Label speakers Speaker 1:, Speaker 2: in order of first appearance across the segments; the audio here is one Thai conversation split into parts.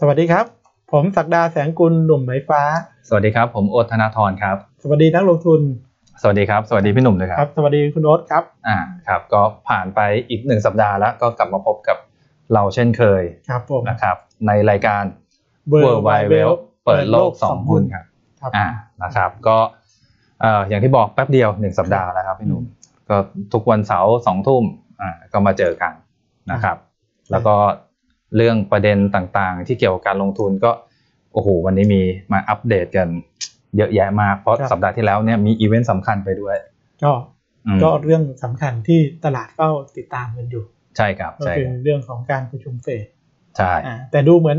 Speaker 1: สวัสดีครับ ผมศักดาแสงกุลหนุ่มไหมฟ้า
Speaker 2: สวัสดีครับ ผมโอตธนาธรครับ
Speaker 1: สวัสดีนักลงทุน
Speaker 2: สวัสดีครับ สวัสดีพี่หนุ่มด้วย
Speaker 1: ค
Speaker 2: ค
Speaker 1: รั
Speaker 2: รั
Speaker 1: บบ สวัสดีคุณโอ๊ตครับ
Speaker 2: อ่าครับ ก็ผ่านไปอีกหนึ่งสัปดาห์แล้วก็กลับมาพบกับเราเช่นเคย
Speaker 1: ครับผม
Speaker 2: นะครับ ในรายการ
Speaker 1: ร์
Speaker 2: World Wide Web เปิดโลกสองหุ้นครับ
Speaker 1: ครับ
Speaker 2: อ่านะครับ ก็เอ่ออย่างที่บอกแป๊บเดียวหนึ่งสัปดาห์แล้วครับพี่หนุ่มก็ทุกวันเสาร์สองทุ่มอ่าก็มาเจอกันนะครับ แล้วก็เรื่องประเด็นต่างๆ ที่เกี่ยวกับการลงทุนก็โอ้โหวันนี้มีมาอัปเดตกันเยอะแยะมากเพราะ
Speaker 1: ครับ
Speaker 2: สัปดาห์ที่แล้วเนี่ยมีอีเวนต์สำคัญไปด้วย
Speaker 1: ก็
Speaker 2: อืม
Speaker 1: ก็เรื่องสำคัญที่ตลาดเฝ้าติดตามกันอยู่
Speaker 2: ใช่ครับ
Speaker 1: ก็
Speaker 2: ใช่
Speaker 1: คือ
Speaker 2: ครับ
Speaker 1: เรื่องของการประชุมเฟด
Speaker 2: ใช่
Speaker 1: อ่าแต่ดูเหมือน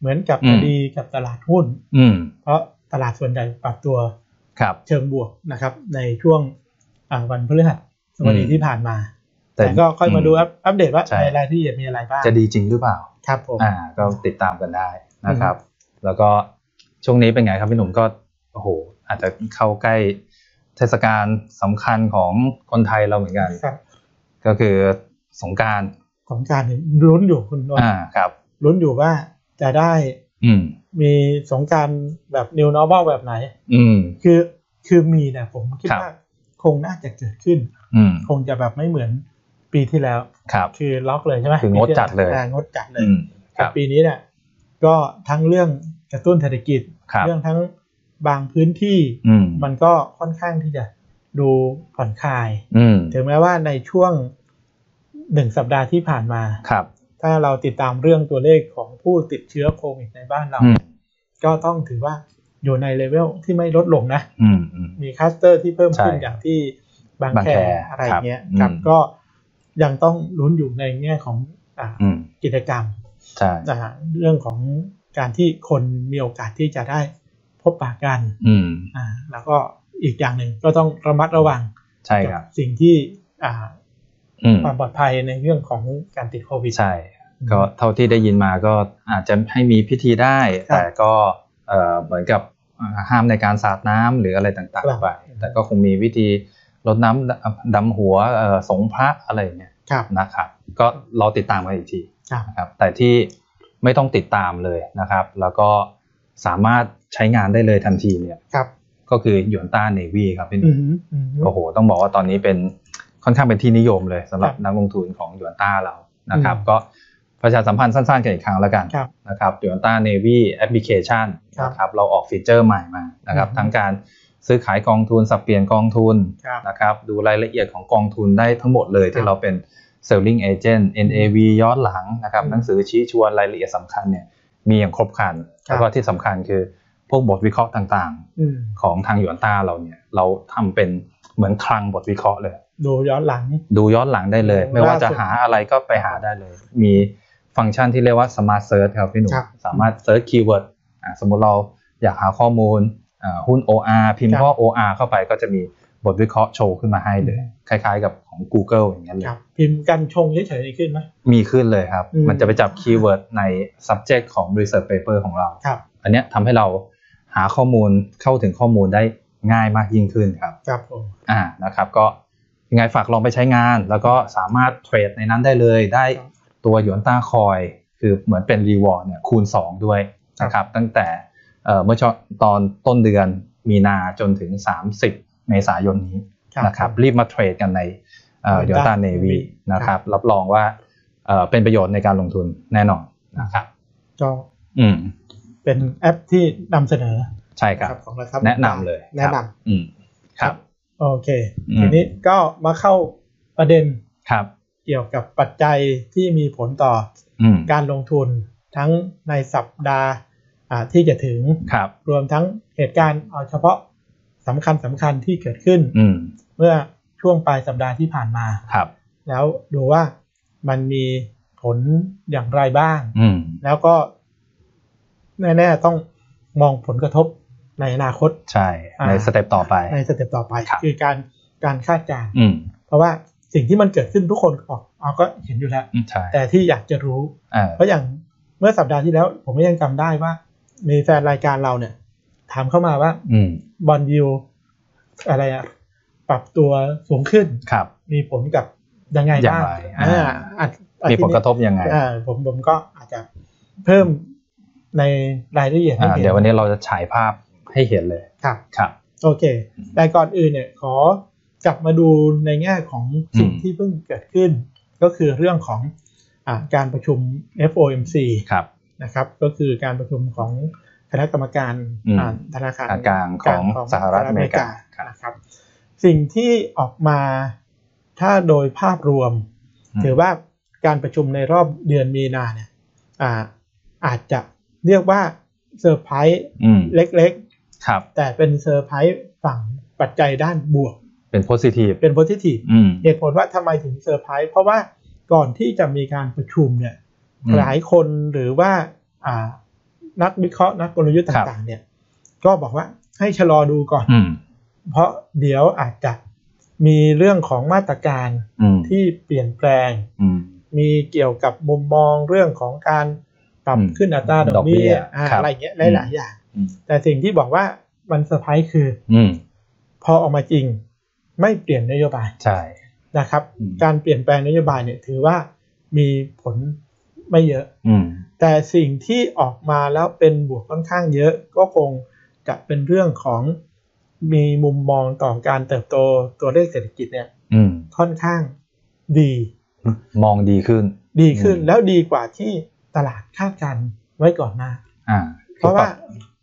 Speaker 1: เหมือนกับ
Speaker 2: อืม
Speaker 1: คดีกับตลาดหุ้น
Speaker 2: อืม
Speaker 1: เพราะตลาดส่วนใหญ่ปรับตัว
Speaker 2: ครับ
Speaker 1: เชิงบวกนะครับ ในช่วงอ่าวันพฤหัสบดี
Speaker 2: อืม
Speaker 1: ที่ผ่านมา แต่ก็ค่อยมาดู
Speaker 2: ม
Speaker 1: อัปอัปเดตว่า
Speaker 2: ใช่
Speaker 1: ในรายละเอียดมีอะไรบ้าง
Speaker 2: จะดีจริงหรือเปล่า
Speaker 1: ครับผม
Speaker 2: อ่าก็ติดตามกันได้นะครับ แล้วก็ช่วงนี้เป็นไงครับพี่หนุ่มก็โอ้โหอาจจะเข้าใกล้เทศกาลสำคัญของคนไทยเราเหมือนกัน
Speaker 1: ครับ
Speaker 2: ก็คือสงกราร
Speaker 1: ของการเนี่ยลุ้นอยู่คุณนน
Speaker 2: อ่า
Speaker 1: ท์
Speaker 2: ครับ
Speaker 1: ลุ้นอยู่ว่าจะได้
Speaker 2: อืม
Speaker 1: มีสงกรารแบบ new normal แบบไหน
Speaker 2: อืม
Speaker 1: คือคือมีนะผมคิด
Speaker 2: ครับ
Speaker 1: ว่าคงน่าจะเกิดขึ้น
Speaker 2: อืม
Speaker 1: คงจะแบบไม่เหมือนปีที่แล้ว
Speaker 2: ครับ
Speaker 1: คือล็อกเลยใช่ไหม
Speaker 2: คืองดจัดเลย
Speaker 1: ปีที่แวอ่างดจัดเลย
Speaker 2: อืมค
Speaker 1: แต่
Speaker 2: รับ
Speaker 1: ปีนี้เนี่ยก็ทั้งเรื่องกระตุ้นเศรษฐกิจ
Speaker 2: ครับ
Speaker 1: เรื่องทั้งบางพื้นที่
Speaker 2: อืม
Speaker 1: มันก็ค่อนข้างที่จะดูผ่อนคลาย
Speaker 2: อืม
Speaker 1: ถึงแม้ว่าในช่วงหนึ่งสัปดาห์ที่ผ่านมา
Speaker 2: ครับ
Speaker 1: ถ้าเราติดตามเรื่องตัวเลขของผู้ติดเชื้อโควิดในบ้านเรา
Speaker 2: อืม
Speaker 1: ก็ต้องถือว่าอยู่ในเลเวลที่ไม่ลดลงนะ
Speaker 2: อืมอืม
Speaker 1: มีคลัสเตอร์ที่เพิ่มขึ้น
Speaker 2: ใช่
Speaker 1: อย่างที่บาง
Speaker 2: บาง
Speaker 1: แค
Speaker 2: แค
Speaker 1: อะไรเงี้ย
Speaker 2: ครั
Speaker 1: ครั
Speaker 2: บ
Speaker 1: บ
Speaker 2: อืม
Speaker 1: ก็ยังต้องลุ้นอยู่ในแง่ของอา
Speaker 2: อืม
Speaker 1: กิจกรรม
Speaker 2: ใช่
Speaker 1: นะฮะเรื่องของการที่คนมีโอกาสที่จะได้พบปะกัน
Speaker 2: อืม
Speaker 1: อ่าแล้วก็อีกอย่างหนึ่งก็ต้องระมัดระวัง
Speaker 2: ใช่ค
Speaker 1: กั
Speaker 2: รั
Speaker 1: บบ สิ่งที่อ่า
Speaker 2: อืม
Speaker 1: ความปลอดภัยในเรื่องของการติดโควิด
Speaker 2: ใช่ ก็เท่าที่ได้ยินมาก็อาจจะให้มีพิธีได้
Speaker 1: ครับ
Speaker 2: แต่ก็เอ่อเหมือนกับอ่าห้ามในการสาดน้ำหรืออะไรต่าง
Speaker 1: ครับ
Speaker 2: ๆไป แต่ก็คงมีวิธีลดน้ำดำหัวเอ่อสงพระอะไรอย่างเงี้ย
Speaker 1: ครับ
Speaker 2: นะครับ ก็เราติดตามกันอีกที
Speaker 1: ครับ
Speaker 2: นะครับ แต่ที่ไม่ต้องติดตามเลยนะครับ แล้วก็สามารถใช้งานได้เลยทันทีเนี่ย
Speaker 1: ครับ
Speaker 2: ก็คือหยวนต้าเนวีครับพี่ห
Speaker 1: อื
Speaker 2: นุ่ม
Speaker 1: มอืม
Speaker 2: โอ้โหต้องบอกว่าตอนนี้เป็นค่อนข้างเป็นที่นิยมเลยสำหรับ
Speaker 1: ครับ
Speaker 2: นักลงทุนของหยวนต้าเรานะครับ
Speaker 1: อืม
Speaker 2: ก็ประชาสัมพันธ์สั้นๆกันอีกครั้งแล้วกัน
Speaker 1: ครับ
Speaker 2: นะครับ Toyota Navy Application
Speaker 1: ครับ
Speaker 2: นะครับ เราออกฟีเจอร์ใหม่มา นะครับ
Speaker 1: อืม
Speaker 2: ทั้งการซื้อขายกองทุน สับเปลี่ยนกองทุน
Speaker 1: ครับ
Speaker 2: นะครับ ดูรายละเอียดของกองทุนได้ทั้งหมดเลย
Speaker 1: ครั
Speaker 2: ที่
Speaker 1: บ
Speaker 2: เราเป็น Selling Agent NAV ย้อนหลังนะครับ
Speaker 1: อืม
Speaker 2: หนังสือชี้ชวนรายละเอียดสำคัญเนี่ย มีอย่างครบครัน
Speaker 1: ครับ
Speaker 2: แล้วก็ที่สำคัญคือพวกบทวิเคราะห์ต่าง
Speaker 1: อืม
Speaker 2: ๆ ของทางหยวนต้าเราเนี่ย เราทำเป็นเหมือนคลังบทวิเคราะห์เลย
Speaker 1: ดูย้อนหลัง
Speaker 2: ดูย้อนหลังได้เลย
Speaker 1: โอ้
Speaker 2: ไม่ว่าจะ
Speaker 1: ล่าสุด
Speaker 2: หาอะไรก็ไปหาได้เลย มีฟังก์ชันที่เรียกว่า Smart Search ครับพี่หนุ่ม
Speaker 1: ครับ
Speaker 2: สามารถ Search Keyword อ่ะสมมุติเราอยากหาข้อมูลอ่าหุ้น OR พิมพ์
Speaker 1: ครับ
Speaker 2: ข้อ OR เข้าไปก็จะมีบทวิเคราะห์โชว์ขึ้นมาให้เลย
Speaker 1: อืม
Speaker 2: คล้ายๆกับของ Google อย่างนั้นเล
Speaker 1: ค
Speaker 2: ย
Speaker 1: รับ พิมพ์กันชงเฉยๆนี่ขึ้นไหม
Speaker 2: มีขึ้นเลยครับ
Speaker 1: อืม
Speaker 2: มันจะไปจับคีย์เวิร์ดใน subject ของ research paper ของเรา
Speaker 1: ครับ
Speaker 2: อันเนี้ยทำให้เราหาข้อมูลเข้าถึงข้อมูลได้ง่ายมากยิ่งขึ้นครับ
Speaker 1: ครับผม
Speaker 2: อ่า นะครับ ก็ยังไงฝากลองไปใช้งาน แล้วก็สามารถเทรดในนั้นได้เลย ได้ตัวหยวนต้าคอย คือเหมือนเป็นรีวอร์ดเนี่ยคูณ 2 ด้วยนะครับ ตั้งแต่เอ่อเมื่อช่วงตอนต้นเดือนมีนาจนถึง 30 เมษายนนี้นะครับ รีบมาเทรดกันในหยวนต้าเนวีนะครับ รับรองว่าเอ่อเป็นประโยชน์ในการลงทุนแน่นอนนะครับ
Speaker 1: ก็
Speaker 2: อืม
Speaker 1: เป็นแอปที่นำเสนอ
Speaker 2: ใช่ครับ
Speaker 1: ของเราครับ
Speaker 2: แนะนำเลย
Speaker 1: แนะครับ นำ
Speaker 2: อืม ครับ
Speaker 1: โอเค
Speaker 2: อืม
Speaker 1: ทีนี้ก็มาเข้าประเด็น
Speaker 2: ครับ
Speaker 1: เกี่ยวกับปัจจัยที่มีผลต่อ
Speaker 2: อืม
Speaker 1: การลงทุนทั้งในสัปดาห์อ่าที่จะถึง
Speaker 2: ครับ
Speaker 1: รวมทั้งเหตุการณ์เอาเฉพาะสำคัญสำคัญๆที่เกิดขึ้น
Speaker 2: อืม
Speaker 1: เมื่อช่วงปลายสัปดาห์ที่ผ่านมา
Speaker 2: ครับ
Speaker 1: แล้วดูว่ามันมีผลอย่างไรบ้าง
Speaker 2: อืม
Speaker 1: แล้วก็แน่ๆต้องมองผลกระทบในอนาคต
Speaker 2: ใช่
Speaker 1: อ่า
Speaker 2: ในสเต็ปต่อไป
Speaker 1: ในสเต็ปต่อไป
Speaker 2: ครับ
Speaker 1: อการการคาดการณ์
Speaker 2: อืม
Speaker 1: เพราะว่าสิ่งที่มันเกิดขึ้นทุกคนออกเอาก็เห็นอยู่แล้ว
Speaker 2: อืมใช่
Speaker 1: แต่ที่อยากจะรู้
Speaker 2: อ่า
Speaker 1: เพราะอย่างเมื่อสัปดาห์ที่แล้ว ผมก็ยังจำได้ว่า มีแฟนรายการเราเนี่ย ถามเข้ามาว่า
Speaker 2: อืม
Speaker 1: บอลยูอะไรอะปรับตัวสูงขึ้น
Speaker 2: ครับ
Speaker 1: มีผลกับยังไงบ้าง
Speaker 2: อย่างไรอ่า
Speaker 1: อ่าอ่ะอ่ะ
Speaker 2: มี
Speaker 1: ที
Speaker 2: ผล
Speaker 1: นี้
Speaker 2: กระทบยังไง
Speaker 1: อ่าผมผมก็อาจจะเพิ่ม ในรายละเอียดให้
Speaker 2: อ่า
Speaker 1: เห็น
Speaker 2: เดี๋ยววันนี้เราจะฉายภาพให้เห็นเลย
Speaker 1: ครับ
Speaker 2: ครับ
Speaker 1: โอเค แต่ก่อนอื่นเนี่ยขอกลับมาดูในแง่ของสิ่ง
Speaker 2: อืม
Speaker 1: ที่เพิ่งเกิดขึ้น ก็คือเรื่องของอาการประชุม FOMC
Speaker 2: ครับ
Speaker 1: นะครับ ก็คือการประชุมของคณะกรรมการ
Speaker 2: อืม
Speaker 1: อ่าธนาคาร
Speaker 2: กลางของสหรัฐอเมริกาครับ
Speaker 1: นะครับ สิ่งที่ออกมาถ้าโดยภาพรวม
Speaker 2: ม
Speaker 1: ถือว่าการประชุมในรอบเดือนมีนาเนี่ยอาอาจจะเรียกว่าเซอร์ไพรส์
Speaker 2: อืม
Speaker 1: เล็ก ๆ
Speaker 2: ครับ
Speaker 1: แต่เป็นเซอร์ไพรส์ฝั่งปัจจัยด้านบวก
Speaker 2: เป็นโพสิทีฟ
Speaker 1: เป็นโพซิทีฟ
Speaker 2: อืม
Speaker 1: เหตุผลว่าทำไมถึงเซอร์ไพรส์เพราะว่าก่อนที่จะมีการประชุมเนี่ย
Speaker 2: อืม
Speaker 1: หลายคนหรือว่าอ่านักวิเคราะห์นักกลยุทธ์
Speaker 2: ครับ
Speaker 1: ต่างๆเนี่ยก็บอกว่าให้ชะลอดูก่อน
Speaker 2: อืม
Speaker 1: เพราะเดี๋ยวอาจจะมีเรื่องของมาตรการ
Speaker 2: อืม
Speaker 1: ที่เปลี่ยนแปลง
Speaker 2: อืม
Speaker 1: มีเกี่ยวกับมุมมองเรื่องของการปรับ
Speaker 2: อืม
Speaker 1: ขึ้นอัตราด
Speaker 2: ด
Speaker 1: อ
Speaker 2: อก กเบี้
Speaker 1: เบี้ย
Speaker 2: ย
Speaker 1: อ่า
Speaker 2: ครับ
Speaker 1: อะไรอย่างเงี้ยหลายๆอย่าง
Speaker 2: อืม
Speaker 1: แต่สิ่งที่บอกว่ามันเซอร์ไพรส์คือ
Speaker 2: อืม
Speaker 1: พอออกมาจริงไม่เปลี่ยนนโยบาย
Speaker 2: ใช่
Speaker 1: นะครับ
Speaker 2: อืม
Speaker 1: การเปลี่ยนแปลงนโยบายเนี่ยถือว่ามีผลไม่เยอะ
Speaker 2: อืม
Speaker 1: แต่สิ่งที่ออกมาแล้วเป็นบวกค่อนข้างเยอะ ก็คงจะเป็นเรื่องของมีมุมมองต่อการเติบโตตัวเลขเศรษฐกิจเนี่ย
Speaker 2: อืม
Speaker 1: ค่อนข้างดี
Speaker 2: มองดีขึ้น
Speaker 1: ดีขึ้น
Speaker 2: อืม
Speaker 1: แล้วดีกว่าที่ตลาดคาดการณ์ไว้ก่อนหน้า
Speaker 2: อ่า
Speaker 1: เพราะว่า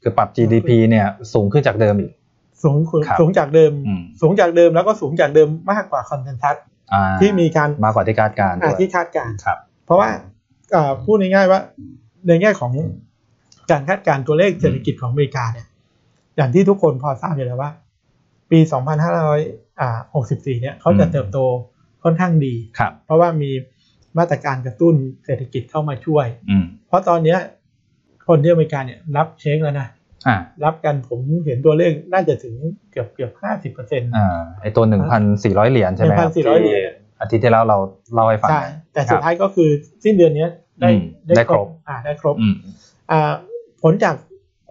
Speaker 2: คือปรับ GDP เนี่ยสูงขึ้นจากเดิมอีก
Speaker 1: สูงขึ้น
Speaker 2: ครับ
Speaker 1: สูงจากเดิม
Speaker 2: อืม
Speaker 1: สูงจากเดิมแล้วก็สูงจากเดิมมากกว่าคอนเซนแทส
Speaker 2: อ่า
Speaker 1: ที่มีการ
Speaker 2: มากกว่าที่คาดการณ์ด้
Speaker 1: อ่า
Speaker 2: วย
Speaker 1: ที่คาดการณ์
Speaker 2: ครับ
Speaker 1: เพราะว่าเอ่อพูดง่ายๆว่าในแง่ของการคาดการณ์ตัวเลขเศรษฐกิจของอเมริกาเนี่ยอย่างที่ทุกคนพอทราบอยู่แล้วว่า ปี 2564 เนี่ยเขาจะ
Speaker 2: อืม
Speaker 1: เติบโตค่อนข้างดี
Speaker 2: ครับ
Speaker 1: เพราะว่ามีมาตรการกระตุ้นเศรษฐกิจเข้ามาช่วย
Speaker 2: อืม
Speaker 1: เพราะตอนเนี้ยคนที่อเมริกาเนี่ยรับเช็คแล้วนะ
Speaker 2: อ่า
Speaker 1: รับกันผมเห็นตัวเลขน่าจะถึงเกือบเกือบ50เปอร์เซ็นต์
Speaker 2: อ่าไอตัว 1,400 เหรียญใช่ไหมครับ
Speaker 1: 1,400เหรียญ
Speaker 2: ที่อาทิตย์ที่แล้วเราเล่าให้ฟัง
Speaker 1: ใช่แต่สุด
Speaker 2: ครับ
Speaker 1: ท้ายก็คือสิ้นเดือนเนี้ยได้
Speaker 2: อืมได้ครบ
Speaker 1: อ่าได้ครบ
Speaker 2: อืม
Speaker 1: อ่าผลจาก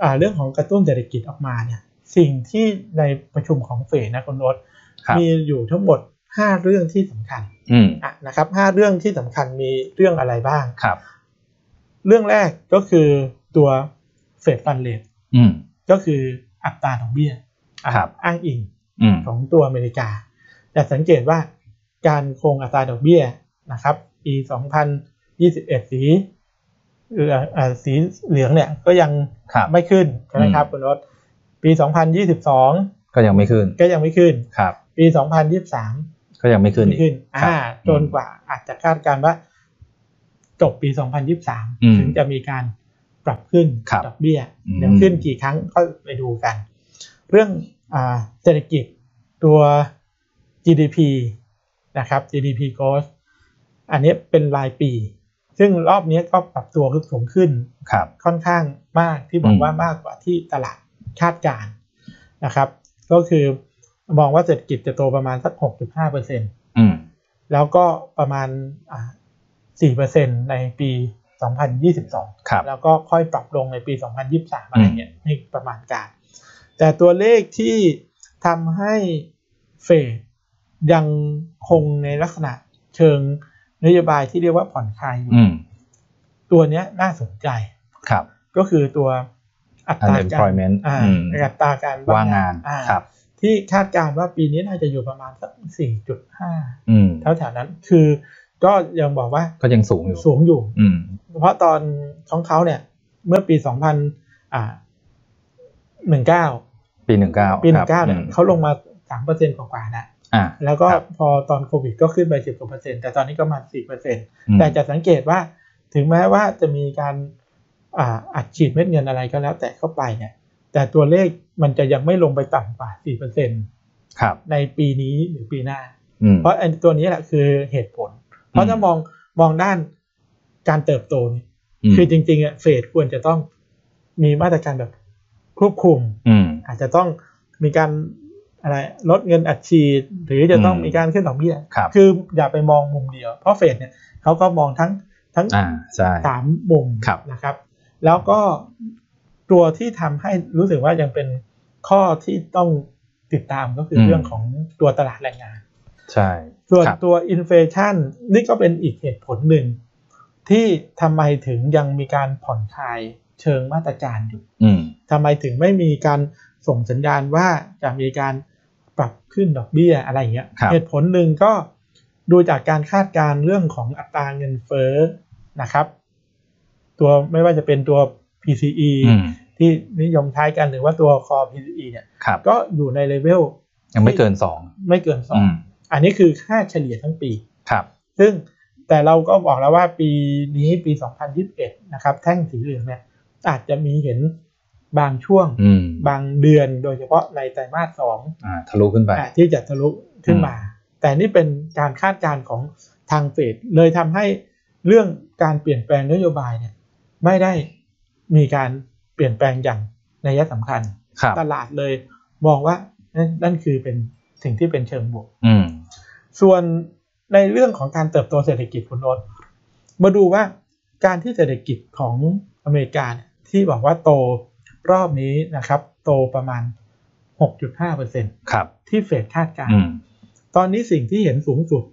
Speaker 1: อ่าเรื่องของกระตุ้นเศรษฐกิจออกมาเนี่ยสิ่งที่ในประชุมของเฟดนะคุณโรส
Speaker 2: ครับ
Speaker 1: มีอยู่ทั้งหมด 5 เรื่องที่สำคัญ
Speaker 2: อืม
Speaker 1: อ่ะนะครับ5เรื่องที่สำคัญมีเรื่องอะไรบ้าง
Speaker 2: ครับ
Speaker 1: เรื่องแรกก็คือตัวเฟดฟันเลท
Speaker 2: อืม
Speaker 1: ก็คืออัตราดอกเบี้ยอ่ะ
Speaker 2: ครับ
Speaker 1: อ้างอิง
Speaker 2: อืม
Speaker 1: ของตัวอเมริกา แต่สังเกตว่าการคงอัตราดอกเบี้ยนะครับปี 2021 สีเหลืองอ่าสีเหลืองเนี่ยก็ยัง
Speaker 2: ครับ
Speaker 1: ไม่ขึ้นใช่ไหม
Speaker 2: อืม
Speaker 1: ครับคุณรถปี 2022
Speaker 2: ก็ยังไม่ขึ้น
Speaker 1: ก็ยังไม่ขึ้น
Speaker 2: ครับ
Speaker 1: ปี 2023
Speaker 2: ก็ยังไม่ขึ้น
Speaker 1: ไม่
Speaker 2: อีก
Speaker 1: ขึ้น
Speaker 2: ครับ
Speaker 1: อ่าจนกว่าอาจจะคาดการณ์ว่าจบปี
Speaker 2: อืม
Speaker 1: 2023 ถึงจะมีการปรับขึ้น
Speaker 2: ครับ
Speaker 1: ดอกเบี้ย
Speaker 2: อืม
Speaker 1: เดี๋ยวขึ้นกี่ครั้งก็ไปดูกัน เรื่องอ่าเศรษฐกิจตัว GDP นะครับ GDP growth อันนี้เป็นรายปี ซึ่งรอบนี้ก็ปรับตัวขึ้นสูงขึ้น
Speaker 2: ครับ
Speaker 1: ค่อนข้างมากที่บอ
Speaker 2: อื
Speaker 1: ก
Speaker 2: ม
Speaker 1: ว่ามากกว่าที่ตลาดคาดการณ์นะครับ ก็คือมองว่าเศรษฐกิจจะโตประมาณสัก 6.5%
Speaker 2: อืม
Speaker 1: แล้วก็ประมาณอ่า4%ในปี 2022
Speaker 2: ครับ
Speaker 1: แล้วก็ค่อยปรับลงในปี 2023 อะไรเงี้ยนี่ประมาณการแต่ตัวเลขที่ทำให้เฟดยังคงในลักษณะเชิงนโยบายที่เรียกว่าผ่อนคลายอยู่
Speaker 2: อืม
Speaker 1: ตัวเนี้ยน่าสนใจ
Speaker 2: ครับ
Speaker 1: ก็คือตัวอัตราการ
Speaker 2: unemployment
Speaker 1: อ่า
Speaker 2: อืม
Speaker 1: อัตราการ
Speaker 2: ว่างงาน
Speaker 1: อ่
Speaker 2: ครับ
Speaker 1: ที่คาดการณ์ว่าปีนี้น่าจะอยู่ประมาณสัก 4.5
Speaker 2: อืม
Speaker 1: แถวๆนั้นคือก็ยังบอกว่า
Speaker 2: ก็ยังสูงอยู่
Speaker 1: สูงอยู่
Speaker 2: อืม
Speaker 1: เพราะตอนของเขาเนี่ย เมื่อปี 2000อ่า19
Speaker 2: ปีหนึ่งเก้า
Speaker 1: ปี 19เนี่ยเขาลงมา 3%กว่าๆนะ
Speaker 2: อ่า
Speaker 1: แล้วก็
Speaker 2: ครับ
Speaker 1: พอตอนโควิดก็ขึ้นไป 10กว่าเปอร์เซ็นต์แต่ตอนนี้ก็มา 4%
Speaker 2: อืม
Speaker 1: แต่จะสังเกตว่าถึงแม้ว่าจะมีการอ่าอัดฉีดเม็ดเงินอะไรก็แล้วแต่เข้าไปเนี่ย แต่ตัวเลขมันจะยังไม่ลงไปต่ำกว่า 4%
Speaker 2: ครับ
Speaker 1: ในปีนี้หรือปีหน้า
Speaker 2: อืม
Speaker 1: เพราะไอ้ตัวนี้แหละคือเหตุผล เพราะถ้ามองมองด้านการเติบโตเนี่ย
Speaker 2: ม
Speaker 1: คือจริงๆอะเฟดควรจะต้องมีมาตรการแบบควบคุม
Speaker 2: อืม
Speaker 1: อาจจะต้องมีการอะไรลดเงินอัดฉีด หรือจะต้อง
Speaker 2: อืม
Speaker 1: มีการขึ้นดอกเบี้ย
Speaker 2: ครับ
Speaker 1: ออย่าไปมองมุมเดียว เพราะเฟดเนี่ยเขาก็มองทั้งทั้ง
Speaker 2: อ่าใช่
Speaker 1: สามมุม
Speaker 2: ครับ
Speaker 1: นะครับ แล้วก็ตัวที่ทำให้รู้สึกว่ายังเป็นข้อที่ต้องติดตามก็คือเรื่องของตัวตลาดแรงงาน
Speaker 2: ใช่
Speaker 1: ส่วน
Speaker 2: ครับ
Speaker 1: ตัวอินเฟชันนี่ก็เป็นอีกเหตุผลหนึ่งที่ทำไมถึงยังมีการผ่อนคลาย เชิงมาตรการอยู่
Speaker 2: อืม
Speaker 1: ทำไมถึงไม่มีการส่งสัญญาณว่าจะมีการปรับขึ้นดอกเบี้ยอะไรอย่างเงี้ย
Speaker 2: ครับ
Speaker 1: เหตุผลหนึ่งก็ดูจากการคาดการณ์เรื่องของอัตราเงินเฟ้อนะครับ ตัวไม่ว่าจะเป็นตัว PCE
Speaker 2: อืม
Speaker 1: ที่นิยมใช้กันหรือว่าตัว Core PCE เนี่ย
Speaker 2: ครับ
Speaker 1: ก็อยู่ในเลเวล
Speaker 2: ยังไม่เกินสอง
Speaker 1: ไม่เกินสอ
Speaker 2: อื
Speaker 1: ง
Speaker 2: ม
Speaker 1: อันนี้คือค่าเฉลี่ยทั้งปี
Speaker 2: ครับ
Speaker 1: ซึ่งแต่เราก็บอกแล้วว่าปีนี้ปี 2021 นะครับ แท่งสีเหลืองเนี่ยอาจจะมีเห็นบางช่วง
Speaker 2: อืม
Speaker 1: บางเดือนโดยเฉพาะในไตรมาสสอง
Speaker 2: อ่าทะลุขึ้นไป
Speaker 1: อ่ะที่จะทะลุขึ้นมา แต่นี่เป็นการคาดการณ์ของทางเฟดเลยทำให้เรื่องการเปลี่ยนแปลงนโยบายเนี่ยไม่ได้มีการเปลี่ยนแปลงอย่างนัยสำคัญ
Speaker 2: ครับ
Speaker 1: ตลาดเลยมองว่านั่นนั่นคือเป็นสิ่งที่เป็นเชิงบวก
Speaker 2: อืม
Speaker 1: ส่วนในเรื่องของการเติบโตเศรษฐกิจคุณโนตมาดูว่าการที่เศรษฐกิจของอเมริกาเนี่ยที่บอกว่าโตรอบนี้นะครับ โตประมาณ 6.5%
Speaker 2: ครับ
Speaker 1: ที่เฟดคาดการณ์
Speaker 2: อืม
Speaker 1: ตอนนี้สิ่งที่เห็นสูงสุด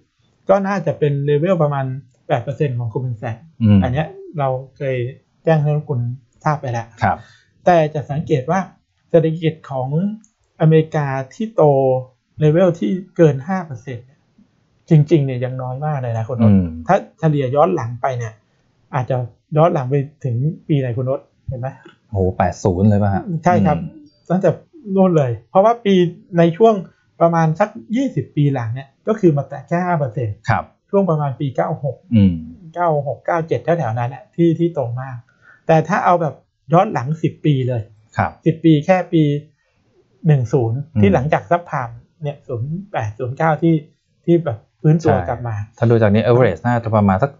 Speaker 1: ก็น่าจะเป็นเลเวลประมาณ 8%ของโคเปนแซก
Speaker 2: อืม
Speaker 1: อันเนี้ยเราเคยแจ้งให้ทุกคนทราบไปแล้ว
Speaker 2: ครับ
Speaker 1: แต่จะสังเกตว่าเศรษฐกิจของอเมริกาที่โตเลเวลที่เกิน 5%เนี่ยจริงๆเนี่ยยังน้อยมากเลยนะคุณน
Speaker 2: อื
Speaker 1: รส
Speaker 2: ม
Speaker 1: ถ้าเฉลี่ยย้อนหลังไปเนี่ย อาจจะย้อนหลังไปถึงปีไหนคุณนรสเห็นไหม
Speaker 2: โอ้โหแปดศูนย์เลยป่ะฮะ
Speaker 1: ใช่ครับ ตั้งแต่นู่นเลย เพราะว่าปีในช่วงประมาณสัก 20 ปีหลังเนี่ย ก็คือมาแต่แค่5%
Speaker 2: ครับ
Speaker 1: ช่วงประมาณปี 96
Speaker 2: อืม
Speaker 1: เก้าหกเก้าเจ็ดแถวๆนั้นแหละที่ที่โตมาก แต่ถ้าเอาแบบย้อนหลังสิบปีเลย
Speaker 2: ครับ
Speaker 1: สิบปีแค่ปีหนึ่งศูนย์
Speaker 2: อืม
Speaker 1: ที่หลังจากซับไพรามเนี่ยศูนย์แปดศูนย์เก้าที่ที่แบบฟื้นตัว
Speaker 2: ใช่
Speaker 1: กลับมา
Speaker 2: ถ้าดูจากนี้ average น่าจะประมาณสัก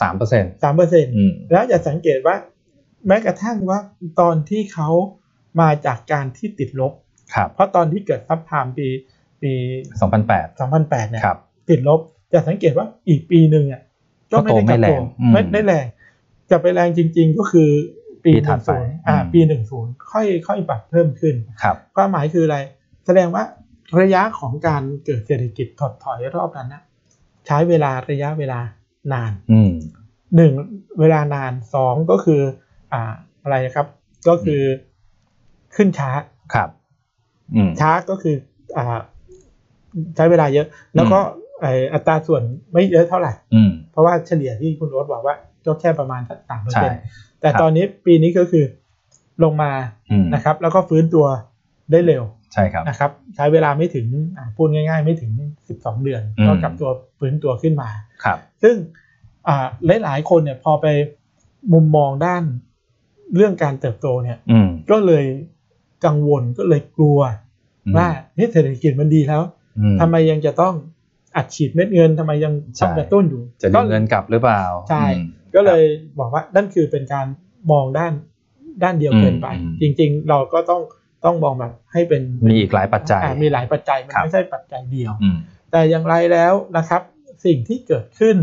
Speaker 2: สามเปอร์เซ็นต์
Speaker 1: สามเปอร์เซ็นต์
Speaker 2: อืม
Speaker 1: แล้วจะสังเกตว่า แม้กระทั่งว่าตอนที่เขามาจากการที่ติดลบ
Speaker 2: ครับ
Speaker 1: เพราะตอนที่เกิดซับไพรามปีปี
Speaker 2: สองพันแปด
Speaker 1: สองพันแปดเนี่ย
Speaker 2: ครับ
Speaker 1: ติดลบจะสังเกตว่าอีกปีหนึ่งอ่ะก็ไม่ได้กลับ
Speaker 2: ก็โตไม่แร
Speaker 1: ตัว
Speaker 2: งอืม
Speaker 1: ไม่ได้แรงจะไปแรงจริง ๆ ก็คือปี
Speaker 2: ปี
Speaker 1: ห
Speaker 2: ถั
Speaker 1: นึ่ง
Speaker 2: ดไป
Speaker 1: ศูนย์อ่า
Speaker 2: อืม
Speaker 1: ปีหนึ่งศูนย์ค่อยค่อยปรับเพิ่มขึ้น
Speaker 2: ครับ
Speaker 1: ความหมายคืออะไร แสดงว่าระยะของการเกิดเศรษฐกิจถดถอยรอบนั้นนะใช้เวลาระยะเวลานาน
Speaker 2: อืม
Speaker 1: หนึ่งเวลานานสองก็คืออ่าอะไรนะครับ ก็คือขึ้นช้า
Speaker 2: ครับ อืม
Speaker 1: ช้าก็คืออ่าใช้เวลาเยอะ แล้วก็ไอ้อัตราส่วนไม่เยอะเท่าไหร่
Speaker 2: อืม
Speaker 1: เพราะว่าเฉลี่ยที่คุณโรสบอกว่าก็แค่ประมาณสามเปอร์
Speaker 2: ใช่
Speaker 1: เซ็นต์แต่
Speaker 2: ครับ
Speaker 1: ตอนนี้ปีนี้ก็คือลงมา
Speaker 2: อืม
Speaker 1: นะครับ แล้วก็ฟื้นตัวได้เร็ว
Speaker 2: ใช่ครับ
Speaker 1: นะครับ ใช้เวลาไม่ถึงอ่าพูดง่ายๆ ไม่ถึง 12 เดือน
Speaker 2: อืม
Speaker 1: ก็กลับตัวฟื้นตัวขึ้นมา
Speaker 2: ครับ
Speaker 1: ซึ่งอ่าหลายๆคนเนี่ยพอไปมุมมองด้านเรื่องการเติบโตเนี่ย
Speaker 2: อืม
Speaker 1: ก็เลยกังวลก็เลยกลัว
Speaker 2: อืม
Speaker 1: ว่าเฮ้ยเศรษฐกิจมันดีแล้ว
Speaker 2: อืม
Speaker 1: ทำไมยังจะต้องอัดฉีดเม็ดเงินทำไมยังต้อง
Speaker 2: ใช่
Speaker 1: กระตุ้นอยู่
Speaker 2: จะดึ
Speaker 1: ก็
Speaker 2: งเงินกลับหรือเปล่า
Speaker 1: ใช่
Speaker 2: อืม
Speaker 1: ก็เลยบอกว่านั่นคือเป็นการมองด้านด้านเดียวเกินไป
Speaker 2: อืม
Speaker 1: จริง ๆ เราก็ต้องต้องมองแบบให้เป็น
Speaker 2: มีอีกหลายปัจจัย
Speaker 1: อ่ามีหลายปัจจัยมัน
Speaker 2: ครับ
Speaker 1: ไม่ใช่ปัจจัยเดียว
Speaker 2: อืม
Speaker 1: แต่อย่างไรแล้วนะครับ สิ่งที่เกิดขึ้น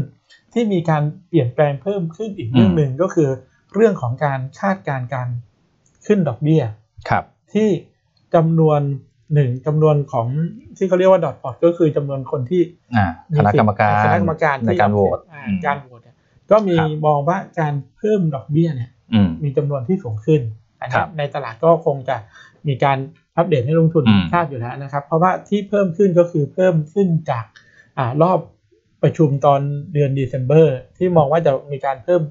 Speaker 1: ที่มีการเปลี่ยนแปลงเพิ่มขึ้นอีกเรื่อง
Speaker 2: อืม
Speaker 1: หนึ่งก็คือ เรื่องของการคาดการณ์การขึ้นดอกเบี้ย
Speaker 2: ครับ
Speaker 1: ที่จำนวนหนึ่งจำนวนของที่เขาเรียกว่าดอทพอตก็คือจำนวนคนที่
Speaker 2: อ่า คณะกรรมการ
Speaker 1: คณะกรรมการ
Speaker 2: ใน
Speaker 1: ที่
Speaker 2: การโหวต
Speaker 1: อ่า
Speaker 2: อืม
Speaker 1: การโหวตเนี่ยก็มี
Speaker 2: ครับ
Speaker 1: มองว่าการเพิ่มดอกเบี้ยเนี่ย
Speaker 2: อืม
Speaker 1: มีจำนวนที่สูงขึ้นอัน
Speaker 2: ค
Speaker 1: นี้
Speaker 2: รับ
Speaker 1: ในตลาดก็คงจะมีการอัปเดตให้ลงทุน
Speaker 2: อืม
Speaker 1: ทราบอยู่แล้วนะครับ เพราะว่าที่เพิ่มขึ้นก็คือเพิ่มขึ้นจากอ่ารอบประชุมตอนเดือนเด cember ที่มองว่าจะมีการเพิ่ม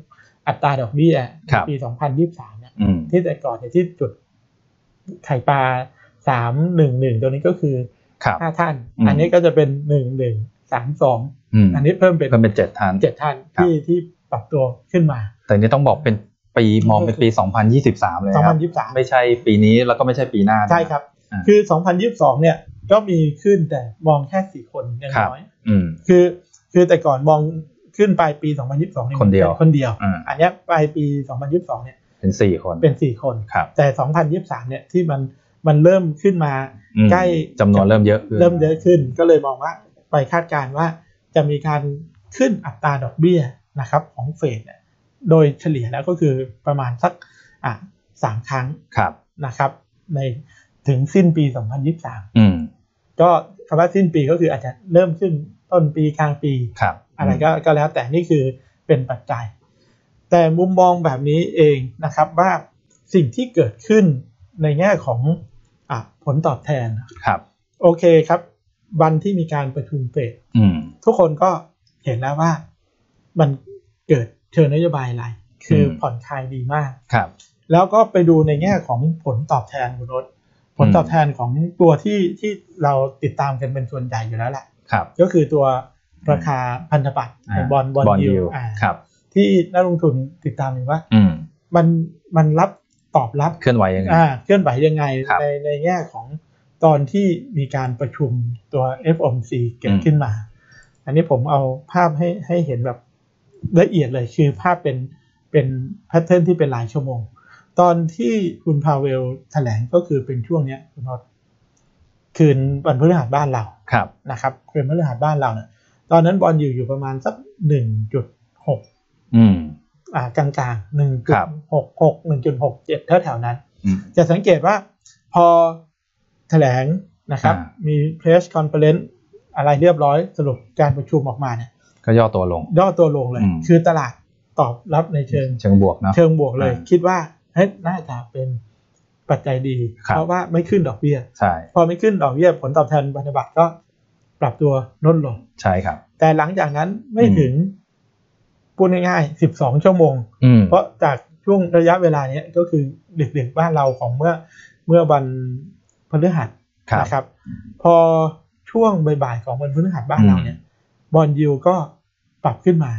Speaker 1: อัตราดอกเบี้ยในปี 2023เนี่ย
Speaker 2: อืม
Speaker 1: ที่แต่ก่อนเนี่ยที่จุดไข่ปลา311ตัวนี้ก็คือ
Speaker 2: ครับ
Speaker 1: ห้าท่าน
Speaker 2: อืม
Speaker 1: อันนี้ก็จะเป็นหนึ่งหนึ่งสามสอง
Speaker 2: อืม
Speaker 1: อันนี้เพิ่มเป็น
Speaker 2: ก็เป็นเจ็ดทัน
Speaker 1: เจ็ดท่าน
Speaker 2: ครับ
Speaker 1: ที่ที่ปรับตัวขึ้นมา
Speaker 2: แต่นี่ต้องบอกเป็นปีมองเป็นปี 2023 เลย
Speaker 1: สอง
Speaker 2: ค
Speaker 1: พั
Speaker 2: รั
Speaker 1: น
Speaker 2: บ
Speaker 1: ยี่สิบสาม
Speaker 2: ไม่ใช่ปีนี้แล้วก็ไม่ใช่ปีหน้านะ
Speaker 1: ใช่ครับ
Speaker 2: อ่า
Speaker 1: คือสองพันยี่สิบสองเนี่ยก็มีขึ้นแต่มองแค่สี่คนยัง
Speaker 2: ครับ
Speaker 1: น้อย
Speaker 2: อืม
Speaker 1: คือคือแต่ก่อนมองขึ้นไปปีสองพันยี่สิบสอง
Speaker 2: คนเดียว
Speaker 1: คนเดียว
Speaker 2: อ่า
Speaker 1: อันเนี้ยไปปีสองพันยี่สิบสองเนี่ย
Speaker 2: เป็นสี่คน
Speaker 1: เป็นสี่คน
Speaker 2: ครับ
Speaker 1: แต่สองพันยี่สิบสามเนี่ยที่มันมันเริ่มขึ้นมา
Speaker 2: อืม
Speaker 1: ใกล้
Speaker 2: จำนวนเริ่มเยอะขึ้น
Speaker 1: เริ่มเยอะขึ้นก็เลยมองว่าไปคาดการณ์ว่าจะมีการขึ้นอัตราดอกเบี้ยนะครับของเฟดเนี่ยโดยเฉลี่ยแล้วก็คือประมาณสักอ่ะสามครั้ง
Speaker 2: ครับ
Speaker 1: นะครับ ในถึงสิ้นปี
Speaker 2: อืม
Speaker 1: 2023 ก็คำว่าสิ้นปีก็คืออาจจะเริ่มขึ้นต้นปีกลางปี
Speaker 2: ครับ
Speaker 1: อะไรก็ก็แล้วแต่นี่คือเป็นปัจจัย แต่มุมมองแบบนี้เองนะครับว่า สิ่งที่เกิดขึ้นในแง่ของอะผลตอบแทน
Speaker 2: ครับ
Speaker 1: โอเคครับ วันที่มีการประชุมเฟด
Speaker 2: อืม
Speaker 1: ทุกคนก็เห็นแล้วว่ามันเกิดเชิงนโยบายอะไร คืออ
Speaker 2: ม
Speaker 1: ผ่อนคลายดีมาก
Speaker 2: ครับ
Speaker 1: แล้วก็ไปดูในแง่ของผลตอบแทนคุณรถผลตอบแทนของตัวที่ที่เราติดตามกันเป็นส่วนใหญ่อยู่แล้วแหละ
Speaker 2: ครับ
Speaker 1: ก็คือตัวราคาพันธบัตรหรือบอลบอล
Speaker 2: bond
Speaker 1: ยิว
Speaker 2: yield ครับ
Speaker 1: ที่นักลงทุนติดตามอยู่ว่า
Speaker 2: อืม
Speaker 1: มันมันรับตอบรับ
Speaker 2: เคลื่อนไหวยังไง
Speaker 1: อ่าเคลื่อนไหวยังไง
Speaker 2: ครับ
Speaker 1: ในในแง่ของตอนที่มีการประชุมตัว FOMC เกิดขึ้นมา อันนี้ผมเอาภาพให้ให้เห็นแบบละเอียดเลยคือภาพเป็นเป็นแพทเทิร์นที่เป็นหลายชั่วโมง ตอนที่คุณพาเวลแถลงก็คือเป็นช่วงเนี้ยคุณน็อตคืนวันพฤหัสบ้านเรา
Speaker 2: ครับ
Speaker 1: นะครับคืนพฤหัสบ้านเราเนี่ยตอนนั้นบอลอยู่อยู่ประมาณสักหนึ่งจุดหก
Speaker 2: อืม
Speaker 1: อ่ากลางๆหนึ่งจุ
Speaker 2: ครั
Speaker 1: ด
Speaker 2: บ
Speaker 1: หกหกหนึ่งจุดหกเจ็ดแถวๆนั้น
Speaker 2: อืม
Speaker 1: จะสังเกตว่าพอแถลงนะครับ
Speaker 2: อ่า
Speaker 1: มี press conference อะไรเรียบร้อยสรุปการประชุมออกมาเนี่ย
Speaker 2: ก็ย่อตัวลง
Speaker 1: ย่อตัวลงเลย
Speaker 2: อืม
Speaker 1: คือตลาดตอบรับในเชิง
Speaker 2: เชิงบวกเนาะ
Speaker 1: เชิงบวกเลย
Speaker 2: อ่า
Speaker 1: คิดว่าเฮ้ยน่าจะเป็นปัจจัยดี
Speaker 2: ครับ
Speaker 1: เพราะว่าไม่ขึ้นดอกเบี้ย
Speaker 2: ใช่
Speaker 1: พอไม่ขึ้นดอกเบี้ยผลตอบแทนพันธบัตรก็ปรับตัวลดลง
Speaker 2: ใช่ครับ
Speaker 1: แต่หลังจากนั้นไม่
Speaker 2: อืม
Speaker 1: ถึงพูดง่ายๆ 12 ชั่วโมง
Speaker 2: อืม
Speaker 1: เพราะจากช่วงระยะเวลาเนี้ยก็คือดึกๆบ้านเราของเมื่อเมื่อวันพฤหัส
Speaker 2: ครับ
Speaker 1: นะครับ พอช่วงบ่ายๆของวันพฤหัสบ้านเราเนี่ยบอลยูก็ปรับขึ้นมา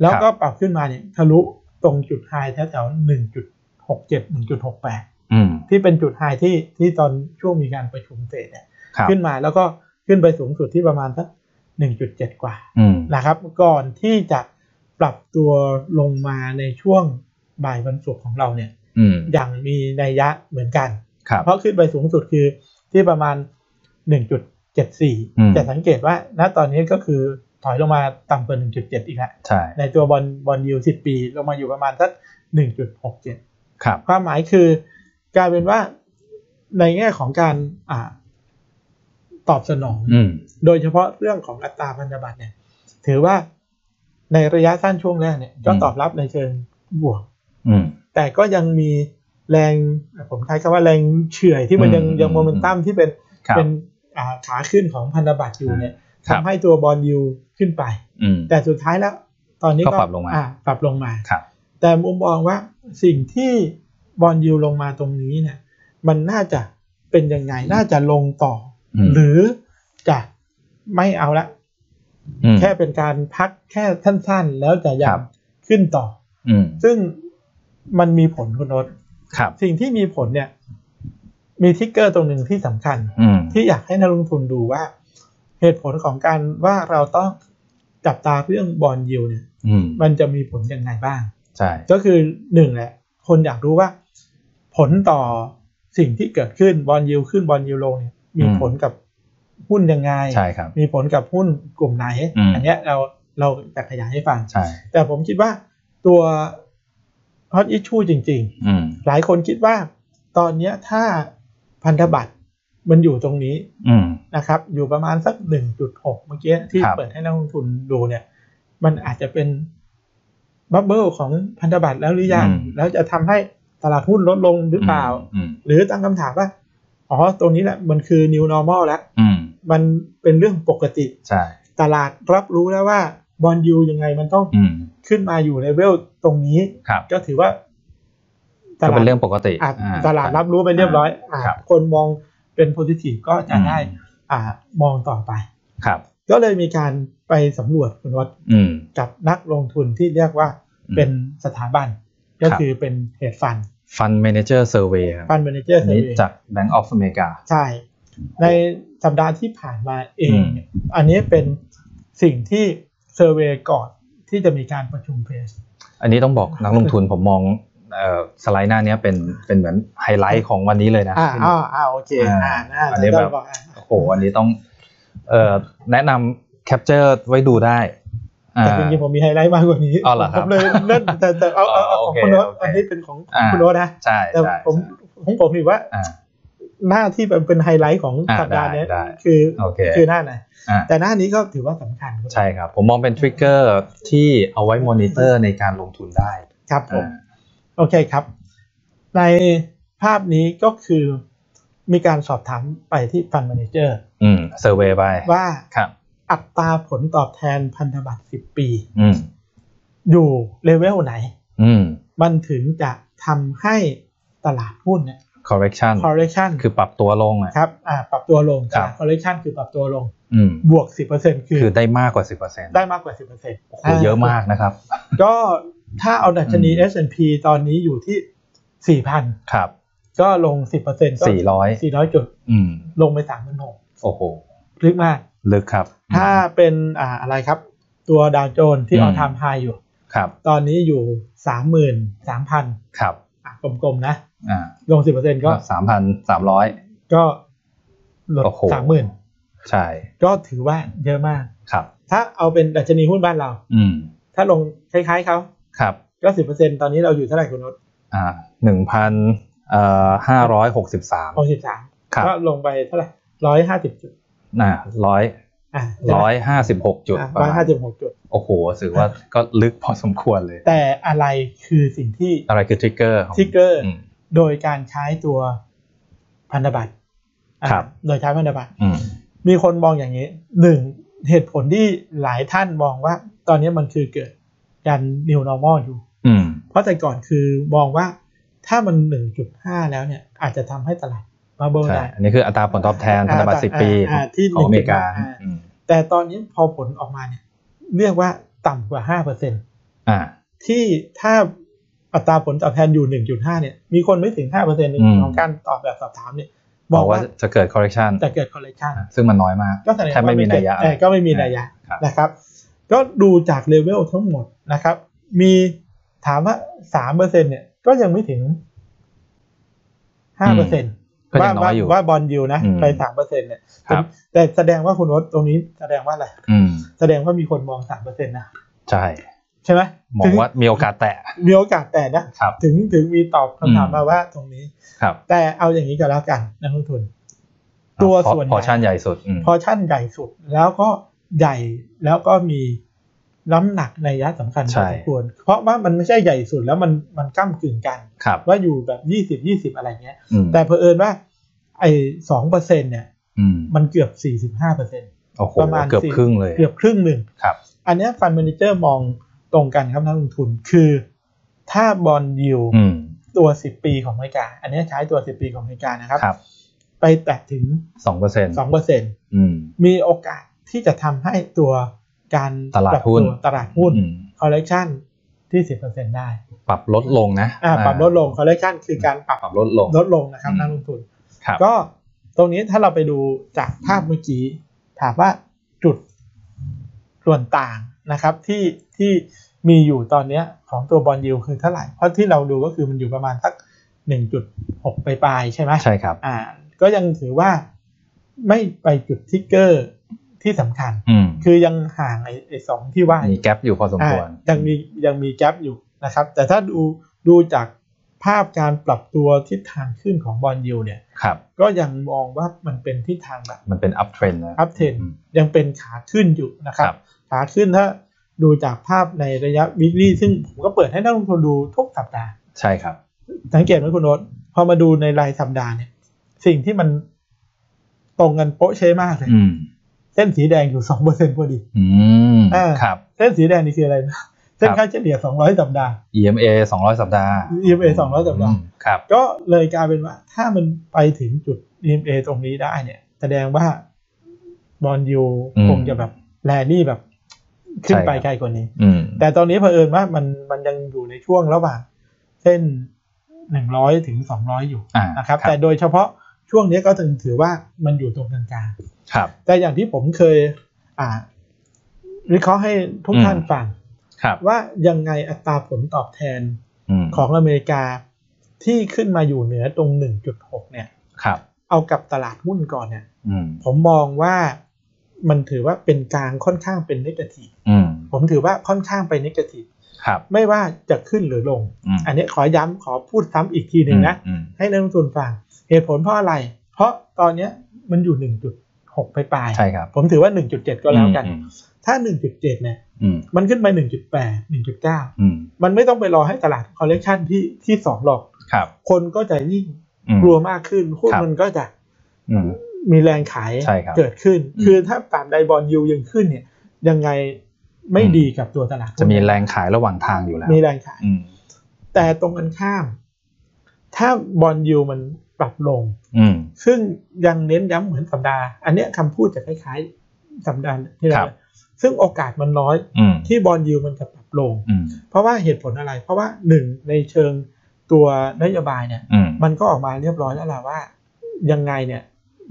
Speaker 1: แล้วก็ปรับขึ้นมาเนี่ยทะลุตรงจุดไฮแถวๆ1.67 1.68
Speaker 2: อืม
Speaker 1: ที่เป็นจุดไฮที่ที่ตอนช่วงมีการประชุมเฟดเนี่ย
Speaker 2: ครับ
Speaker 1: ขึ้นมาแล้วก็ขึ้นไปสูงสุดที่ประมาณสัก1.7 กว่า
Speaker 2: อืม
Speaker 1: นะครับก่อนที่จะปรับตัวลงมาในช่วงบ่ายวันศุกร์ของเราเนี่ย
Speaker 2: อืม
Speaker 1: อย่างมีนัยยะเหมือนกัน
Speaker 2: ครับ
Speaker 1: เพราะขึ้นไปสูงสุดคือที่ประมาณ
Speaker 2: อืม
Speaker 1: 1.74 จะสังเกตว่าณตอนนี้ก็คือถอยลงมาต่ำกว่า 1.7 อีกแล้ว
Speaker 2: ใช่
Speaker 1: ในตัวบอลบอลยู10 ปีลงมาอยู่ประมาณสัก 1.67
Speaker 2: ครับ
Speaker 1: ความหมายคือกลายเป็นว่าในแง่ของการอาตอบสนอง
Speaker 2: อืม
Speaker 1: โดยเฉพาะเรื่องของอัตราพันธบัตรเนี่ย ถือว่าในระยะสั้นช่วงแรกเนี่ยก็
Speaker 2: อืม
Speaker 1: ตอบรับในเชิงบวก
Speaker 2: อืม
Speaker 1: แต่ก็ยังมีแรงผมใช้คำว่าแรงเฉื่อยที่มันยัง
Speaker 2: อืม
Speaker 1: ยังโมเมนตัมที่เป็น
Speaker 2: ครับ
Speaker 1: เป็นอ่าขาขึ้นของพันธบัตรอยู่เนี่ย
Speaker 2: ครับ
Speaker 1: ทำให้ตัวบอลยูขึ้นไป
Speaker 2: อืม
Speaker 1: แต่สุดท้ายแล้ว ตอนนี้
Speaker 2: ก็ปรับลงมา
Speaker 1: อ่ปรับลงมา
Speaker 2: ครับ
Speaker 1: แต่มุมมองว่าสิ่งที่บอลยูลงมาตรงนี้เนี่ย มันน่าจะเป็นยังไงน่าจะลงต่ออ
Speaker 2: ม
Speaker 1: หรือจะไม่เอาละ
Speaker 2: อืม
Speaker 1: แค่เป็นการพักแค่สั้นๆ แล้วจะยั
Speaker 2: ครั
Speaker 1: ง
Speaker 2: บ
Speaker 1: ขึ้นต่อ
Speaker 2: อืม
Speaker 1: ซึ่งมันมีผลคุณโนต
Speaker 2: ครับ
Speaker 1: สิ่งที่มีผลเนี่ย มีทิกเกอร์ตรงหนึ่งที่สำคัญ
Speaker 2: อืม
Speaker 1: ที่อยากให้นักลงทุนดูว่า เหตุผลของการว่าเราต้องจับตาเรื่องบอลยิวเนี่ย
Speaker 2: อืม
Speaker 1: มันจะมีผลยังไงบ้าง
Speaker 2: ใช่
Speaker 1: ก็คือหนึ่งแหละ คนอยากรู้ว่า ผลต่อสิ่งที่เกิดขึ้นบอลยิวขึ้นบอลยิวลงเนี่ย มี
Speaker 2: อืม
Speaker 1: ผลกับหุ้นยังไง
Speaker 2: ใช่ครับ
Speaker 1: มีผลกับหุ้นกลุ่มไหน
Speaker 2: อืม
Speaker 1: อันเนี้ยเราเราจะขยายให้ฟัง
Speaker 2: ใช่
Speaker 1: แต่ผมคิดว่าตัวฮอตอิชชูจริง
Speaker 2: อืม
Speaker 1: ๆ หลายคนคิดว่าตอนเนี้ยถ้าพันธบัตรมันอยู่ตรงนี้
Speaker 2: อืม
Speaker 1: นะครับ อยู่ประมาณสัก 1.6 เมื่อกี้ที่
Speaker 2: ครับ
Speaker 1: เปิดให้นักลงทุนดูเนี่ย มันอาจจะเป็นบับเบิลของพันธบัตรแล้วหรือยัง แล้วจะทำให้ตลาดหุ้นลดลงหรือเปล่า
Speaker 2: อืม
Speaker 1: หรือตั้งคำถามว่า อ๋อ ตรงนี้แหละมันคือ new normal แล้ว
Speaker 2: อืม
Speaker 1: มันเป็นเรื่องปกติ
Speaker 2: ใช่
Speaker 1: ตลาดรับรู้แล้วว่าบอลยูยังไงมันต้อง
Speaker 2: อืม
Speaker 1: ขึ้นมาอยู่เลเวลตรงนี้
Speaker 2: ครับ
Speaker 1: ก็ถือว่า
Speaker 2: ก็เป็นเรื่องปกติ
Speaker 1: อ่ะ
Speaker 2: อ่
Speaker 1: ตลาดรับรู้ไปเรียบร้อยอ่ะ
Speaker 2: ครับ
Speaker 1: คนมองเป็นโพซิทีฟก็จะได้
Speaker 2: อืม
Speaker 1: อ่ะมองต่อไป
Speaker 2: ครับ
Speaker 1: ก็เลยมีการไปสำรวจคุณวัด
Speaker 2: อืม
Speaker 1: กับนักลงทุนที่เรียกว่าเป็นสถาบัน ก็
Speaker 2: ครับ
Speaker 1: คือเป็นเฮดฟัน
Speaker 2: Fund Manager Survey ครับ
Speaker 1: ฟันเมนเจอร์
Speaker 2: อัน
Speaker 1: เซอ
Speaker 2: นี้
Speaker 1: ร์
Speaker 2: จาก Bank of America
Speaker 1: ใช่ ในสัปดาห์ที่ผ่านมาเอง
Speaker 2: อืม
Speaker 1: เนี่ยอันนี้เป็นสิ่งที่เซอร์เวยก่อนที่จะมีการประชุมเพส
Speaker 2: อันนี้ต้องบอกนักลงทุนผมมองเอ่อสไลด์หน้าเนี้ยเป็นเป็นเหมือนไฮไลท์ของวันนี้เลยนะ
Speaker 1: อ่าอ่าอ่าโอเค
Speaker 2: อ่า
Speaker 1: อ่าอ่า
Speaker 2: อันนี้แบบ
Speaker 1: เดี๋ยวเราบอกอ่ะ
Speaker 2: โอ้โหอันนี้ต้องเอ่อแนะนำแคปเจอร์ไว้ดูได้อ่า
Speaker 1: แต่จริงๆผมมีไฮไลท์มากกว่านี้
Speaker 2: อ๋อเหรอครับ
Speaker 1: ผมเลยเล่นแต่แต่เอาเอาเอา
Speaker 2: อ๋
Speaker 1: ข
Speaker 2: อโอ
Speaker 1: อง
Speaker 2: เค
Speaker 1: คุณโน้ต
Speaker 2: โอเค
Speaker 1: อันนี้เป็นของ
Speaker 2: อ่า
Speaker 1: คุณโน้ตนะ
Speaker 2: ใช่
Speaker 1: แต่
Speaker 2: ใช่
Speaker 1: ผมของผมนี่ว่า
Speaker 2: อ่า
Speaker 1: หน้าที่เป็นเป็นไฮไลท์ของ
Speaker 2: อ่า
Speaker 1: สัปดาห์เนี้ย
Speaker 2: ได้ได้
Speaker 1: คือ
Speaker 2: โอเค
Speaker 1: คือหน้าไหน
Speaker 2: อ่า
Speaker 1: แต่หน้านี้ก็ถือว่าสำคัญ
Speaker 2: ใช่ครับ ผมมองเป็นทริกเกอร์ที่เอาไว้มอนิเตอร์ในการลงทุนได้
Speaker 1: ครับผม
Speaker 2: อ่า
Speaker 1: โอเคครับ ในภาพนี้ก็คือมีการสอบถามไปที่ฟันแมเนเจอร์
Speaker 2: อืมเซอร์เวยไป
Speaker 1: ว่า
Speaker 2: ครับ
Speaker 1: อัตราผลตอบแทนพันธบัตร 10 ปี
Speaker 2: อืม
Speaker 1: อยู่เลเวลไหน
Speaker 2: อืม
Speaker 1: มันถึงจะทำให้ตลาดหุ้นเนี่ย
Speaker 2: correction
Speaker 1: correction
Speaker 2: คือปรับตัวลงอ่ะ
Speaker 1: ครับอ่าปรับตัวลง
Speaker 2: ครับ
Speaker 1: correction คือปรับตัวลง
Speaker 2: อืม
Speaker 1: บวก 10%คือ
Speaker 2: คือได้มากกว่าสิบเปอร์เซ็นต์
Speaker 1: ได้มากกว่า 10%โอ้
Speaker 2: คือเยอะมากนะครับ
Speaker 1: ก็ถ้าเอาดัชนี
Speaker 2: อืม
Speaker 1: S&P ตอนนี้อยู่ที่ 4,000
Speaker 2: ครับ
Speaker 1: ก็ลง 10%ก็
Speaker 2: สี่ร้อย
Speaker 1: 400 จุด
Speaker 2: อืม
Speaker 1: ลงไป3ามพันหก
Speaker 2: โอ้โห
Speaker 1: ลึกมาก
Speaker 2: ลึกครับ
Speaker 1: ถ้าเป็นอ่าอะไรครับ ตัวดาวโจนที่เอาทำไฮอยู่
Speaker 2: ครับ
Speaker 1: ตอนนี้อยู่ 33,000
Speaker 2: ครับ
Speaker 1: อ่ะกลมๆนะ
Speaker 2: อ่า
Speaker 1: ลง 10%
Speaker 2: ก็
Speaker 1: ก็
Speaker 2: สามพันสามร้อย
Speaker 1: ก็ลด
Speaker 2: โอ้โห
Speaker 1: 30,000
Speaker 2: ใช่
Speaker 1: ก็ถือว่าเยอะมาก
Speaker 2: ครับ
Speaker 1: ถ้าเอาเป็นดัชนีหุ้นบ้านเรา
Speaker 2: อืม
Speaker 1: ถ้าลงคล้ายๆเขา
Speaker 2: ครับ
Speaker 1: ก็ 10%ตอนนี้เราอยู่เท่าไหร่คุณนศ
Speaker 2: อ่าหนึ่งพันเอ่อห้าร้อยหกสิบสาม
Speaker 1: 63
Speaker 2: ครับ
Speaker 1: ก็ลงไปเท่าไหร่150 จุด
Speaker 2: น่ะร้อย
Speaker 1: อ่ะ
Speaker 2: ร้อยห้าสิบหกจุดประ
Speaker 1: ร้อย
Speaker 2: มาณ
Speaker 1: ห้าสิบหกจุด
Speaker 2: โอ้โหถือว่าก็ลึกพอสมควรเลย
Speaker 1: แต่อะไรคือสิ่งที่
Speaker 2: อะไรคือทริกเกอร์ของ
Speaker 1: trigger
Speaker 2: อืม
Speaker 1: โดยการใช้ตัวพันธบัตร
Speaker 2: ครับ
Speaker 1: โดยใช้พันธบัตร
Speaker 2: อืม
Speaker 1: มีคนมองอย่างนี้หนึ่งเหตุผลที่หลายท่านมองว่า ตอนนี้มันคือเกิดการ new normal อยู่
Speaker 2: อืม
Speaker 1: เพราะแต่ก่อนคือมองว่าถ้ามัน 1.5 แล้วเนี่ยอาจจะทำให้ตลาดมาเบิล
Speaker 2: ใช่
Speaker 1: ได้
Speaker 2: อันนี้คืออัตราผลตอบแทนพันธบัตร
Speaker 1: อ่า
Speaker 2: สิบปี
Speaker 1: อ่าที่
Speaker 2: ของอเมริกา
Speaker 1: อ่า
Speaker 2: อืม
Speaker 1: แต่ตอนนี้พอผลออกมาเนี่ยเรียกว่าต่ำกว่า
Speaker 2: อ่า
Speaker 1: 5%ที่ถ้าอัตราผลตอบแทนอยู่ 1.5 เนี่ยมีคนไม่ถึง 5%ใน
Speaker 2: อืม
Speaker 1: ของการตอบแบบสอบถามเนี่ย
Speaker 2: บบ อ
Speaker 1: อก ก
Speaker 2: ว่า
Speaker 1: ว่า
Speaker 2: จะเกิด correction
Speaker 1: จะเกิด correction
Speaker 2: ซึ่งมันน้อยมาก
Speaker 1: ก็แสดง
Speaker 2: แทบไม่มีนัยยะ
Speaker 1: เอ่อก็ไม่มีนัยยะ
Speaker 2: ครับ
Speaker 1: นะครับ ก็ดูจากเลเวลทั้งหมดนะครับ มีถามว่าสามเปอร์เซ็นเนี่ยก็ยังไม่ถึงห้าเปอร์เซ็น
Speaker 2: ก็ยั
Speaker 1: ว่าง
Speaker 2: น้อยอยู่
Speaker 1: ว่าบอลยูนะ
Speaker 2: อืม
Speaker 1: ไปสามเปอร์เซ็นเนี่ย
Speaker 2: ครับ
Speaker 1: แต่แสดงว่าคุณวศตรงนี้แสดงว่าอะไร
Speaker 2: อืม
Speaker 1: แสดงว่ามีคนมองสามเปอร์เซ็นนะ
Speaker 2: ใช่
Speaker 1: ใช่ไหม
Speaker 2: มองว่ามีโอกาสแตะ
Speaker 1: ถึงมีโอกาสแต่นะครับ ถึงถึงมีตอบคำถาม
Speaker 2: อืม
Speaker 1: มาว่าตรงนี้
Speaker 2: ครับ
Speaker 1: แต่เอาอย่างนี้ก็แล้วกันนักลงทุน ตัวส่วน
Speaker 2: พอชั่น
Speaker 1: ใหญ่
Speaker 2: ใหญ่สุดอืม
Speaker 1: พอร์ชั่นใหญ่สุดแล้วก็ใหญ่แล้วก็มีน้ำหนักในยะสำคัญพอสมควรเพราะว่ามันไม่ใช่ใหญ่สุดแล้วมันมันก้ากึ่งกัน
Speaker 2: ครับ
Speaker 1: ว่าอยู่แบบยี่สิบยี่สิบอะไรเงี้ย
Speaker 2: อืม
Speaker 1: แต่เผอิญว่าไอ้สองเปอร์เซ็นเนี่ย
Speaker 2: อืม
Speaker 1: มันเกือบสี่สิบห้าเปอร์เซ็น
Speaker 2: โอ้โห
Speaker 1: ประมาณ
Speaker 2: เกือบ
Speaker 1: สี่
Speaker 2: ครึ่งเลย
Speaker 1: เกือบครึ่งหนึ่ง
Speaker 2: ครับ
Speaker 1: อันเนี้ฟัน d ม a นเจอร์มองตรงกันครับนักลงทุนคือถ้าบอลยิว
Speaker 2: อืม
Speaker 1: ตัวสิบปีของอเมริกา อันเนี้ยใช้ตัวสิบปีของอเมริกานะครับ
Speaker 2: ครับ
Speaker 1: ไปแตะถึง
Speaker 2: สองเปอร์เซ็นต์
Speaker 1: สองเปอร์เซ็น
Speaker 2: อืม
Speaker 1: มีโอกาสที่จะทำให้ตัวการ
Speaker 2: ตลาดหุ้น
Speaker 1: ปรับตัวตลาดหุ้น
Speaker 2: อืม
Speaker 1: correction ที่ 10%ได้
Speaker 2: ปรับลดลงนะ
Speaker 1: อ่า
Speaker 2: อ่า
Speaker 1: ปรับลดลง correction คือการปรับ
Speaker 2: ปรับลดลง
Speaker 1: ลดลงนะครับ
Speaker 2: อืม
Speaker 1: นักลงทุน
Speaker 2: ครับ
Speaker 1: ก็ตรงนี้ถ้าเราไปดูจากภาพเมื่อกี้ ถามว่าจุดส่วนต่างนะครับที่ที่มีอยู่ตอนเนี้ยของตัวบอลยิวคือเท่าไหร่ เพราะที่เราดูก็คือมันอยู่ประมาณสัก 1.6 ปลายๆใช่ไหม
Speaker 2: ใช่ครับ
Speaker 1: อ่าก็ยังถือว่าไม่ไปจุดทิกเกอร์ที่สำคัญ
Speaker 2: อืม
Speaker 1: คือยังห่างไอ้ไอ้สองที่ว่าอ
Speaker 2: มี
Speaker 1: ยู่
Speaker 2: แกลบอยู่พอสม
Speaker 1: อ่า
Speaker 2: ควร
Speaker 1: ยังมียังมีแกลบอยู่นะครับ แต่ถ้าดูดูจากภาพการปรับตัวทิศทางขึ้นของบอลยูเนี่ย
Speaker 2: ครับ
Speaker 1: ก็ยังมองว่ามันเป็นทิศทางแบบ
Speaker 2: มันเป็น up trend นะ
Speaker 1: up trend ยังเป็นขาขึ้นอยู่นะครับ
Speaker 2: ครับ
Speaker 1: ขาขึ้นถ้าดูจากภาพในระยะ weekly ซึ่งผมก็เปิดให้นักลงทุนดูทุกสัปดาห์
Speaker 2: ใช่ครับ
Speaker 1: สังเกตไหมคุณโนตพอมาดูในรายสัปดาห์เนี่ย สิ่งที่มันตรงกันโป๊ะเชะมากเลย
Speaker 2: อืม
Speaker 1: เส้นสีแดงอยู่สองเปอร์เซ็นต์พอดี
Speaker 2: อืม
Speaker 1: อ่า
Speaker 2: ครับ
Speaker 1: เส้นสีแดงนี่คืออะไรนะเส้นค่าเฉลี่ยสองร้อยสัปดาห์
Speaker 2: EMA 200 สัปดาห์
Speaker 1: EMA 200สัปดาห์
Speaker 2: อืมครับ
Speaker 1: ก็เลยกลายเป็นว่า ถ้ามันไปถึงจุด EMA ตรงนี้ได้เนี่ย แสดงว่าบอลยู
Speaker 2: อืม
Speaker 1: คงจะแบบแรลนี่แบบขึ้นไป
Speaker 2: ใช่ครับ
Speaker 1: ไกลกว่านี้
Speaker 2: อืม
Speaker 1: แต่ตอนนี้เผอิญว่ามันมันยังอยู่ในช่วงระหว่างเส้นหนึ่งร้อยถึงสองร้อยอยู่
Speaker 2: อ่า
Speaker 1: นะครับแต่โดยเฉพาะช่วงนี้ก็ถึงถือว่ามันอยู่ตรงกลาง
Speaker 2: ครับ
Speaker 1: ๆแต่อย่างที่ผมเคยอ่าวิเคราะห์ให้ทุกท่าน
Speaker 2: อืม
Speaker 1: ฟัง
Speaker 2: ครับ
Speaker 1: ว่ายังไงอัตราผลตอบแทน
Speaker 2: ม
Speaker 1: ของอเมริกาที่ขึ้นมาอยู่เหนือตรง 1.6 เนี่ย
Speaker 2: ครับ
Speaker 1: เอากับตลาดหุ้นก่อนเนี่ย
Speaker 2: อืม
Speaker 1: ผมมองว่ามันถือว่าเป็นกลางค่อนข้างเป็นนิเกทีฟ
Speaker 2: อืม
Speaker 1: ผมถือว่าค่อนข้างไปนิเกทีฟ
Speaker 2: ครับ
Speaker 1: ไม่ว่าจะขึ้นหรือลง
Speaker 2: อืม
Speaker 1: อันนี้ขอย้ำขอพูดซ้ำอีกทีหนึ่งนะ
Speaker 2: อืม
Speaker 1: ให้นักลงทุนฟังเหตุผลเพราะอะไร เพราะตอนเนี้ยมันอยู่ 1.6 ไปปลายๆ
Speaker 2: ใช่ครับ
Speaker 1: ผมถือว่า 1.7 ก็แล้วกัน
Speaker 2: อืม
Speaker 1: ถ้า 1.7 เนี่ย
Speaker 2: อืม
Speaker 1: มันขึ้นไป 1.8 1.9
Speaker 2: อืม
Speaker 1: มันไม่ต้องไปรอให้ตลาดคอลเลกชันที่ที่สองหรอก
Speaker 2: ครับ
Speaker 1: คนก็จะยิ่ง
Speaker 2: อืม
Speaker 1: กลัวมากขึ้นหุ้น
Speaker 2: ครับ
Speaker 1: มันก็จะ
Speaker 2: อืม
Speaker 1: มีแรงขาย
Speaker 2: ใช่ครับ
Speaker 1: เกิดขึ้น
Speaker 2: อืม
Speaker 1: คือถ้าตามไดบอลยูยังขึ้นเนี่ย ยังไงไม่ดีกับตัวตลาดหุ้น
Speaker 2: จะมีแรงขายระหว่างทางอยู่แล้ว
Speaker 1: มีแรงขาย
Speaker 2: อืม
Speaker 1: แต่ตรงกันข้าม ถ้าบอลยูมันปรับลง
Speaker 2: อืม
Speaker 1: ซึ่งยังเน้นย้ำเหมือนสัปดาห์ อันเนี้ยคำพูดจะคล้ายๆสัปดาห์ที่แล้
Speaker 2: ครั
Speaker 1: ว
Speaker 2: บ
Speaker 1: ซึ่งโอกาสมันน้อย
Speaker 2: อืม
Speaker 1: ที่บอลยูมันจะปรับลง
Speaker 2: อืม
Speaker 1: เพราะว่าเหตุผลอะไร เพราะว่าหนึ่งในเชิงตัวนโยบายเนี่ย
Speaker 2: อืม
Speaker 1: มันก็ออกมาเรียบร้อยแล้วล่ะว่า ยังไงเนี่ย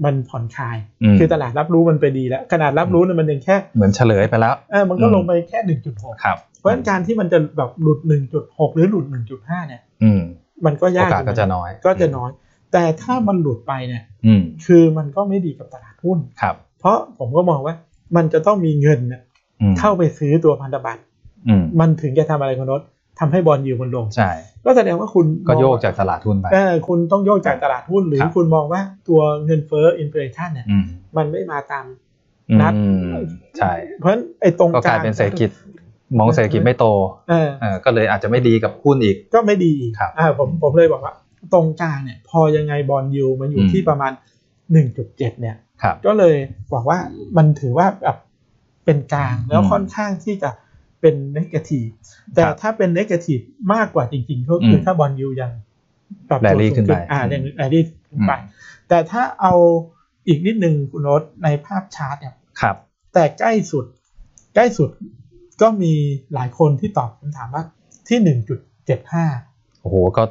Speaker 1: มันผ่อนคลาย
Speaker 2: อืม
Speaker 1: คือตลาดรับรู้มันไปดีแล้วขนาดรับรู้เนี่ยมันยังแค่
Speaker 2: เหมือนเฉลยไปแล้ว
Speaker 1: เออมันก็
Speaker 2: อืม
Speaker 1: ลงไปแค่หนึ่งจุดหก
Speaker 2: ครับ
Speaker 1: เพราะฉะนั้นการที่มันจะแบบหลุดหนึ่งจุดหกหรือหลุดหนึ่งจุดห้าเนี่ย
Speaker 2: อืม
Speaker 1: มัน
Speaker 2: โอย
Speaker 1: ก็าก
Speaker 2: กาสก็จะน้อย
Speaker 1: ก็จะน้อย แต่ถ้ามันหลุดไปเนี่ย
Speaker 2: อืม
Speaker 1: คือมันก็ไม่ดีกับตลาดหุ้น
Speaker 2: ครับ
Speaker 1: เพราะผมก็มองว่ามันจะต้องมีเงินเนี่ย
Speaker 2: อืม
Speaker 1: เข้าไปซื้อตัวพันธบัตร
Speaker 2: อืม
Speaker 1: มันถึงจะทำอะไรคุณนศทำให้บอลยูมันลง
Speaker 2: ใช่
Speaker 1: ก็แสดงว่าคุณ
Speaker 2: ก็โย
Speaker 1: ม
Speaker 2: ก
Speaker 1: องว่
Speaker 2: จากตลาดทุนไป
Speaker 1: เออคุณต้องโยกจากตลาดหุ้นหรือ
Speaker 2: ครับ
Speaker 1: คุณมองว่าตัวเงินเฟ้ออินเฟลชันเนี่ย
Speaker 2: อืม
Speaker 1: มันไม่มาตาม นัด
Speaker 2: อืมใช่
Speaker 1: เพราะฉะนั้นไอ้ตรง
Speaker 2: ก็
Speaker 1: ก
Speaker 2: ก
Speaker 1: ลา
Speaker 2: ลางยเป็นเศรษฐกิจมองเศรษฐกิจไม่โต
Speaker 1: เออ
Speaker 2: เออก็เลยอาจจะไม่ดีกับหุ้นอีก
Speaker 1: ก็ไม่ดีอีก
Speaker 2: ครับ
Speaker 1: อ่าผมผมเลยบอกว่า ตรงกลางเนี่ยพอยังไงบอลยูมันอยู่
Speaker 2: อืม
Speaker 1: ที่ประมาณ 1.7เนี่ย
Speaker 2: ครับ
Speaker 1: ก็เลยบอกว่ามันถือว่าแบบเป็นกลางแล้วค่อนข้างที่จะเป็นเนกาทีฟแต่
Speaker 2: ครับ
Speaker 1: ถ้าเป็นเนกาทีฟมากกว่าจริงๆ ก็คืออ
Speaker 2: ม
Speaker 1: ถ้าบอลยูยังปรับ
Speaker 2: แรล
Speaker 1: ตัว
Speaker 2: ลี่
Speaker 1: สูง
Speaker 2: ขึ้นไป
Speaker 1: อ่ายังแรลลี่ขึ้นไป
Speaker 2: อืม
Speaker 1: แต่ถ้าเอาอีกนิดนึงคุณโนตในภาพชาร์ตเนี่ย
Speaker 2: ครับ
Speaker 1: แต่ใกล้สุด ใกล้สุดก็มีหลายคนที่ตอบคำถามว่าที่ 1.75
Speaker 2: โอ้โหก็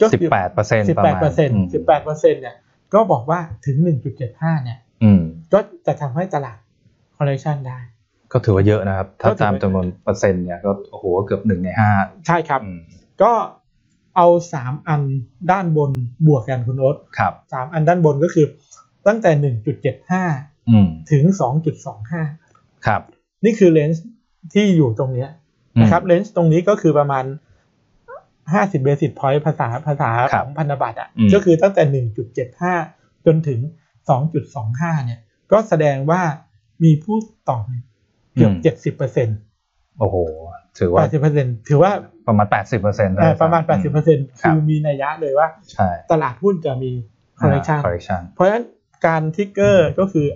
Speaker 1: ก็
Speaker 2: สิบแปดเปอร์เซ็นต์ประมาณอืม
Speaker 1: 18% 18%เนี่ยก็บอกว่าถึง 1.75 เนี่ย
Speaker 2: อืม
Speaker 1: ก็จะทำให้ตลาดคอลเล t ชันได้
Speaker 2: ก็ถือว่าเยอะนะครับ ถ้า
Speaker 1: ก็ถือว่า
Speaker 2: ตามจำนวนเปอร์เซ็นต์เนี่ยก็โอ้โหเกือบหนึ่งในห้า
Speaker 1: ใช่ครับ
Speaker 2: อืม
Speaker 1: ก็เอาสามอันด้านบนบวกกันคุณโอ๊ต
Speaker 2: ครับ
Speaker 1: สามอันด้านบนก็คือตั้งแต่ 1.75
Speaker 2: อืม
Speaker 1: ถึง
Speaker 2: ครับ
Speaker 1: 2.25 นี่คือเลนส์ที่อยู่ตรงเนี้ย
Speaker 2: อืม
Speaker 1: นะครับเลนส์ตรงนี้ก็คือประมาณ 50 เบสิสพอยต์ภาษาภาษา
Speaker 2: ค
Speaker 1: ข
Speaker 2: รับ
Speaker 1: องพันธบัตรอ่ะ
Speaker 2: อืม
Speaker 1: ก็คือตั้งแต่ 1.75 จนถึง 2.25 เนี่ย ก็แสดงว่ามีผู้ตอบเกือบเจ็ดสิบเปอร์เซ็นต์
Speaker 2: โอ้โห ถือ
Speaker 1: แป
Speaker 2: ว่า
Speaker 1: ดสิบเปอร์เซ็นต์ถือว่า
Speaker 2: ประมาณแปดสิบเปอร์เซ็นต์
Speaker 1: เอ่อประมาณ 80%
Speaker 2: ครั
Speaker 1: คื
Speaker 2: บ
Speaker 1: อมีนัยยะเลยว่า
Speaker 2: ใช่
Speaker 1: ตลาดหุ้นจะมี correction
Speaker 2: คอร์เรคชัน
Speaker 1: เพราะฉะนั้นการทิกเกอร์ก็คือ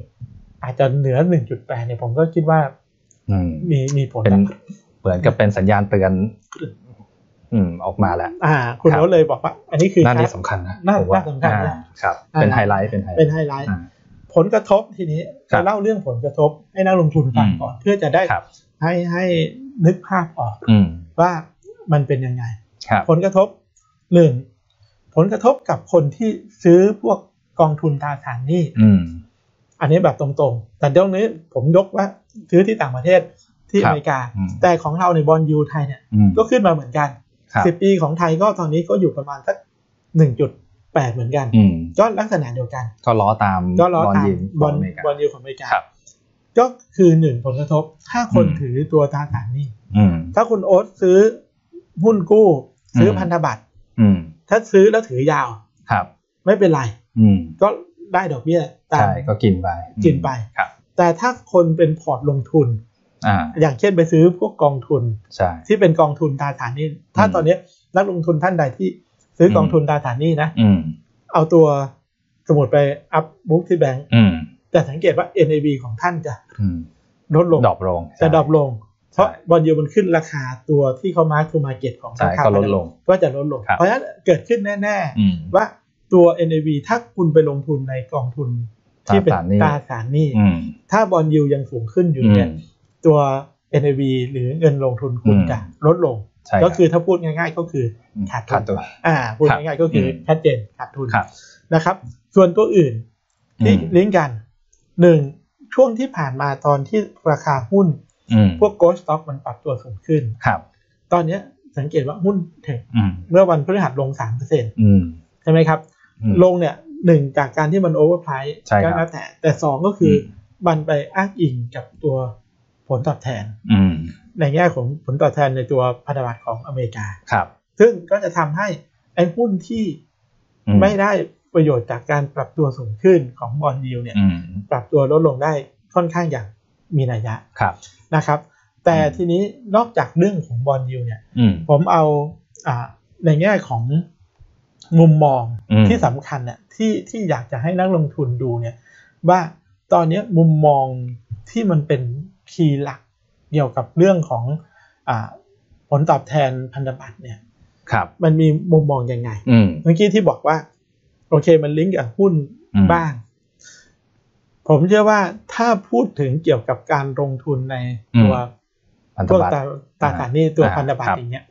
Speaker 1: อาจจะเหนือ 1.8 เนี่ยผมก็คิดว่า
Speaker 2: อืม
Speaker 1: มีมีผล
Speaker 2: เป็น
Speaker 1: นะ
Speaker 2: เหมือนกับเป็นสัญญาณเตือน อืม ออกมาแล้ว
Speaker 1: อ่า คุณ
Speaker 2: ครับ
Speaker 1: โน้ตเลยบอกว่า อันนี้คือ
Speaker 2: หน้านี้สำคัญนะ
Speaker 1: น่า
Speaker 2: ผมว่า
Speaker 1: น่าสำคัญนะ
Speaker 2: อ่าครับ
Speaker 1: อ่า
Speaker 2: เป็นไฮไลท์เป็นไฮไล
Speaker 1: เป็น
Speaker 2: ท์
Speaker 1: ไฮไลท์
Speaker 2: อ่า
Speaker 1: ผลกระทบทีนี้
Speaker 2: ครั
Speaker 1: จะ
Speaker 2: บ
Speaker 1: เล่าเรื่องผลกระทบให้นักลงทุนฟัง
Speaker 2: อืม
Speaker 1: ก่อน เพื่อจะได้
Speaker 2: ครับ
Speaker 1: ให้ให้นึกภาพออก
Speaker 2: อืม
Speaker 1: ว่ามันเป็นยังไง
Speaker 2: ครับ
Speaker 1: ผลกระทบหนึ่งผลกระทบกับคนที่ซื้อพวกกองทุนตราสารหนี้
Speaker 2: อืม
Speaker 1: อันนี้แบบตรงๆ แต่เดี๋ยวนี้ผมยกว่าซื้อที่ต่างประเทศที่
Speaker 2: ครั
Speaker 1: อบ เมริกา
Speaker 2: อืม
Speaker 1: แต่ของเราในยบอลยูไทยเนี่ย
Speaker 2: อืม
Speaker 1: ก็ขึ้นมาเหมือนกัน
Speaker 2: ครับ
Speaker 1: สิบปีของไทยก็ตอนนี้ก็อยู่ประมาณสักหนึ่งจุดแปดเหมือนกัน
Speaker 2: อืม
Speaker 1: ก็ลักษณะเดียวกัน
Speaker 2: ก็ล้อตาม
Speaker 1: ก็ล้อตาม
Speaker 2: ยิง
Speaker 1: บอล
Speaker 2: เมริกา
Speaker 1: บอลยูของอเมริกา
Speaker 2: ครับ
Speaker 1: ก็คือหนึ่งผลกระทบ ถ้าคน
Speaker 2: อืม
Speaker 1: ถือตัวตราสารหนี้
Speaker 2: อืม
Speaker 1: ถ้าคุณโอ๊ตซื้อหุ้นกู้ ซื้ออ
Speaker 2: ม
Speaker 1: พันธบัตร
Speaker 2: อืม
Speaker 1: ถ้าซื้อแล้วถือยาว
Speaker 2: ครับ
Speaker 1: ไม่เป็นไร
Speaker 2: อืม
Speaker 1: ก็ได้ดอกเบี้ยตาม
Speaker 2: ใช่ก็กินไป
Speaker 1: กินไป
Speaker 2: ครับ
Speaker 1: แต่ถ้าคนเป็นพอร์ตลงทุน
Speaker 2: อ่า
Speaker 1: อย่างเช่นไปซื้อพวกกองทุน
Speaker 2: ใช่
Speaker 1: ที่เป็นกองทุนตราสารหนี้ถ้าตอนนี้นักลงทุนท่านใดที่ซื้อกองทุนตราสารหนี้นะ
Speaker 2: อืม
Speaker 1: เอาตัวสมุดไปอัพบุ๊กที่แบงก์
Speaker 2: อืม
Speaker 1: แต่สังเกตว่า NAV ของท่านจะ
Speaker 2: อืม
Speaker 1: ลดลง
Speaker 2: ดรอปลง
Speaker 1: จะ
Speaker 2: ใช่
Speaker 1: ดรอปลงเพ
Speaker 2: ใช่
Speaker 1: ราะบอลยูมันขึ้นราคาตัวที่เขามาร์คทูมาเก็ตของ
Speaker 2: ใช่
Speaker 1: ราคา
Speaker 2: ก็ลดลง
Speaker 1: ก็จะลดลง
Speaker 2: ครับ
Speaker 1: เพราะฉะนั้นเกิดขึ้นแน่
Speaker 2: อืม
Speaker 1: ๆ ว่าตัว NAV ถ้าคุณไปลงทุนในกองทุนที่เป็น
Speaker 2: ตราสารหนี้
Speaker 1: ตราสารหนี้
Speaker 2: อืม
Speaker 1: ถ้าบอลยูยังสูงขึ้นอยู่
Speaker 2: อื
Speaker 1: เนี่ย
Speaker 2: ม
Speaker 1: ตัว NAV หรือเงินลงทุนคุณ
Speaker 2: อืม
Speaker 1: จะลดลง
Speaker 2: ใช่
Speaker 1: ก็คือ อถ้าพูดง่ายๆก็คือ ขาดทุน
Speaker 2: ขาดตัว
Speaker 1: อ่าพูด
Speaker 2: ครับ
Speaker 1: ง่ายๆก็คืออ
Speaker 2: ม
Speaker 1: ชัดเจนขาดทุน
Speaker 2: ครับ
Speaker 1: นะครับ ส่วนตัวอื่นที่
Speaker 2: อืม
Speaker 1: ลิงก์กันหนึ่งช่วงที่ผ่านมาตอนที่ราคาหุ้น
Speaker 2: อืม
Speaker 1: พวกโกลด์สต็อกมันปรับตัวสูงขึ้น
Speaker 2: ครับ
Speaker 1: ตอนเนี้ยสังเกตว่าหุ้นเทค
Speaker 2: อืม
Speaker 1: เมื่อวันพฤหัสลง 3%
Speaker 2: อืม
Speaker 1: ใช่ไหมครับ
Speaker 2: อืม
Speaker 1: ลงเนี่ยหนึ่งจากการที่มันโอเวอร์ไพรส์
Speaker 2: ใช่ครั
Speaker 1: ก็
Speaker 2: บ
Speaker 1: แล้วแต่แต่สองก็คืออ
Speaker 2: ม
Speaker 1: มันไปอ้างอิงกับตัวผลตอบแทน
Speaker 2: อืม
Speaker 1: ในแง่ของผลตอบแทนในตัวพันธบัตรของอเมริกา
Speaker 2: ครับ
Speaker 1: ซึ่งก็จะทำให้ไอ้หุ้นที่
Speaker 2: อืม
Speaker 1: ไม่ได้ประโยชน์จากการปรับตัวสูงขึ้นของบอลยูเนี่ย
Speaker 2: อืม
Speaker 1: ปรับตัวลดลงได้ค่อนข้างอย่างมีนัยยะ
Speaker 2: ครับ
Speaker 1: นะครับ แต่
Speaker 2: อืม
Speaker 1: ทีนี้นอกจากเรื่องของบอลยูเนี่ย
Speaker 2: อืม
Speaker 1: ผมเอาอาในแง่ของ มุมมอง
Speaker 2: อืม
Speaker 1: ที่สำคัญเนี่ยที่ที่อยากจะให้นักลงทุนดูเนี่ยว่าตอนเนี้ยมุมมองที่มันเป็นคีย์หลักเกี่ยวกับเรื่องของอาผลตอบแทนพันธบัตรเนี่ย
Speaker 2: ครับ
Speaker 1: มันมีมุมมองยังไง
Speaker 2: อืม
Speaker 1: เมื่อกี้ที่บอกว่า โอเคมันลิงก์กับหุ้น
Speaker 2: อืม
Speaker 1: บ้าง ผมเชื่อว่าถ้าพูดถึงเกี่ยวกับการลงทุนในตัว
Speaker 2: พันธ
Speaker 1: พวก
Speaker 2: บัตร
Speaker 1: ตราตราสารหนี้ตัว
Speaker 2: อ่า
Speaker 1: พันธบัต
Speaker 2: ค
Speaker 1: ร
Speaker 2: รับ
Speaker 1: อย่างเงี้ย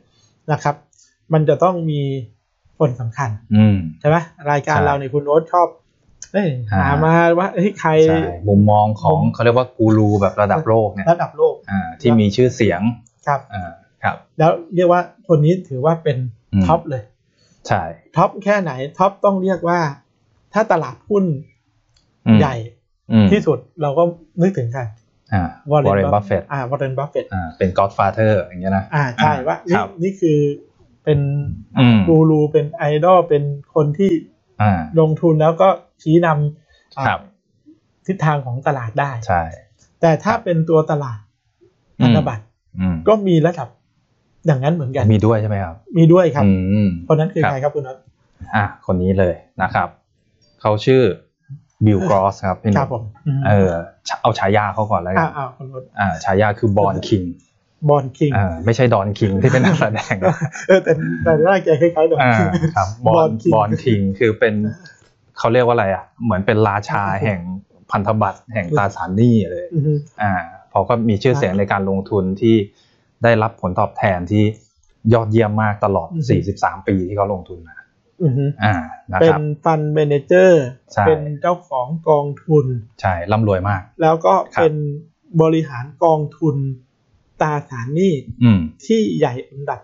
Speaker 1: นะครับ มันจะต้องมีคนสำคัญ
Speaker 2: อืม
Speaker 1: ใช่ไหมรายการ
Speaker 2: ใช่
Speaker 1: เราในยคุณโอ๊ตชอบเอ้ย
Speaker 2: อ่า
Speaker 1: หามาว่าเอ้ยใคร
Speaker 2: ใช่มุมมองของ
Speaker 1: มุม
Speaker 2: เขาเรียกว่ากูรูแบบระดับโลกเนี่ย
Speaker 1: ระดับโลก
Speaker 2: อ่าที่มีชื่อเสียง
Speaker 1: ครับ
Speaker 2: อ่าครับ
Speaker 1: แล้วเรียกว่าคนนี้ถือว่าเป็น
Speaker 2: อืม
Speaker 1: ท็อปเลย
Speaker 2: ใช่
Speaker 1: ท็อปแค่ไหนท็อปต้องเรียกว่า ถ้าตลาดหุ้น
Speaker 2: อืม
Speaker 1: ใหญ่
Speaker 2: อืม
Speaker 1: ที่สุดเราก็นึกถึงใคร
Speaker 2: อ่าวอร์เรนบัฟเฟต
Speaker 1: อ่าวอร์เรนบัฟเฟต
Speaker 2: อ่าเป็นก็อดฟาเธอร์อย่างเงี้ยนะ
Speaker 1: อ่าใช่ว่านี่
Speaker 2: ครับ
Speaker 1: นี่คือเป็น
Speaker 2: อืม
Speaker 1: กูรูเป็นไอดอลเป็นคนที่
Speaker 2: อ่า
Speaker 1: ลงทุนแล้วก็ชี้นำอ่า
Speaker 2: ครับ
Speaker 1: ทิศทางของตลาดได้
Speaker 2: ใช่
Speaker 1: แต่ถ้าเป็นตัวตลาด
Speaker 2: อื
Speaker 1: พั
Speaker 2: ม
Speaker 1: นธบัตร
Speaker 2: อืม
Speaker 1: ก็มีระดับอย่างนั้นเหมือนกัน
Speaker 2: มีด้วยใช่ไหมครับ
Speaker 1: มีด้วยครับ
Speaker 2: อืม
Speaker 1: เพราะนั้นคือ
Speaker 2: ครับ
Speaker 1: ใครครับคุณน็อต
Speaker 2: อ่ะคนนี้เลยนะครับ เขาชื่อบิลกรอสครับพี่ห
Speaker 1: ครั
Speaker 2: นุ่
Speaker 1: บ
Speaker 2: ม
Speaker 1: ผมอืม
Speaker 2: เออเอาฉายาเขาก่อนแล้วกั
Speaker 1: อ่าน อ่าคุณน็อต
Speaker 2: อ่าฉายาคือบอ n คิง
Speaker 1: บอลคิง
Speaker 2: อ่าไม่ใช่ดอนคิงที่เป็นนักแส ดงนะ
Speaker 1: เออแต่แต่ร่างแกคล้ายๆดอก
Speaker 2: อ่าครับบอ
Speaker 1: Bond
Speaker 2: ล
Speaker 1: King
Speaker 2: บอลคิงคือเป็นเขาเรียกว่าอะไรอ่ะ เหมือนเป็นราชาแห่งพันธบัตรแห่งตราสารหนี้เลย
Speaker 1: อือฮึ
Speaker 2: อ่าเพอก็มีชื่อเสียงในการลงทุนที่ได้รับผลตอบแทนที่ยอดเยี่ยมมากตลอด 43 ปีที่เขาลงทุนมา
Speaker 1: อือฮึ
Speaker 2: อ่านะ
Speaker 1: เป็
Speaker 2: คน รับ
Speaker 1: ฟันเมนเจอร์
Speaker 2: ใช่
Speaker 1: เป็นเจ้าของกองทุน
Speaker 2: ใช่ร่ำรวยมาก
Speaker 1: แล้วก็
Speaker 2: ครับ
Speaker 1: เป็นบริหารกองทุนตราสารหนี้
Speaker 2: อืม
Speaker 1: ที่ใหญ่อันดับ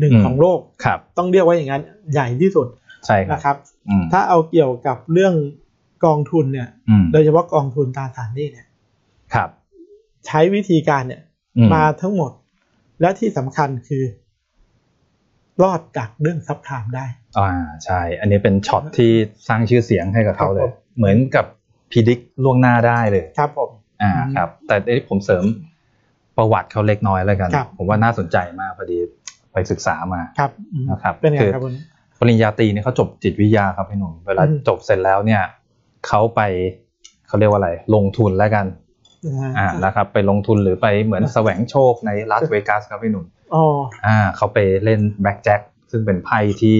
Speaker 1: หนึ่ง
Speaker 2: อืม
Speaker 1: ของโลก
Speaker 2: ครับ
Speaker 1: ต้องเรียกว่าอย่างนั้นใหญ่ที่สุด
Speaker 2: ใช่ครับ
Speaker 1: นะครับ
Speaker 2: อืม
Speaker 1: ถ้าเอาเกี่ยวกับเรื่องกองทุนเนี่ย
Speaker 2: อืม
Speaker 1: โดยเฉพาะกองทุนตราสารหนี้เนี่ย
Speaker 2: ครับ
Speaker 1: ใช้วิธีการเนี่ย
Speaker 2: อื
Speaker 1: มาทั้งหมด และที่สำคัญคือ รอดจากเรื่องซับไพรามได้
Speaker 2: อ่าใช่ อันนี้เป็นช็อตที่สร้างชื่อเสียงให้กับเขาเล
Speaker 1: ครับผ
Speaker 2: ย
Speaker 1: ม
Speaker 2: เหมือนกับพีดิกล่วงหน้าได้เลย
Speaker 1: ครับผม
Speaker 2: อ่า
Speaker 1: อืม
Speaker 2: ครับ แต่เอ้ยผมเสริมประวัติเขาเล็กน้อยแล้วกัน
Speaker 1: ครับ
Speaker 2: ผมว่าน่าสนใจมากพอดีไปศึกษามา
Speaker 1: ครับอืม
Speaker 2: นะครับ
Speaker 1: เป็นไง
Speaker 2: คือ
Speaker 1: ครับคุณ
Speaker 2: ปริญญาตรีเนี่ยเขาจบจิตวิทยาครับพี่หนุ่มเวลา
Speaker 1: อืม
Speaker 2: จบเสร็จแล้วเนี่ยเขาไปเขาเรียกว่าอะไร ลงทุนแล้วกัน อ่านะครับ ไปลงทุนหรือไปเหมือนแสวงโชคในลาสเวกัสครับพี่หนุ่ม
Speaker 1: อ๋อ
Speaker 2: อ่าเขาไปเล่นแบล็กแจ็คซึ่งเป็นไพ่ที่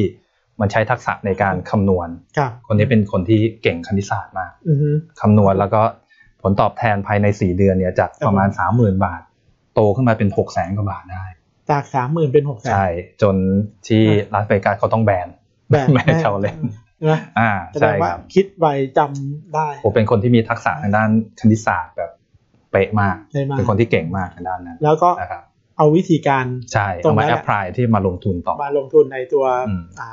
Speaker 2: มันใช้ทักษะในการคำนวณ
Speaker 1: ครับ
Speaker 2: คนนี้เป็นคนที่เก่งคณิตศาสตร์มาก
Speaker 1: อือฮึ
Speaker 2: คำนวณแล้วก็ผลตอบแทนภายใน 4 เดือนเนี่ยจาก
Speaker 1: ครับ
Speaker 2: ประมาณ 30,000 บาท โตขึ้นมาเป็น 6 0แสนกว่าบาทได้
Speaker 1: จากสามหมื่นเป็นหกแสน
Speaker 2: ใช่ จนที่
Speaker 1: ครับ
Speaker 2: ลาสเวกัสเขาต้องแบน
Speaker 1: แบบ
Speaker 2: ไม่ให้เขาเล่น
Speaker 1: นะ
Speaker 2: อ่า
Speaker 1: แสด
Speaker 2: ใช่
Speaker 1: งว่า
Speaker 2: ครับ
Speaker 1: คิดไวจำได้
Speaker 2: ผมเป็นคนที่มีทักษะทางด้านคณิตศาสตร์แบบเป๊ะมาก
Speaker 1: ได้มา
Speaker 2: เป็นคนที่เก่งมากทางด้านนั้น
Speaker 1: แล้วก็
Speaker 2: นะครับ
Speaker 1: เอาวิธีการ
Speaker 2: ใช่
Speaker 1: ตรง
Speaker 2: เอา
Speaker 1: นั้
Speaker 2: มาน
Speaker 1: แห
Speaker 2: แอ
Speaker 1: ละ
Speaker 2: พพลายที่มาลงทุนต่อ
Speaker 1: มาลงทุนในตัว
Speaker 2: อืม
Speaker 1: อ่า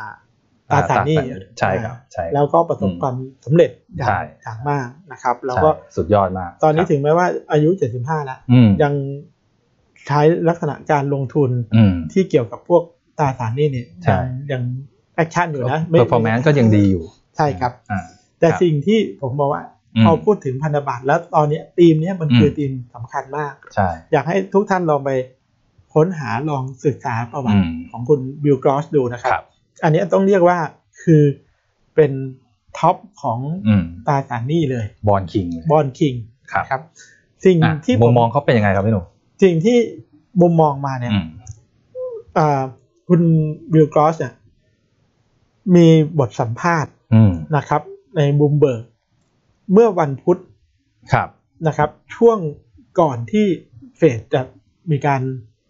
Speaker 1: ตราสารหนี้
Speaker 2: ใช่ครับใช่ครับ
Speaker 1: แล้วก็ประสบ
Speaker 2: อืม
Speaker 1: ความสำเร็จอย่า
Speaker 2: ใช่
Speaker 1: งอย่างมากนะครับ แล้วก็
Speaker 2: ใช่สุดยอดมาก
Speaker 1: ตอนนี้
Speaker 2: ครับ
Speaker 1: ถึงแม้ว่าอายุ 75 แล้ว
Speaker 2: อืม
Speaker 1: ยังใช้ลักษณะการลงทุน
Speaker 2: อืม
Speaker 1: ที่เกี่ยวกับพวกตราสารหนี้เนี่ย
Speaker 2: ใช่
Speaker 1: ยังยังแอคชั่นอยู่นะไม่
Speaker 2: performance ก็ยังดีอยู่
Speaker 1: ใช่ครับ
Speaker 2: อ่า
Speaker 1: แต่
Speaker 2: ครับ
Speaker 1: สิ่งที่ผมบอกว่า
Speaker 2: อืม
Speaker 1: พอพูดถึงพันธบัตรแล้วตอนเนี้ยธีมเนี้ยมันคืออ
Speaker 2: ม
Speaker 1: ธีมสำคัญมาก
Speaker 2: ใช่
Speaker 1: อยากให้ทุกท่านลองไปค้นหาลองศึกษาประวัติ
Speaker 2: อืม
Speaker 1: ของคุณบิลกรอสดูนะค
Speaker 2: ครับ รับ
Speaker 1: อันนี้ต้องเรียกว่าคือเป็นท็อปของ
Speaker 2: อืม
Speaker 1: ตราสารหนี้เลย
Speaker 2: บอลคิงเลย
Speaker 1: บอลคิง
Speaker 2: ครับ
Speaker 1: ครับ สิ่ง
Speaker 2: อ่ะ
Speaker 1: ที่ผ
Speaker 2: มุมมองเขาเป็นยังไงครับพี่หนุ่ม
Speaker 1: สิ่งที่มุมมองมาเนี่ย
Speaker 2: อืม
Speaker 1: อ่าคุณบิลกรอสเนี่ยมีบทสัมภาษณ์
Speaker 2: อืม
Speaker 1: นะครับ ในบูมเบิร์กเมื่อวันพุธ
Speaker 2: ครับ
Speaker 1: นะครับ ช่วงก่อนที่เฟดจะมีการ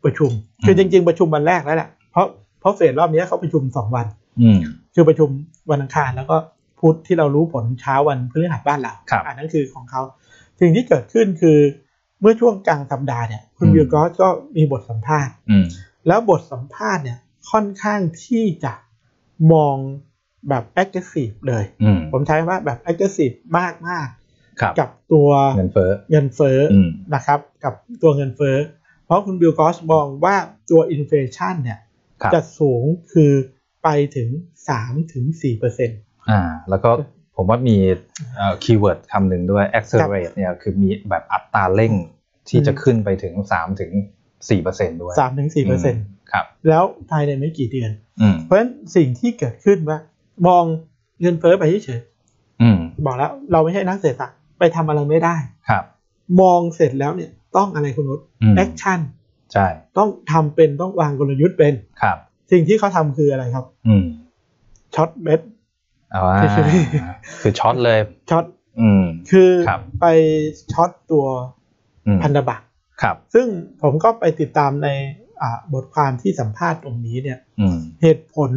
Speaker 1: ประชุม คือ
Speaker 2: อื
Speaker 1: จ
Speaker 2: ม
Speaker 1: ริง ๆ ประชุมวันแรกแล้วแหละเพราะเพราะเฟดรอบนี้เขาประชุมสองวัน
Speaker 2: อืม
Speaker 1: คือประชุมวันอังคารแล้วก็พุธที่เรารู้ผลเช้าวันพฤหัสบ้านเรา
Speaker 2: ครับ
Speaker 1: อันนั้นคือของเขาสิ่งที่เกิดขึ้นคือเมื่อช่วงกลางสัปดาห์เนี่ยคุณ
Speaker 2: อืม
Speaker 1: วิลกอสก็มีบทสัมภาษณ์
Speaker 2: อืม
Speaker 1: แล้วบทสัมภาษณ์เนี่ยค่อนข้างที่จะมองแบบ aggressive เลย
Speaker 2: อืม
Speaker 1: ผมใช้ว่าแบบ aggressive มากมาก
Speaker 2: ครับ
Speaker 1: ๆกับตัว
Speaker 2: เงินเฟ้อ
Speaker 1: เงินเฟ้ออ
Speaker 2: อืม
Speaker 1: นะครับ กับตัวเงินเฟ้อเพราะคุณบิลกอสมองว่าตัวอินเฟลชันเนี่ย
Speaker 2: ครับ
Speaker 1: จะสูงคือไปถึง3-4%ถึง4%เปอร์เซ็นต
Speaker 2: อ่า แล้วก็ผมว่ามีเอ่อคีย์เวิร์ดคำหนึ่งด้วย accelerate เนี่ยคือมีแบบอัตราเร่งที่จะขึ้นไปถึงสามถึงสี่เปอร์เซ็นด้วย
Speaker 1: สามถึงสี่เปอร์เซ็นต์
Speaker 2: ครับ
Speaker 1: แล้วภายในไม่กี่เดือน
Speaker 2: อืม
Speaker 1: เพราะฉะนั้นสิ่งที่เกิดขึ้นว่า มองเงินเฟ้อไปเฉย
Speaker 2: อืม
Speaker 1: ๆบอกแล้ว เราไม่ใช่นักเศรษฐศาสตร์ไปทำอะไรไม่ได้
Speaker 2: ครับ
Speaker 1: มองเสร็จแล้วเนี่ยต้องอะไรคุณนุช
Speaker 2: อืม
Speaker 1: แอคชั่น
Speaker 2: ใช่
Speaker 1: ต้องทำเป็นต้องวางกลยุทธ์เป็น
Speaker 2: ครับ
Speaker 1: สิ่งที่เขาทำคืออะไรครับ
Speaker 2: อืม
Speaker 1: ช็อตเบส
Speaker 2: เอาว่า
Speaker 1: ใช่ใช่
Speaker 2: คือช็อตเลย
Speaker 1: ช็อต
Speaker 2: อืม
Speaker 1: คือ
Speaker 2: ครับ
Speaker 1: ไปช็อตตัว
Speaker 2: อืม
Speaker 1: พันธบัตร
Speaker 2: ครับ
Speaker 1: ซึ่งผมก็ไปติดตามในอ่าบทความที่สัมภาษณ์ตรงนี้เนี่ย
Speaker 2: อืม
Speaker 1: เหตุผล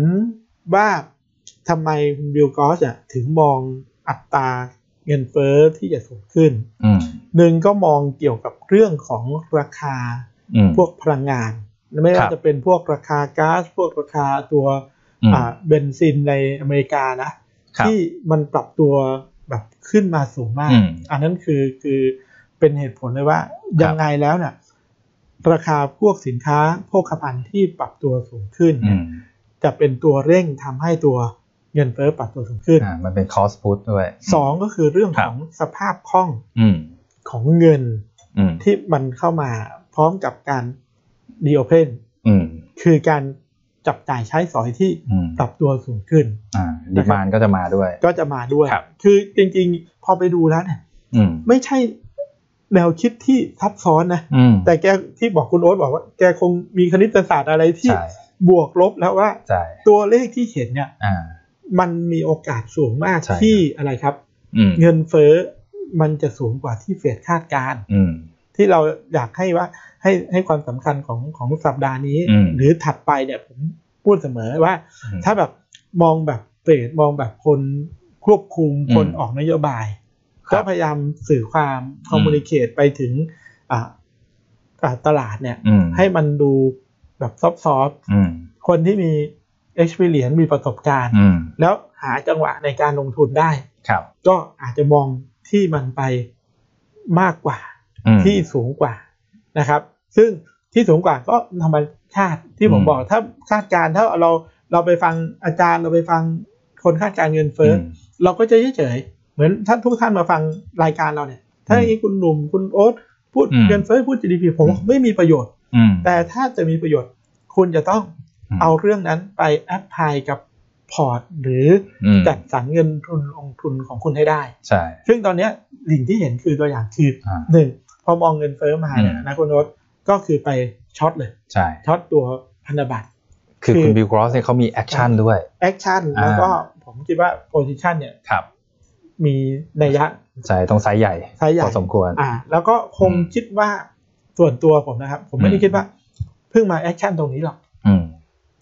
Speaker 1: ว่าทำไมคุณบิลกอสอ่ะถึงมองอัตราเงินเฟ้อที่จะสูงขึ้น
Speaker 2: อืม
Speaker 1: หนึ่งก็มองเกี่ยวกับเรื่องของราคา
Speaker 2: อืม
Speaker 1: พวกพลังงาน ไม่
Speaker 2: ครั
Speaker 1: ว่า
Speaker 2: บ
Speaker 1: จะเป็นพวกราคาก๊าซพวกราคาตัว
Speaker 2: อืม
Speaker 1: อ่าเบนซินในอเมริกานะ
Speaker 2: ครับ
Speaker 1: ที่มันปรับตัวแบบขึ้นมาสูงมาก
Speaker 2: อืม
Speaker 1: อันนั้นคือคือเป็นเหตุผลเลยว่ายังไงแล้วเนี่ยราคาพวกสินค้าโภคภัณฑ์ที่ปรับตัวสูงขึ้น
Speaker 2: อื
Speaker 1: เนี่ย
Speaker 2: ม
Speaker 1: จะเป็นตัวเร่งทำให้ตัวเงินเฟ้อปรับตัวสูงขึ้น
Speaker 2: อ่ามันเป็นคอสพุทด้วย
Speaker 1: สองก็คือเรื่อง
Speaker 2: ครั
Speaker 1: ข
Speaker 2: บ
Speaker 1: องสภาพคล่อง
Speaker 2: อืม
Speaker 1: ของเงิน
Speaker 2: อืม
Speaker 1: ที่มันเข้ามาพร้อมกับการดีโอเพน
Speaker 2: อืม
Speaker 1: คือการจับจ่ายใช้สอยที่
Speaker 2: อืม
Speaker 1: ปรับตัวสูงขึ้น
Speaker 2: อ่าดีมานก็จะมาด้วย
Speaker 1: ก็จะมาด้วย
Speaker 2: ครับ
Speaker 1: คือจริงๆ พอไปดูแล้วเนี่ย
Speaker 2: อืม
Speaker 1: ไม่ใช่แนวคิดที่ซับซ้อนนะ
Speaker 2: อืม
Speaker 1: แต่แกที่บอกคุณโอ๊ตบอกว่า แกคงมีคณิตศาสตร์อะไรที่
Speaker 2: ใช่
Speaker 1: บวกลบแล้วว่า
Speaker 2: ใช่
Speaker 1: ตัวเลขที่เห็นเนี่ย
Speaker 2: อ่า
Speaker 1: มันมีโอกาสสูงมาก
Speaker 2: ใช่
Speaker 1: ที่อะไรครับ
Speaker 2: อืม
Speaker 1: เงินเฟ้อมันจะสูงกว่าที่เฟดคาดการณ์
Speaker 2: อืม
Speaker 1: ที่เราอยากให้ว่าให้ให้ความสำคัญของของสัปดาห์นี้
Speaker 2: อืม
Speaker 1: หรือถัดไปเนี่ยผมพูดเสมอว่า
Speaker 2: อืม
Speaker 1: ถ้าแบบมองแบบเฟดมองแบบคนควบคุม
Speaker 2: อืม
Speaker 1: คนออกนโยบาย
Speaker 2: ครับ
Speaker 1: ก็พยายามสื่อความคอมมูนิเคตไปถึงอ่าอ่าตลาดเนี่ย
Speaker 2: อืม
Speaker 1: ให้มันดูแบบซอฟต์
Speaker 2: อืม
Speaker 1: ๆคนที่มี experience มีประสบการณ์
Speaker 2: อืม
Speaker 1: แล้วหาจังหวะในการลงทุนได้
Speaker 2: ครับ
Speaker 1: ก็อาจจะมองที่มันไปมากกว่า
Speaker 2: อืม
Speaker 1: ที่สูงกว่านะครับ ซึ่งที่สูงกว่าก็ธรรมชาติที่ผม
Speaker 2: อืม
Speaker 1: บอกถ้าคาดการณ์ถ้าเราเราไปฟังอาจารย์เราไปฟังคนคาดการณ์เงินเฟ้ออ
Speaker 2: ม
Speaker 1: เราก็จะเฉยๆเหมือนท่านทุกท่านมาฟังรายการเราเนี่ย ถ้าอย่างนี้คุณหนุ่มคุณโอ๊ตพูด
Speaker 2: อืม
Speaker 1: เงินเฟ้อพูด GDP ผมว่า
Speaker 2: อืม
Speaker 1: ไม่มีประโยชน์
Speaker 2: อืม
Speaker 1: แต่ถ้าจะมีประโยชน์ คุณจะต้อง
Speaker 2: อืม
Speaker 1: เอาเรื่องนั้นไปแอพพลายกับพอร์ต หรือ
Speaker 2: อืม
Speaker 1: จัดสรรเงินทุนลงทุนของคุณให้ได้
Speaker 2: ใช่
Speaker 1: ซึ่งตอนเนี้ยสิ่งที่เห็นคือตัวอย่างคือ
Speaker 2: อ่า
Speaker 1: หนึ่งพอมองเงินเฟ้อมาเนี่ย
Speaker 2: อืม
Speaker 1: นะคุณโนตก็คือไปช็อตเลย
Speaker 2: ใช่
Speaker 1: ช็อตตัวพันธบัตร
Speaker 2: คือ
Speaker 1: คื
Speaker 2: คุณ
Speaker 1: อ
Speaker 2: บิลกรอสเนี่ยเขามีแอคชั่นด้วย
Speaker 1: แอคชั่น
Speaker 2: อ่า
Speaker 1: แล้วก็ผมคิดว่าโพ i ิชันเนี่ย
Speaker 2: ครับ
Speaker 1: มีนัยยะ
Speaker 2: ใช่ต้องไซส์ใหญ่
Speaker 1: ไซส์ใหญ่
Speaker 2: พอสมควร
Speaker 1: อ่า แล้วก็คงคิดว่าส่วนตัวผมนะครับ ผมไม่ได้
Speaker 2: อืม
Speaker 1: คิดว่าเพิ่งมาแอคชั่นตรงนี้หรอก
Speaker 2: อืม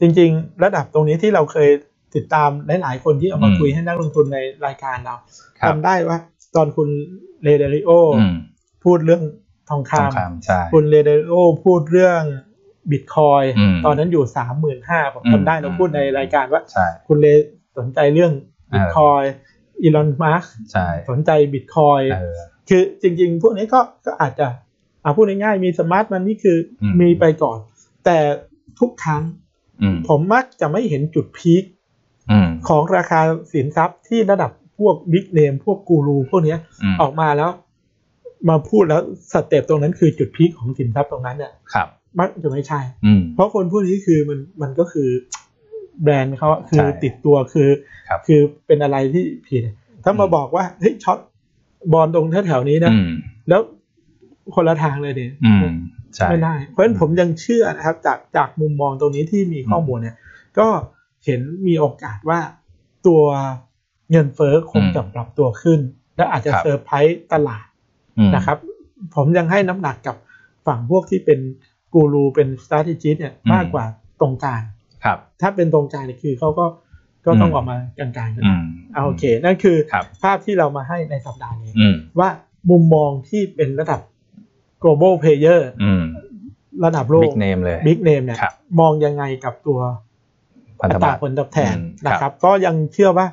Speaker 1: จริง ๆ ระดับตรงนี้ที่เราเคยติดตามหลายๆคนที่เอามา
Speaker 2: อืม
Speaker 1: คุยให้นักลงทุนในรายการเรา
Speaker 2: ครับ
Speaker 1: จำได้ว่าตอนคุณเรเดริโอ
Speaker 2: อืม
Speaker 1: พูดเรื่องทองค
Speaker 2: สงครามใช่
Speaker 1: ำคุณเรเดริโอพูดเรื่องบิตคอย
Speaker 2: อืม
Speaker 1: ตอนนั้นอยู่สามหมื่นห้าผม
Speaker 2: อืม
Speaker 1: จำได้เรา
Speaker 2: อืม
Speaker 1: พูดในรายการว่า
Speaker 2: ใช่
Speaker 1: คุณเลสนใจเรื่อง
Speaker 2: เออ
Speaker 1: บิตคอยอีลอนมาร์
Speaker 2: ใช่
Speaker 1: สนใจบิตคอย
Speaker 2: เออ
Speaker 1: คือจริงๆ พวกนี้ก็ก็อาจจะอ่าพูดง่ายๆมีสมาร์ทมันนี่คืออ
Speaker 2: ม
Speaker 1: มีไปก่อน แต่ทุกครั้ง
Speaker 2: อืม
Speaker 1: ผมมักจะไม่เห็นจุดพีค
Speaker 2: อืม
Speaker 1: ของราคาสินทรัพย์ที่ระดับพวกบิ๊กเนมพวกกูรูพวกเนี้ย
Speaker 2: อืม
Speaker 1: ออกมาแล้ว มาพูดแล้วสเต็ปตรงนั้นคือจุดพีคของสินทรัพย์ตรงนั้นเนี่ย
Speaker 2: ครับ
Speaker 1: มักจะไม่ใช่
Speaker 2: อืม
Speaker 1: เพราะคนพวกนี้คือมันมันก็คือแบรนด์เขาอะคือ
Speaker 2: ใช่
Speaker 1: ติดตัวคือ
Speaker 2: ครับ
Speaker 1: อเป็นอะไรที่ผิด ถ้ามา
Speaker 2: อืม
Speaker 1: บอกว่าเฮ้ยช็อตบอลตรงแถวๆนี้นะ
Speaker 2: อืม
Speaker 1: แล้วคนละทางเลยเนี่ย
Speaker 2: อืมใช่
Speaker 1: ไม่ได้ เพราะฉะนั้นผมยังเชื่อนะครับ จากจากมุมมองตรงนี้ที่มีข้อมูลเนี่ย ก็เห็นมีโอกาสว่าตัวเงินเฟ้อคง
Speaker 2: อืม
Speaker 1: จะปรับตัวขึ้น และอาจจะ
Speaker 2: ครับ
Speaker 1: เซอร์ไพรส์ตลาด
Speaker 2: อืม
Speaker 1: นะครับ ผมยังให้น้ำหนักกับฝั่งพวกที่เป็นกูรูเป็น s t r a t e g i s t เนี่ยมากกว่าตรงกลาง
Speaker 2: ครับ
Speaker 1: ถ้าเป็นตรงกลางเนี่ยคือเขาก็ก็ต้อง
Speaker 2: อืม
Speaker 1: ออกมากลางๆกัน
Speaker 2: อืม
Speaker 1: เอาโอเค นั่นคือ
Speaker 2: ครับ
Speaker 1: ภาพที่เรามาให้ในสัปดาห์นี้
Speaker 2: อืม
Speaker 1: ว่ามุมมองที่เป็นระดับ global player
Speaker 2: อืม
Speaker 1: ระดับโล
Speaker 2: บิ๊
Speaker 1: ก
Speaker 2: กเนมเลย
Speaker 1: big name เนี่ย
Speaker 2: ครับ
Speaker 1: มองยังไงกับตัว
Speaker 2: พัน
Speaker 1: อั
Speaker 2: ธ
Speaker 1: ต
Speaker 2: บั
Speaker 1: รา
Speaker 2: ตร
Speaker 1: ผลตอบแทน
Speaker 2: อืมครับ
Speaker 1: นะครับ ก็ยังเชื่อว่า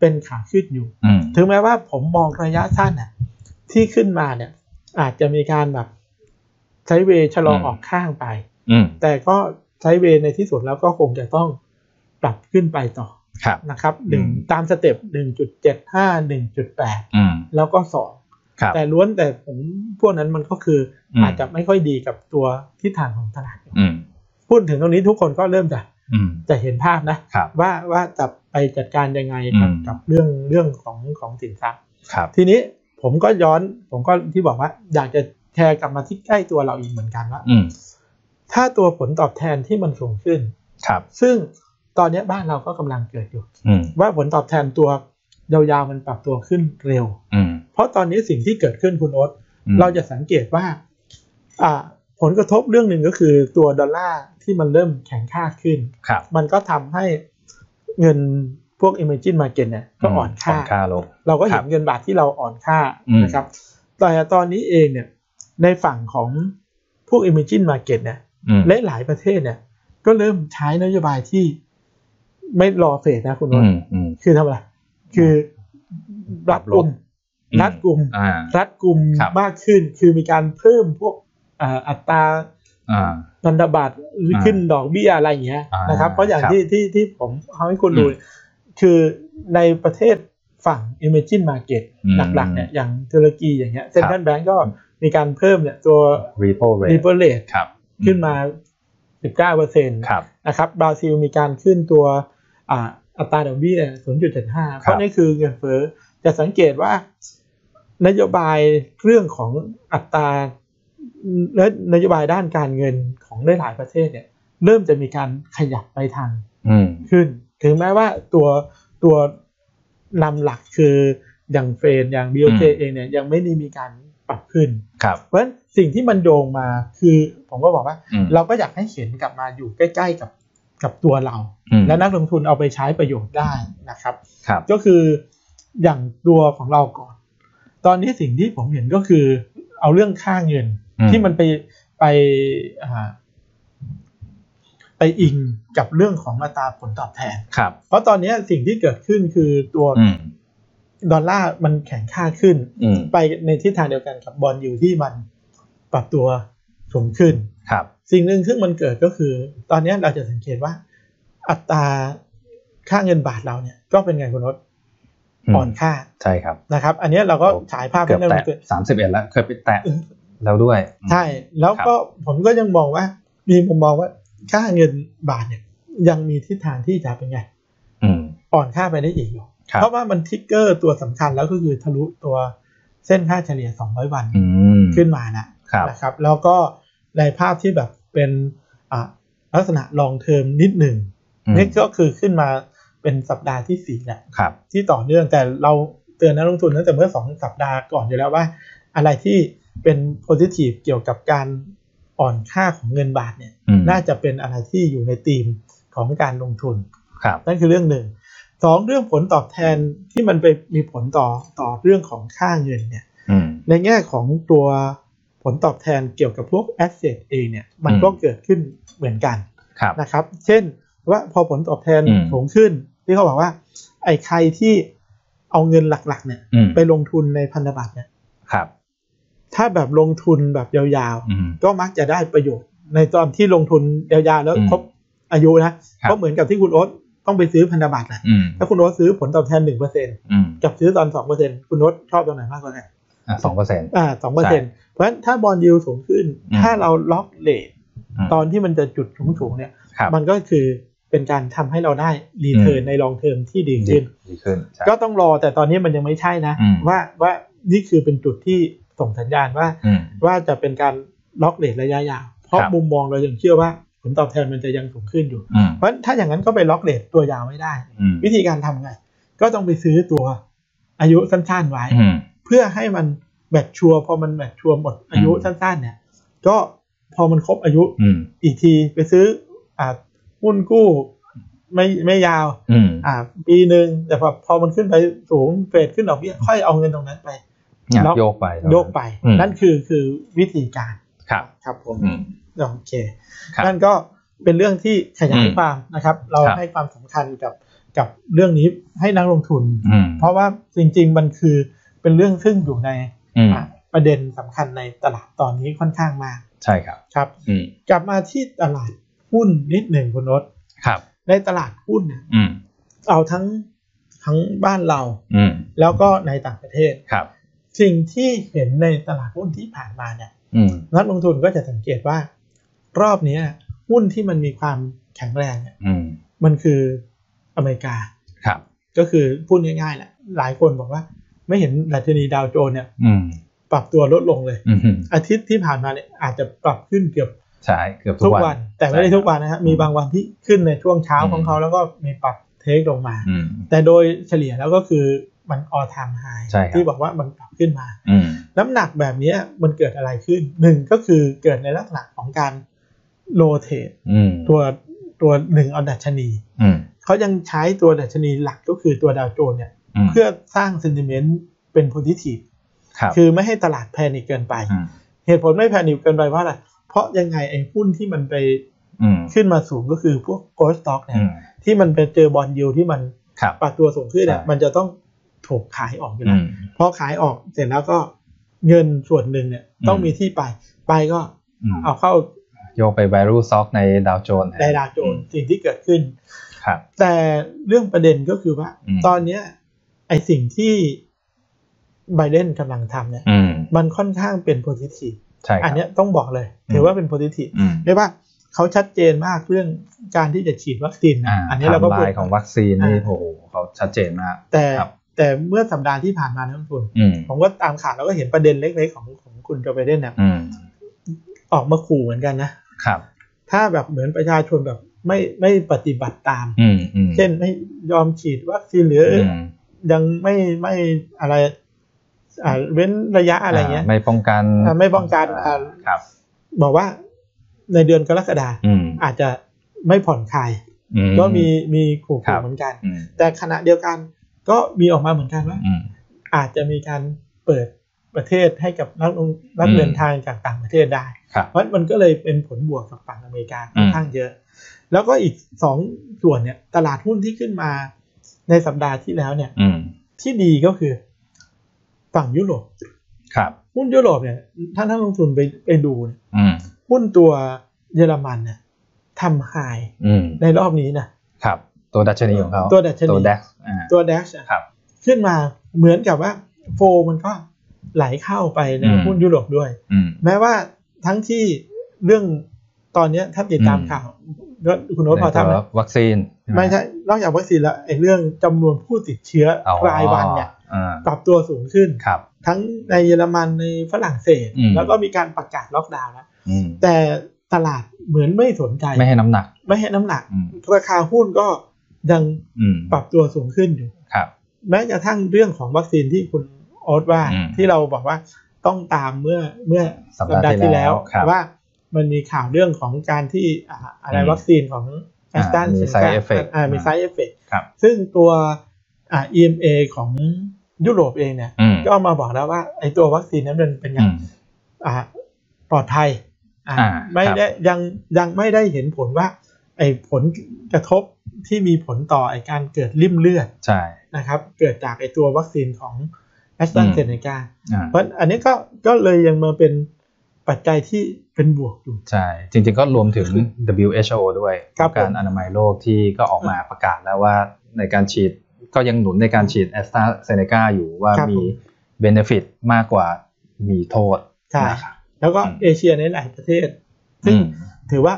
Speaker 1: เป็นขาขึ้นอยู่
Speaker 2: อืม
Speaker 1: ถึงแม้ว่าผมมองระยะสั้นน่ะที่ขึ้นมาเนี่ย อาจจะมีการแบบใช้เวย์ชะลอออกข้างไป
Speaker 2: อืม
Speaker 1: แต่ก็ใช้เวย์ในที่สุดแล้วก็คงจะต้องปรับขึ้นไปต่อ
Speaker 2: ครับ
Speaker 1: นะครับหนึ่ง
Speaker 2: อืม
Speaker 1: ตามสเต็ปหนึ่งจุดเจ็ดห้าหนึ่งจุดแปด
Speaker 2: อืม
Speaker 1: แล้วก็สอง
Speaker 2: ครับ
Speaker 1: แต่ล้วนแต่ผมพวกนั้นมันก็คืออ
Speaker 2: ม
Speaker 1: อาจจะไม่ค่อยดีกับตัวทิศทางของตลาด
Speaker 2: อืม
Speaker 1: พูดถึงตรงนี้ทุกคนก็เริ่มจะ
Speaker 2: อืม
Speaker 1: จะเห็นภาพนะ
Speaker 2: ครับ
Speaker 1: ว่าว่าจะไป ไปจัดการยังไงกับ
Speaker 2: อืม
Speaker 1: กับเรื่องเรื่องของของสินทรัพย์
Speaker 2: ครับ
Speaker 1: ทีนี้ผมก็ย้อนผมก็ที่บอกว่า อยากจะแชร์กลับมาที่ใกล้ตัวเราอีกเหมือนกันว่า
Speaker 2: อืม
Speaker 1: ถ้าตัวผลตอบแทนที่มันสูงขึ้น
Speaker 2: ครับ
Speaker 1: ซึ่งตอนเนี้ยบ้านเราก็กำลังเกิดอยู่
Speaker 2: อืม
Speaker 1: ว่าผลตอบแทนตัวยาวๆมันปรับตัวขึ้นเร็ว
Speaker 2: อืม
Speaker 1: เพราะตอนนี้สิ่งที่เกิดขึ้นคุณโอ๊ต
Speaker 2: อืม
Speaker 1: เราจะสังเกตว่าอ่า ผลกระทบเรื่องหนึ่งก็คือตัวดอลลาร์ที่มันเริ่มแข็งค่าขึ้น
Speaker 2: ครับ
Speaker 1: มันก็ทำให้เงินพวก emerging market เนี่ยก็อ่อนค่า
Speaker 2: ค่าลง
Speaker 1: เราก็
Speaker 2: ค
Speaker 1: เห็
Speaker 2: รั
Speaker 1: น
Speaker 2: บ
Speaker 1: เงินบาทที่เราอ่อนค่า
Speaker 2: อืม
Speaker 1: นะครับ แต่ตอนนี้เองเนี่ยในฝั่งของพวก emerging market เนี่ย
Speaker 2: อืม
Speaker 1: และหลายประเทศเนี่ยก็เริ่มใช้นโยบายที่ไม่รอเฟดนะคุณโน
Speaker 2: อื
Speaker 1: น
Speaker 2: มอืม
Speaker 1: คือทำอะไร คือรัดกลุ่ม
Speaker 2: อืม
Speaker 1: รัดกลุ่ม
Speaker 2: อ่า
Speaker 1: รัดกลุ่ม
Speaker 2: ครับ
Speaker 1: มากขึ้น คือมีการเพิ่มพวกอ่าอัตรา
Speaker 2: อ่า
Speaker 1: พันธบัตรหรือขึ้นดอกเบี้ยอะไรอย่างเงี้ย
Speaker 2: อ่าน
Speaker 1: นะครับ เพราะอย่าง
Speaker 2: ครับ
Speaker 1: ที่ที่ที่ผมเอาให้คุณดู
Speaker 2: อืม
Speaker 1: คือในประเทศฝั่ง emerging market
Speaker 2: อืม
Speaker 1: หลักๆเนี่ยอย่างตุรกีอย่างเงี้ยเซ็นทรัลแบงก์ก็
Speaker 2: อืม
Speaker 1: มีการเพิ่มเนี่ยตัว
Speaker 2: repo
Speaker 1: r e
Speaker 2: rate
Speaker 1: p o rate
Speaker 2: ครับ
Speaker 1: ขึ้นมา 19เปอร์เซ็นต์
Speaker 2: ครับ
Speaker 1: นะครับบราซิลมีการขึ้นตัวอ่าอัตราดอกเบี้ย 0.75 เพราะนี่คือเงินเฟ้อจะสังเกตว่านโยบายเรื่องของอัตราและนโยบายด้านการเงินของหลายๆประเทศเนี่ยเริ่มจะมีการขยับไปทาง
Speaker 2: อืม
Speaker 1: ขึ้น ถึงแม้ว่าตัวตัวนำหลักคืออย่างเฟนอย่าง BOJ
Speaker 2: อืม
Speaker 1: เองเนี่ยยังไม่ได้มีการปรับขึ้น
Speaker 2: ครับ
Speaker 1: เพราะฉะนั้นสิ่งที่มันโยงมาคือผมก็บอกว่า
Speaker 2: อืม
Speaker 1: เราก็อยากให้เห็นกลับมาอยู่ใกล้ๆกับกับตัวเรา
Speaker 2: อืม
Speaker 1: และนักลงทุนเอาไปใช้ประโยชน์ได้นะครับ
Speaker 2: ครับ
Speaker 1: ก็คืออย่างตัวของเราก่อน ตอนนี้สิ่งที่ผมเห็นก็คือ เอาเรื่องค่าเงิน
Speaker 2: อืม
Speaker 1: ที่มันไปไปอ่าไปอิงกับเรื่องของอัตราผลตอบแทน
Speaker 2: ครับ
Speaker 1: เพราะตอนนี้สิ่งที่เกิดขึ้นคือตัว
Speaker 2: อืม
Speaker 1: ดอลลาร์มันแข็งค่าขึ้น
Speaker 2: อืม
Speaker 1: ไปในทิศทางเดียวกันกับบอลอยู่ที่มันปรับตัวสูงขึ้น
Speaker 2: ครับ
Speaker 1: สิ่งหนึ่งซึ่งมันเกิดก็คือ ตอนนี้เราจะสังเกตว่า อัตราค่าเงินบาทเราเนี่ย ก็เป็นไงคุณนศ
Speaker 2: อืม
Speaker 1: อ่อนค่า
Speaker 2: ใช่ครับ
Speaker 1: นะครับ อันนี้เราก็ฉายภาพ
Speaker 2: เกือบ
Speaker 1: ให้
Speaker 2: แตะ
Speaker 1: เกิด
Speaker 2: สามสิบเอ็ดแล้ว เคยไปแตะแล้วด้วย
Speaker 1: ใช่แล้วก็ผมก็ยังมองว่า มีผมมองว่าค่าเงินบาทเนี่ย ยังมีทิศทางที่จะเป็นไง
Speaker 2: อืม
Speaker 1: อ่อนค่าไปได้อีกอยู่
Speaker 2: ครับ
Speaker 1: เพราะว่ามันทริกเกอร์ตัวสำคัญแล้วก็คือทะลุตัวเส้นค่าเฉลี่ย 200 วัน
Speaker 2: อืม
Speaker 1: ขึ้นมานะ
Speaker 2: ครับ
Speaker 1: นะครับแล้วก็ในภาพที่แบบเป็นอ่ะลักษณะลองเทอมนิดหนึ่ง
Speaker 2: อืม
Speaker 1: นี่ก็คือขึ้นมาเป็นสัปดาห์ที่สี่แหละ
Speaker 2: ครับ
Speaker 1: ที่ต่อเนื่องแต่เราเตือนนักลงทุนตั้งแต่เมื่อสองสัปดาห์ก่อนอยู่แล้วว่า อะไรที่เป็นโพ i ิ i v e เกี่ยวกับการอ่อนค่าของเงินบาทเนี่ย
Speaker 2: อืม
Speaker 1: น่าจะเป็นอะไรที่อยู่ในธีมของการลงทุน
Speaker 2: ครับ
Speaker 1: นั่นคือเรื่องหนึ่งสองเรื่องผลตอบแทนที่มันไปมีผลต่อต่อเรื่องของค่าเงินเนี่ย
Speaker 2: อืม
Speaker 1: ในแง่ของตัวผลตอบแทนเกี่ยวกับพวก asset เองเนี่ยมันก็
Speaker 2: อืม
Speaker 1: เกิดขึ้นเหมือนกัน
Speaker 2: ครับ
Speaker 1: นะครับ เช่นว่าพอผลตอบแทน
Speaker 2: อืม
Speaker 1: สูงขึ้น ที่เขาบอกว่า ไอ้ใครที่เอาเงินหลักๆเนี่ย
Speaker 2: อืม
Speaker 1: ไปลงทุนในพันธบัตรเนี่ย
Speaker 2: ครับ
Speaker 1: ถ้าแบบลงทุนแบบยาว
Speaker 2: อืม
Speaker 1: ๆ ก็มักจะได้ประโยชน์ ในตอนที่ลงทุนยาวๆ แล้ว
Speaker 2: อืม
Speaker 1: ครบอายุนะครับ ก็เหมือนกับที่คุณโอ๊ตต้องไปซื้อพันธบัตรนะ
Speaker 2: อืม
Speaker 1: ถ้าคุณโอ๊ตซื้อผลตอบแทนหนึ่งเปอร์เซ็น
Speaker 2: อืม
Speaker 1: กับซื้อตอนสองเปอร์เซ็นคุณโอ๊ตชอบตรงไหนมากกว่ากัน
Speaker 2: อ่ะสองเปอร์เซ็นต์
Speaker 1: อ่าสองเปอร์เซ็นต์เพราะฉะนั้นถ้าบอลยูสูงขึ้น
Speaker 2: อืม
Speaker 1: ถ้าเราล็อกเลท
Speaker 2: อืม
Speaker 1: ตอนที่มันจะจุดสูงสูงๆเนี่ย
Speaker 2: ครับ
Speaker 1: มันก็คือเป็นการทำให้เราได้รีเทิร์นในลองเทอมที่ดี
Speaker 2: ดี
Speaker 1: ขึ้น
Speaker 2: ดีขึ้นใช่
Speaker 1: ก็ต้องรอแต่ตอนนี้มันยังไม่ใช่นะ
Speaker 2: อืม
Speaker 1: ว่าว่านี่คือเป็นจุดที่ส่งสัญญาณว่า
Speaker 2: อืม
Speaker 1: ว่าจะเป็นการล็อกเลทระยะยาวเพราะ
Speaker 2: ครับ
Speaker 1: มุมมองเรายังเชื่อว่าผลตอบแทนมันจะยังสูงขึ้นอยู่
Speaker 2: อืม
Speaker 1: เพราะฉะนั้นถ้าอย่างนั้นก็ไปล็อกเลทตัวยาวไม่ได้
Speaker 2: อืม
Speaker 1: วิธีการทำไง ก็ต้องไปซื้อตัวอายุสั้นๆไว้
Speaker 2: อืม
Speaker 1: เพื่อให้มันแมทชัวร์พอมันแมทชัวร์หมดอายุ
Speaker 2: อืม
Speaker 1: สั้นๆเนี่ยก็พอมันครบอายุ
Speaker 2: อืม
Speaker 1: อีกทีไปซื้ออ่าหุ้นกู้ไม่ไม่ยาว
Speaker 2: อืม
Speaker 1: อ่าปีหนึ่งแต่พอพอมันขึ้นไปสูงเฟดขึ้นดอกเบี้ยค่อยเอาเงินตรงนั้นไป
Speaker 2: อยาก
Speaker 1: ล็อก
Speaker 2: โยกไป
Speaker 1: โยกไป
Speaker 2: อืม
Speaker 1: นั่นคือคือวิธีการ
Speaker 2: ครับ
Speaker 1: ครับผม
Speaker 2: อืม
Speaker 1: โอเค
Speaker 2: ครับ
Speaker 1: นั่นก็เป็นเรื่องที่ขยาย
Speaker 2: อืม
Speaker 1: ความนะครับ เรา
Speaker 2: ครับ
Speaker 1: ให้ความสำคัญกับกับเรื่องนี้ให้นักลงทุน
Speaker 2: อืม
Speaker 1: เพราะว่าจริง ๆ มันคือเป็นเรื่องซึ่งอยู่ใน
Speaker 2: อืม
Speaker 1: อ่ะประเด็นสำคัญในตลาดตอนนี้ค่อนข้างมาก
Speaker 2: ใช่ครับ
Speaker 1: ครับ
Speaker 2: อืม
Speaker 1: กลับมาที่ตลาดหุ้นนิดหนึ่งคุณนศ
Speaker 2: ครับ
Speaker 1: ในตลาดหุ้นเนี่ย
Speaker 2: อืม
Speaker 1: เอาทั้งทั้งบ้านเรา
Speaker 2: อืม
Speaker 1: แล้วก็ในต่างประเทศ
Speaker 2: ครับ
Speaker 1: สิ่งที่เห็นในตลาดหุ้นที่ผ่านมาเนี่ย
Speaker 2: อืม
Speaker 1: นักลงทุนก็จะสังเกตว่ารอบเนี้ยหุ้นที่มันมีความแข็งแรงเนี่ย
Speaker 2: อืม
Speaker 1: มันคืออเมริกา
Speaker 2: ครับ
Speaker 1: ก็คือพูดง่ายๆแหละหลายคนบอกว่า ไม่เห็นดัชนีดาวโจนส์เนี่ย
Speaker 2: อืม
Speaker 1: ปรับตัวลดลงเลย
Speaker 2: อืม
Speaker 1: อาทิตย์ที่ผ่านมาเนี่ยอาจจะปรับขึ้นเกือบ
Speaker 2: ใช่เกือบทุ
Speaker 1: ทุ
Speaker 2: ก
Speaker 1: ก
Speaker 2: วั
Speaker 1: วัน น แต่ไม่ได้ทุกวันนะครับมีบางวันที่ขึ้นในช่วงเช้าของเขาแล้วก็มีปรับเทคลงมา
Speaker 2: อืม
Speaker 1: แต่โดยเฉลี่ยแล้วก็คือมันออทามไฮ
Speaker 2: ใช่ครับ
Speaker 1: ที่บอกว่ามันปรับขึ้นมา
Speaker 2: อืม
Speaker 1: น้ำหนักแบบนี้มันเกิดอะไรขึ้นหนึ่งก็คือเกิดในลักษณะของการโรเทต
Speaker 2: อืม
Speaker 1: ตัวตัวหนึ่งเอาดัชนี
Speaker 2: อืม
Speaker 1: เขายังใช้ตัวดัชนีหลักก็คือตัวดาวโจนส์เนี่ย
Speaker 2: อืม
Speaker 1: เพื่อสร้าง sentiment เป็น positive
Speaker 2: ครับ
Speaker 1: คือไม่ให้ตลาดแพนิคเกินไป
Speaker 2: ม
Speaker 1: เหตุผลไม่แพนิคเกินไปเพราะอะไร เพราะยังไงไอ้หุ้นที่มันไป
Speaker 2: อืม
Speaker 1: ขึ้นมาสูงก็คือพวก growth stock เนี่
Speaker 2: อื
Speaker 1: ย
Speaker 2: ม
Speaker 1: ที่มันไปเจอบอลยูที่มัน
Speaker 2: ครับ
Speaker 1: ปรับตัวสูงขึ้นเนี่ย
Speaker 2: ใช่
Speaker 1: มันจะต้องถูกขายออกอยู่
Speaker 2: อื
Speaker 1: แล้ว
Speaker 2: ม
Speaker 1: พอขายออกเสร็จแล้วก็เงินส่วนหนึ่งเนี่ย
Speaker 2: อืม
Speaker 1: ต้องมีที่ไป ไปก็
Speaker 2: อืม
Speaker 1: เอาเข้า
Speaker 2: โยกไป value stock ในดาวโจนส์
Speaker 1: ไดราโจนส์สิ่งที่เกิดขึ้น
Speaker 2: ครับ
Speaker 1: แต่เรื่องประเด็นก็คือว่า
Speaker 2: อืม
Speaker 1: ตอนเนี้ยไอสิ่งที่ไบเดนกำลังทำเนี่ย
Speaker 2: อืม
Speaker 1: มันค่อนข้างเป็นโพ i ิทีฟ
Speaker 2: ใช่ค
Speaker 1: อั
Speaker 2: รั
Speaker 1: น
Speaker 2: บ
Speaker 1: เนี้ยต้องบอกเลย ถือว่าเป็นโพ i ิทีฟ
Speaker 2: อืม
Speaker 1: เรียกว่าเขาชัดเจนมากเรื่องการที่จะฉีดวัคซีนนะ
Speaker 2: อ่า
Speaker 1: อันนี้เราก็
Speaker 2: ไทม์
Speaker 1: พู
Speaker 2: ไล
Speaker 1: ด
Speaker 2: น์ของวัคซีนนี่
Speaker 1: อ่า
Speaker 2: โอ้โหเขาชัดเจนมาก
Speaker 1: แต่
Speaker 2: ครับ
Speaker 1: แต่เมื่อสัปดาห์ที่ผ่านมานะคุณ
Speaker 2: อืม
Speaker 1: ผมก็ตามข่าวแล้วก็เห็นประเด็นเล็กๆของของคุณโจไบเดนเนี่ย
Speaker 2: อืม
Speaker 1: ออกมาขู่เหมือนกันนะ
Speaker 2: ครับ
Speaker 1: ถ้าแบบเหมือนประชาชนแบบไม่ไม่ปฏิบัติตาม
Speaker 2: อืมอืม
Speaker 1: เช่นไม่ยอมฉีดวัคซีนหรืออ
Speaker 2: ม
Speaker 1: ยังไม่ไม่อะไรอ่าเว้นระยะอะไรเงี้ย
Speaker 2: าไม่ป้องกัน
Speaker 1: อ่าไม่ป้องกัน
Speaker 2: อ่า
Speaker 1: อ่า
Speaker 2: ครับ
Speaker 1: บอกว่าในเดือนกรกฎา
Speaker 2: อืม
Speaker 1: อาจจะไม่ผ่อนคลาย
Speaker 2: อื
Speaker 1: ก็มีมีขู่
Speaker 2: ครั
Speaker 1: ขู่
Speaker 2: บ
Speaker 1: เหมือนกัน
Speaker 2: อืม
Speaker 1: แต่ขณะเดียวกันก็มีออกมาเหมือนกันว่า
Speaker 2: อืม
Speaker 1: อาจจะมีการเปิดประเทศให้กับนักลงนัก
Speaker 2: อืม
Speaker 1: เดินทางจากต่างประเทศได้
Speaker 2: ครับ
Speaker 1: เพราะมันก็เลยเป็นผลบวกกับฝั่งอเมริกาค่อนข้างเยอะ แล้วก็อีกสองส่วนเนี่ยตลาดหุ้นที่ขึ้นมาในสัปดาห์ที่แล้วเนี่ย
Speaker 2: อืม
Speaker 1: ที่ดีก็คือฝั่งยุโรป
Speaker 2: ครับ
Speaker 1: หุ้นยุโรปเนี่ยถ้าท่านลงทุนไปไปดูเนี่ย
Speaker 2: อืม
Speaker 1: หุ้นตัวเยอรมันเนี่ยทำไฮ
Speaker 2: อืม
Speaker 1: ในรอบนี้นะ
Speaker 2: ครับ ตัวดัชนีของเขา
Speaker 1: ตัวดัชนี
Speaker 2: ตัว DAX อ่า
Speaker 1: ตัว DAX อะ
Speaker 2: ครับ
Speaker 1: ขึ้นมาเหมือนกับว่าโฟมันก็ไหลเข้าไปใน
Speaker 2: อืม
Speaker 1: หุ้นยุโรปด้วย
Speaker 2: อืม
Speaker 1: แม้ว่าทั้งที่เรื่องตอนเนี้ยถ้าติดตาม
Speaker 2: อืม
Speaker 1: ข่าวคุณโน้ตพอทำไหม
Speaker 2: วัคซีนใช่ห
Speaker 1: ไม่ใช่นอกจากวัคซีนแล้วไอ้เรื่องจำนวนผู้ติดเชื้อ
Speaker 2: อ๋อ
Speaker 1: รายวันเนี่ย
Speaker 2: อ่า
Speaker 1: ปรับตัวสูงขึ้น
Speaker 2: ครับ
Speaker 1: ทั้งในเยอรมันในฝรั่งเศส
Speaker 2: อืม
Speaker 1: แล้วก็มีการประกาศล็อกดาวน์แล้ว
Speaker 2: อืม
Speaker 1: แต่ตลาดเหมือนไม่สนใจ
Speaker 2: ไม่ให้น้ำหนัก
Speaker 1: ไม่ให้น้ำหนัก
Speaker 2: อืม
Speaker 1: ราคาหุ้นก็ยัง
Speaker 2: อืม
Speaker 1: ปรับตัวสูงขึ้นอยู่
Speaker 2: ครับ
Speaker 1: แม้กระทั่งเรื่องของวัคซีนที่คุณโอ๊ตว่า
Speaker 2: อืม
Speaker 1: ที่เราบอกว่าต้องตามเมื่อเมื่อ
Speaker 2: สัปดาห์ที่แล้วครับ
Speaker 1: ว่ามันมีข่าวเรื่องของการที่อ่าอะไร
Speaker 2: อืม
Speaker 1: วัคซีนของแอ
Speaker 2: อ่า
Speaker 1: สตัน
Speaker 2: มี side effect
Speaker 1: มี
Speaker 2: อ่า
Speaker 1: ไซเอฟเฟก
Speaker 2: ครับ
Speaker 1: ซึ่งตัวอ่า EMA ของยุโรปเองเนี่ย
Speaker 2: อืม
Speaker 1: ก็เอามาบอกแล้วว่าไอ้ตัววัคซีนนั้นมันเป็นยั
Speaker 2: อื
Speaker 1: ง
Speaker 2: ม
Speaker 1: อ่าปลอดภัยอ่า
Speaker 2: อ่า
Speaker 1: ไม่ได้ยังยังไม่ได้เห็นผลว่า ไอ้ผลกระทบที่มีผลต่อไอ้การเกิดริ่มเลือด
Speaker 2: ใช่
Speaker 1: นะครับ เกิดจากไอ้ตัววัคซีนของแอสตรา
Speaker 2: อืม
Speaker 1: เซเนกา
Speaker 2: อ่า
Speaker 1: เพราะอันนี้ก็ก็เลยยังมาเป็นปัจจัยที่เป็นบวกอยู่
Speaker 2: ใช่ จริงๆก็รวมถึง WHO ด้วย
Speaker 1: ครับ
Speaker 2: การ
Speaker 1: ผม
Speaker 2: อนามัยโลกที่ก็ออกมาประกาศแล้วว่าในการฉีดก็ยังหนุนในการฉีดแอสตราเซเนกาอยู่ว่า
Speaker 1: ครับ
Speaker 2: มี
Speaker 1: ผม
Speaker 2: เบนฟิตมากกว่ามีโทษ
Speaker 1: ใช่
Speaker 2: นะครับ
Speaker 1: แล้วก็
Speaker 2: อืม
Speaker 1: เอเชียในหลายประเทศ ซึ่ง
Speaker 2: อืม
Speaker 1: ถือว่า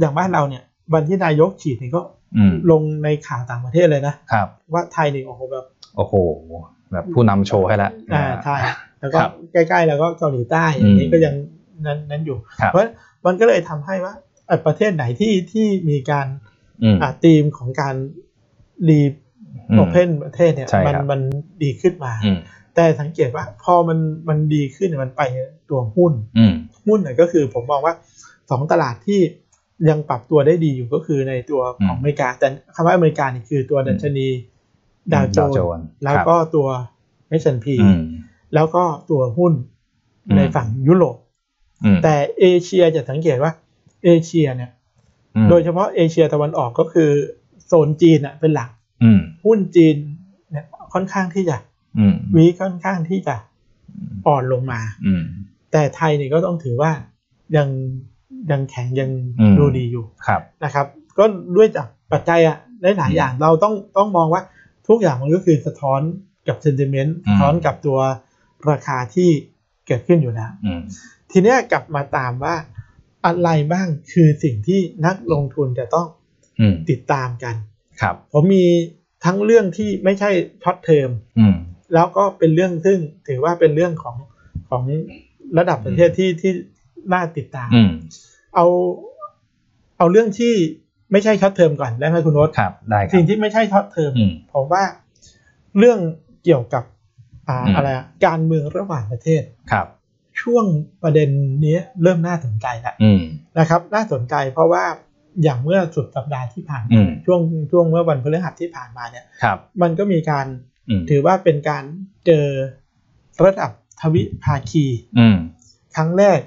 Speaker 1: อย่างบ้านเราเนี่ยวันที่นายกฉีดเนี่ยก็
Speaker 2: อืม
Speaker 1: ลงในข่าวต่างประเทศเลยนะ
Speaker 2: ครับ
Speaker 1: ว่าไทยเนี่ยโอ้โหแบบ
Speaker 2: โอ้โห แบบผู้นำโชว์ให้แล้ว
Speaker 1: อ่าใช่
Speaker 2: อ่า
Speaker 1: แล้วก็
Speaker 2: ครับ
Speaker 1: ใกล้ๆแล้วก็เกาหลีใต้อย่างนี้
Speaker 2: อืม
Speaker 1: ก็ยังนั้นนั้นอยู่
Speaker 2: ครับ
Speaker 1: เพราะมันก็เลยทำให้ว่าเอ่อประเทศไหนที่ที่มีการ
Speaker 2: อืม
Speaker 1: อ่าธีมของการรีโอเพนประเทศเนี่ย
Speaker 2: ใช่
Speaker 1: มัน
Speaker 2: ครับ
Speaker 1: มันดีขึ้นมา
Speaker 2: อืม
Speaker 1: แต่สังเกตว่าพอมันมันดีขึ้นเนี่ยมันไปตัวหุ้น
Speaker 2: อืม
Speaker 1: หุ้นเนี่ยก็คือผมมองว่าสองตลาดที่ยังปรับตัวได้ดีอยู่ก็คือในตัวของอเมริกา แต่คำว่าอเมริกานี่คือตัวดัชนีดาวโจนส์
Speaker 2: ส์
Speaker 1: แล้ว
Speaker 2: ครับ
Speaker 1: ก็ตัว S&P
Speaker 2: อืม
Speaker 1: แล้วก็ตัวหุ้น
Speaker 2: อืม
Speaker 1: ในฝั่งยุโรป
Speaker 2: อืม
Speaker 1: แต่เอเชียจะสังเกตว่าเอเชียเนี่ย
Speaker 2: อืม
Speaker 1: โดยเฉพาะเอเชียตะวันออกก็คือโซนจีนน่ะเป็นหลัก
Speaker 2: อืม
Speaker 1: หุ้นจีนเนี่ยค่อนข้างที่จะ
Speaker 2: อืม
Speaker 1: วีคค่อนข้างที่จะอ่อนลงมา
Speaker 2: อืม
Speaker 1: แต่ไทยเนี่ยก็ต้องถือว่ายังยังแข็งยัง
Speaker 2: อืม
Speaker 1: ดูดีอยู่
Speaker 2: ครับ
Speaker 1: นะครับ ก็ด้วยจากปัจจัยอะหลายๆอย่างเราต้องต้องมองว่าทุกอย่างมันก็คือสะท้อนกับเซนติเมนต์
Speaker 2: อืม
Speaker 1: สะท้อนกับตัวราคาที่เกิดขึ้นอยู่แล้ว
Speaker 2: อืม
Speaker 1: ทีเนี้ยกลับมาตามว่าอะไรบ้างคือสิ่งที่นักลงทุนจะต้อง
Speaker 2: อืม
Speaker 1: ติดตามกัน
Speaker 2: ครับ
Speaker 1: ผมมี ทั้งเรื่องที่ไม่ใช่ช็อตเทอม
Speaker 2: อืม
Speaker 1: แล้วก็เป็นเรื่องซึ่งถือว่าเป็นเรื่องของของระดับประเทศที่ที่น่าติดตาม
Speaker 2: อืม
Speaker 1: เอาเอาเรื่องที่ไม่ใช่ช็อตเทอมก่อนได้ไหมคุณโน้ต
Speaker 2: ครับได้ครั
Speaker 1: สิ่
Speaker 2: บ
Speaker 1: งที่ไม่ใช่ช็อตเทอม
Speaker 2: อืม
Speaker 1: ผมว่าเรื่องเกี่ยวกับอ่า
Speaker 2: อืม
Speaker 1: อะไรอะการเมืองระหว่างประเทศ
Speaker 2: ครับ
Speaker 1: ช่วงประเด็นนี้เริ่มน่าสนใจแล้ว
Speaker 2: อืม
Speaker 1: นะครับ น่าสนใจเพราะว่าอย่างเมื่อสุดสัปดาห์ที่ผ่านมา
Speaker 2: อืม
Speaker 1: ช่วงช่วงเมื่อวันพฤหัสที่ผ่านมาเนี่ย
Speaker 2: ครับ
Speaker 1: มันก็มีการ
Speaker 2: อืม
Speaker 1: ถือว่าเป็นการเจอระดับทวิภาคี
Speaker 2: อืม
Speaker 1: ครั้งแรก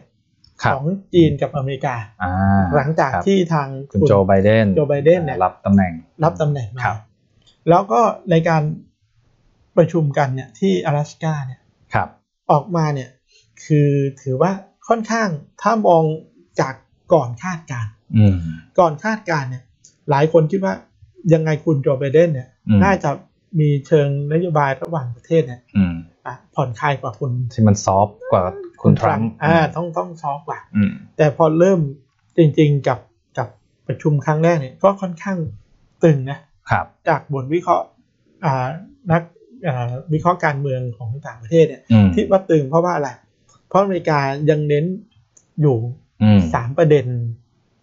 Speaker 2: ครับ
Speaker 1: ของจีนกับอเมริกา
Speaker 2: อ่า
Speaker 1: หลังจาก
Speaker 2: ครับ
Speaker 1: ที่ทาง
Speaker 2: คุณโจไบเดน
Speaker 1: โจไบเดนเนี่ย
Speaker 2: รับตำแหน่ง
Speaker 1: รับตำแหน่งมา
Speaker 2: ครับ
Speaker 1: แล้วก็ในการประชุมกันเนี่ยที่阿拉斯กาเนี่ย
Speaker 2: ครับ
Speaker 1: ออกมาเนี่ยคือถือว่าค่อนข้างถ้ามองจากก่อนคาดการณ์
Speaker 2: อืม
Speaker 1: ก่อนคาดการณ์เนี่ยหลายคนคิดว่ายังไงคุณโจไบเดนเนี่ย
Speaker 2: อืม
Speaker 1: น่าจะมีเชิงนโยบายระหว่างประเทศเนี่ย
Speaker 2: อืม
Speaker 1: อ่ะผ่อนคลายกว่าคุณ
Speaker 2: ที่มันซอฟต์กว่าคุณทรัมป์
Speaker 1: อ่าต้องต้องซอฟต์กว่า
Speaker 2: อืม
Speaker 1: แต่พอเริ่มจริงๆกับกับประชุมครั้งแรกเนี่ยก็ค่อนข้างตึงนะ
Speaker 2: ครับ
Speaker 1: จากบทวิเคราะห์อ่านักอ่าวิเคราะห์การเมืองของต่างประเทศเนี่ย
Speaker 2: อืม
Speaker 1: ที่ว่าตึงเพราะว่าอะไร เพราะอเมริกายังเน้นอยู่
Speaker 2: อืม
Speaker 1: สามประเด็น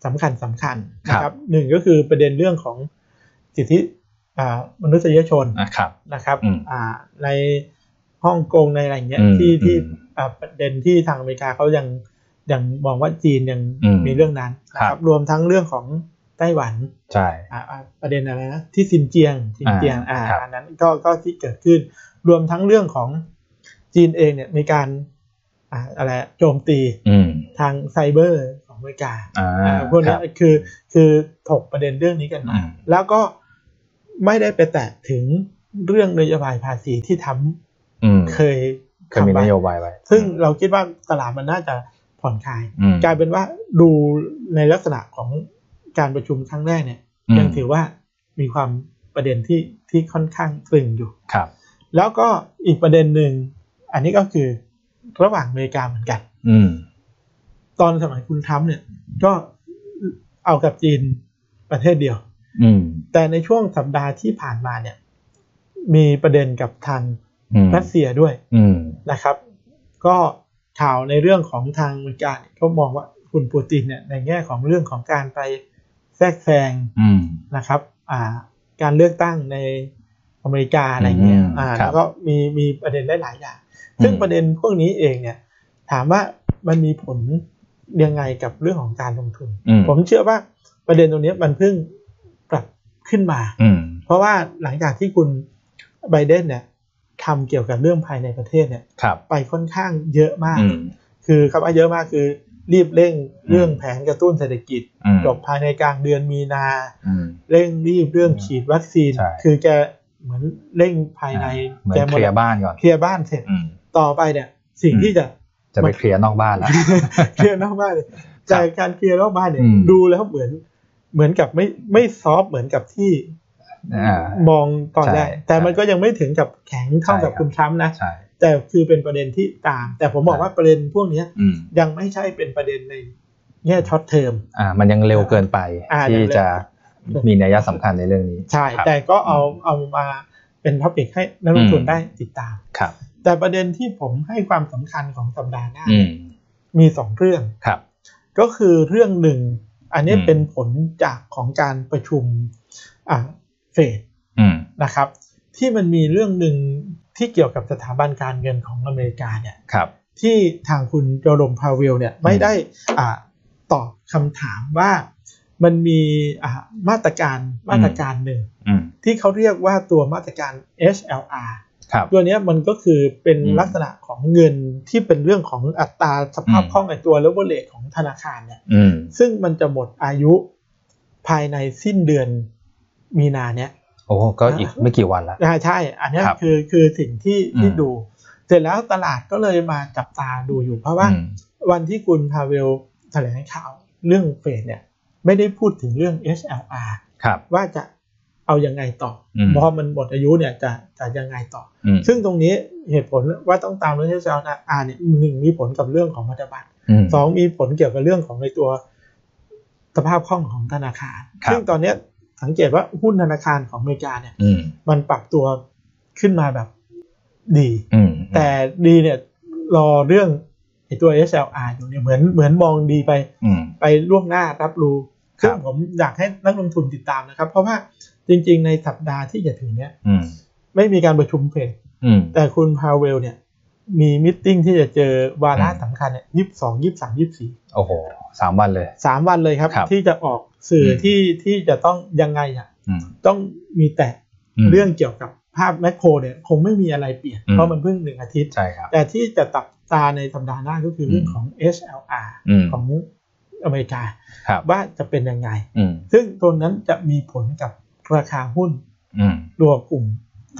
Speaker 1: สำคัญสำคัญนะค
Speaker 2: ครั
Speaker 1: รับบ หนึ่งก็คือประเด็นเรื่องของสิทธิอ่ามนุษยชน
Speaker 2: อ่ะครับ
Speaker 1: นะครับ
Speaker 2: อืม
Speaker 1: อ่าในฮ่องกงในอะไรอย่างเงี้ย
Speaker 2: อืม
Speaker 1: ที่ที่
Speaker 2: อืม
Speaker 1: อ่าประเด็นที่ทางอเมริกาเขายังยังมองว่าจีนยัง
Speaker 2: อืม
Speaker 1: มีเรื่องนั้นนะค
Speaker 2: ครั
Speaker 1: รับบ รวมทั้งเรื่องของไต้หวัน
Speaker 2: ใช่
Speaker 1: อ่าอ่าประเด็นอะไรนะที่ซินเจียงซินเจียงอ่า
Speaker 2: อ่าครับ
Speaker 1: อันนั้นก็ก็ที่เกิดขึ้น รวมทั้งเรื่องของจีนเองเนี่ยมีการอ่าอะไรโจมตี
Speaker 2: อืม
Speaker 1: ทางไซเบอร์ของอเมริกา
Speaker 2: อ่า
Speaker 1: อ่าพวก
Speaker 2: ค
Speaker 1: นี้
Speaker 2: รับ
Speaker 1: คือคือถกประเด็นเรื่องนี้กันมา
Speaker 2: อืม
Speaker 1: แล้วก็ไม่ได้ไปแตะถึงเรื่องนโยบายภาษีที่ทำ
Speaker 2: อืม
Speaker 1: เคย
Speaker 2: เคยมี
Speaker 1: ทำไว้
Speaker 2: นโยบายไว้
Speaker 1: ซึ่งเราคิดว่าตลาดมันน่าจะผ่อนคลาย
Speaker 2: อืม
Speaker 1: กลายเป็นว่าดูในลักษณะของการประชุมครั้งแรกเนี่ย
Speaker 2: ม
Speaker 1: ยังถือว่ามีความประเด็นที่ที่ค่อนข้างตรึงอยู่
Speaker 2: ครับ
Speaker 1: แล้วก็อีกประเด็นหนึ่ง อันนี้ก็คือระหว่างอเมริกาเหมือนกัน
Speaker 2: อืม
Speaker 1: ตอนสมัยคุณทรัมป์เนี่ยก็เอากับจีนประเทศเดียว
Speaker 2: อืม
Speaker 1: แต่ในช่วงสัปดาห์ที่ผ่านมาเนี่ยมีประเด็นกับทาง
Speaker 2: อืม
Speaker 1: รัสเซียด้วย
Speaker 2: อืม
Speaker 1: นะครับ ก็ข่าวในเรื่องของทางอเมริกาเนี่ยก็มองว่าคุณปูตินเนี่ยในแง่ของเรื่องของการไปแทรกแซง
Speaker 2: อืม
Speaker 1: นะครับอ่าการเลือกตั้งในอเมริกาอะไรเงี้ย
Speaker 2: อืม
Speaker 1: อ่า
Speaker 2: ครับ
Speaker 1: แล้วก็มีมีประเด็นหลายๆอย่าง ซึ่ง
Speaker 2: อืม
Speaker 1: ประเด็นพวกนี้เองเนี่ยถามว่ามันมีผลยังไงกับเรื่องของการลงทุน
Speaker 2: อืม
Speaker 1: ผมเชื่อว่าประเด็นตรงเนี้ยมันเพิ่งปรับขึ้นมา
Speaker 2: อืม
Speaker 1: เพราะว่าหลังจากที่คุณไบเดนเนี่ยทำเกี่ยวกับเรื่องภายในประเทศเนี่ย
Speaker 2: ครับ
Speaker 1: ไปค่อนข้างเยอะมาก
Speaker 2: อืม
Speaker 1: คือคำว่าเยอะมากคือรีบเร่งเรื่องแผนกระตุ้นเศรษฐกิจ
Speaker 2: อืม
Speaker 1: จบภายในกลางเดือนมีนา
Speaker 2: อืม
Speaker 1: เร่งรีบเรื่องฉีดวัคซีน
Speaker 2: ใช่
Speaker 1: คือแกเหมือนเร่งภายใน
Speaker 2: เหมือน
Speaker 1: แก
Speaker 2: เคลียร์บ้านก่อน
Speaker 1: เคลียร์บ้านเสร็จ
Speaker 2: อืม
Speaker 1: ต่อไปเนี่ย สิ่ง
Speaker 2: อืม
Speaker 1: ที่จะ
Speaker 2: จะไปเคลียร์นอกบ้านแล้ว
Speaker 1: เคลียร์นอกบ้านเนี่ยแต่การเคลียร์นอกบ้านเนี่ย
Speaker 2: อืม
Speaker 1: ดูแล้วเหมือนเหมือนกับไม่ไม่ซอฟต์เหมือนกับที่
Speaker 2: อ่า
Speaker 1: มองตอนแรก
Speaker 2: ใช่
Speaker 1: แต่มันก็ยังไม่ถึงกับแข็งเท่ากับ
Speaker 2: ใช่ครับ
Speaker 1: คุณทรัมป์นะ
Speaker 2: ใช่
Speaker 1: แต่คือเป็นประเด็นที่ตาม แต่ผมบอก
Speaker 2: ใช่
Speaker 1: ว่าประเด็นพวกเนี้ย
Speaker 2: อืม
Speaker 1: ยังไม่ใช่เป็นประเด็นในแง่ช็อตเทอม
Speaker 2: อ่า มันยังเร็วเกินไป
Speaker 1: อ่า
Speaker 2: ที่
Speaker 1: ยังเร็ว
Speaker 2: จะมีนัยสำคัญในเรื่องนี้
Speaker 1: ใช่
Speaker 2: ครับ
Speaker 1: แต่ก็เอาเอามาเป็นท็อปิกให้นักลงทุน
Speaker 2: อืม
Speaker 1: ได้ติดตาม
Speaker 2: ครับ
Speaker 1: แต่ประเด็นที่ผมให้ความสำคัญของสัปดาห์หน้า
Speaker 2: อืม
Speaker 1: มีสองเรื่อง
Speaker 2: ครับ
Speaker 1: ก็คือเรื่องหนึ่ง อันนี้
Speaker 2: อืม
Speaker 1: เป็นผลจากของการประชุมอ่ะเฟด
Speaker 2: อืม
Speaker 1: นะครับ ที่มันมีเรื่องหนึ่งที่เกี่ยวกับสถาบันการเงินของอเมริกาเนี่ย
Speaker 2: ครับ
Speaker 1: ที่ทางคุณโจโรมพาวเวลเนี่ยไม่ได้อ่ะตอบคำถามว่ามันมีอ่ะมาตรการมาตรการหนึ่ง
Speaker 2: อืม
Speaker 1: ที่เขาเรียกว่าตัวมาตรการ HLR
Speaker 2: ครับ
Speaker 1: ตัวเนี้ยมันก็คือเป็น
Speaker 2: อืม
Speaker 1: ลักษณะของเงินที่เป็นเรื่องของอัตราสภาพ
Speaker 2: อืม
Speaker 1: คล่องไอตัวเลเวลเลทของธนาคารเนี่ย
Speaker 2: อืม
Speaker 1: ซึ่งมันจะหมดอายุภายในสิ้นเดือนมีนาเนี่ย
Speaker 2: โอ้ ก็อีกไม่กี่วันละ
Speaker 1: อ่าใช่ อันเนี้ย
Speaker 2: ครับ
Speaker 1: คือคือสิ่งที่ที่
Speaker 2: อืม
Speaker 1: ดู เสร็จแล้วตลาดก็เลยมาจับตาดูอยู่ เพราะว่า
Speaker 2: อืม
Speaker 1: วันที่คุณพาเวลแถลงข่าวเรื่องเฟดเนี่ยไม่ได้พูดถึงเรื่อง HLR
Speaker 2: ครับ
Speaker 1: ว่าจะเอายังไงต่ออ
Speaker 2: ม
Speaker 1: พอมันหมดอายุเนี่ยจะจะยังไงต่อ
Speaker 2: อืม
Speaker 1: ซึ่งตรงนี้เหตุผลว่าต้องตามเรื่องเทศกาลอาเนี่ยหนึ่งมีผลกับเรื่องของพันธบัตร
Speaker 2: ม
Speaker 1: สองมีผลเกี่ยวกับเรื่องของในตัวสภาพคล่องของธนาคาร
Speaker 2: ครับ
Speaker 1: ซึ่งตอนเนี้ย สังเกตว่าหุ้นธนาคารของอเมริกาเนี่ย
Speaker 2: อืม
Speaker 1: มันปรับตัวขึ้นมาแบบดี
Speaker 2: อืม
Speaker 1: แต่ดีเนี่ยรอเรื่องไอตัว SLR อยู่เนี่ยเหมือนเหมือนมองดีไป
Speaker 2: อืม
Speaker 1: ไปล่วงหน้ารับรู้
Speaker 2: ครับ
Speaker 1: ซึ่งผมอยากให้นักลงทุนติดตามนะครับ เพราะว่าจริงๆ ในสัปดาห์ที่จะถึงเนี่ย
Speaker 2: อืม
Speaker 1: ไม่มีการประชุมเฟด
Speaker 2: อืม
Speaker 1: แต่คุณพาวเวลเนี่ยมีมิทติ้งที่จะเจอวาระ
Speaker 2: อืม
Speaker 1: สำคัญเนี่ยยี่สิบสองยี่สามยี่สี่
Speaker 2: โอ้โหสามวันเลย
Speaker 1: สามวันเลยครับ
Speaker 2: ครับ
Speaker 1: ที่จะออกสื่ออ
Speaker 2: ม
Speaker 1: ที่ที่จะต้องยังไงอ่ะ
Speaker 2: อืม
Speaker 1: ต้องมีแต่
Speaker 2: ม
Speaker 1: เรื่องเกี่ยวกับภาพแมคโครเนี่ยคงไม่มีอะไรเปลี่ยน
Speaker 2: อืม
Speaker 1: เพราะมันเพิ่งหนึ่งอาทิตย์
Speaker 2: ใช่ครับ
Speaker 1: แต่ที่จะตับตาในสัปดาห์หน้าก็คือเรื่องของ SLR
Speaker 2: อืม
Speaker 1: ของอเมริกา
Speaker 2: ครับ
Speaker 1: ว่าจะเป็นยังไง
Speaker 2: อืม
Speaker 1: ซึ่งตัวนั้นจะมีผลกับราคาหุ้น
Speaker 2: อืม
Speaker 1: รวมกลุ่ม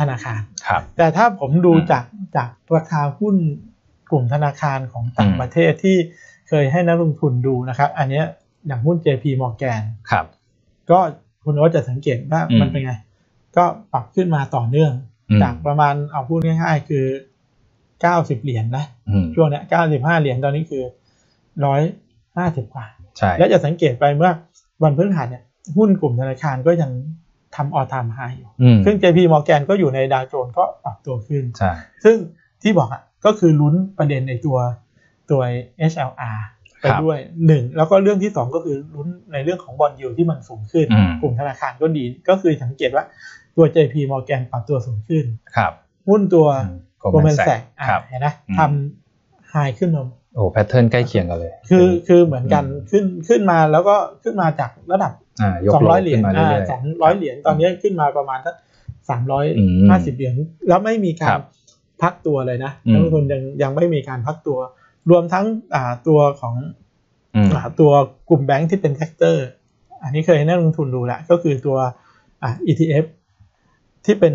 Speaker 1: ธนาคาร
Speaker 2: ครับ
Speaker 1: แต่ถ้าผมดู
Speaker 2: อืม
Speaker 1: จากจากราคาหุ้นกลุ่มธนาคารของต่าง
Speaker 2: อืม
Speaker 1: ประเทศที่เคยให้นักลงทุนดูนะครับ อันเนี้ยอย่างหุ้น JP Morgan
Speaker 2: ครับ
Speaker 1: ก็คุณโอ๊ตจะสังเกตว่า
Speaker 2: อืม
Speaker 1: มันเป็นไง ก็ปรับขึ้นมาต่อเนื่อง
Speaker 2: อืม
Speaker 1: จากประมาณเอาพูดง่ายๆ คือ 90 เหรียญนะ
Speaker 2: อืม
Speaker 1: ช่วงเนี้ย95 เหรียญตอนนี้คือ 150 กว่า
Speaker 2: ใช่
Speaker 1: และจะสังเกตไปเมื่อวันพฤหัสเนี่ยหุ้นกลุ่มธนาคารก็ยังทำออทามไฮอยู่
Speaker 2: อืม
Speaker 1: ซึ่ง JP Morgan ก็อยู่ในดาวโจนส์ก็ปรับตัวขึ้น
Speaker 2: ใช่
Speaker 1: ซึ่งที่บอกอ่ะก็คือลุ้นประเด็นในตัวตัว HLR ไปด้วยหนึ่งแล้วก็เรื่องที่สองก็คือลุ้นในเรื่องของบอลยูที่มันสูงขึ้น
Speaker 2: อืม
Speaker 1: กลุ่มธนาคารก็ดีก็คือสังเกตว่าตัว JP Morgan ปรับตัวสูงขึ้น
Speaker 2: ครับ
Speaker 1: หุ้นตัว
Speaker 2: อืม
Speaker 1: โกลแม
Speaker 2: Goldman
Speaker 1: นแส
Speaker 2: Sachs
Speaker 1: ก
Speaker 2: ครับ
Speaker 1: เห็นนะ
Speaker 2: อืม
Speaker 1: ทำไฮขึ้นมา
Speaker 2: โอ้แพทเทิร์นใกล้เคียงกันเลย
Speaker 1: คือคือเหมือนกันขึ้นขึ้นมาแล้วก็ขึ้นมาจากระดับ
Speaker 2: อ่ายก
Speaker 1: 200 เหรียญ
Speaker 2: ขึ้นมา
Speaker 1: อ่า
Speaker 2: เรื่อย
Speaker 1: 200 เหรียญตอนนี้ขึ้นมาประมาณสัก
Speaker 2: ม
Speaker 1: 350 เหรียญแล้วไม่มีกา
Speaker 2: ค
Speaker 1: ร
Speaker 2: รับ
Speaker 1: พักตัวเลยนะ
Speaker 2: อืม
Speaker 1: นักลงทุนยังยังไม่มีการพักตัว รวมทั้งอ่าตัวของ
Speaker 2: ๆอืม
Speaker 1: อ่าตัวกลุ่มแบงค์ที่เป็นแฟกเตอร์ อันนี้เคยให้นักลงทุนดูละก็คือตัวอ่า ETF ที่เป็น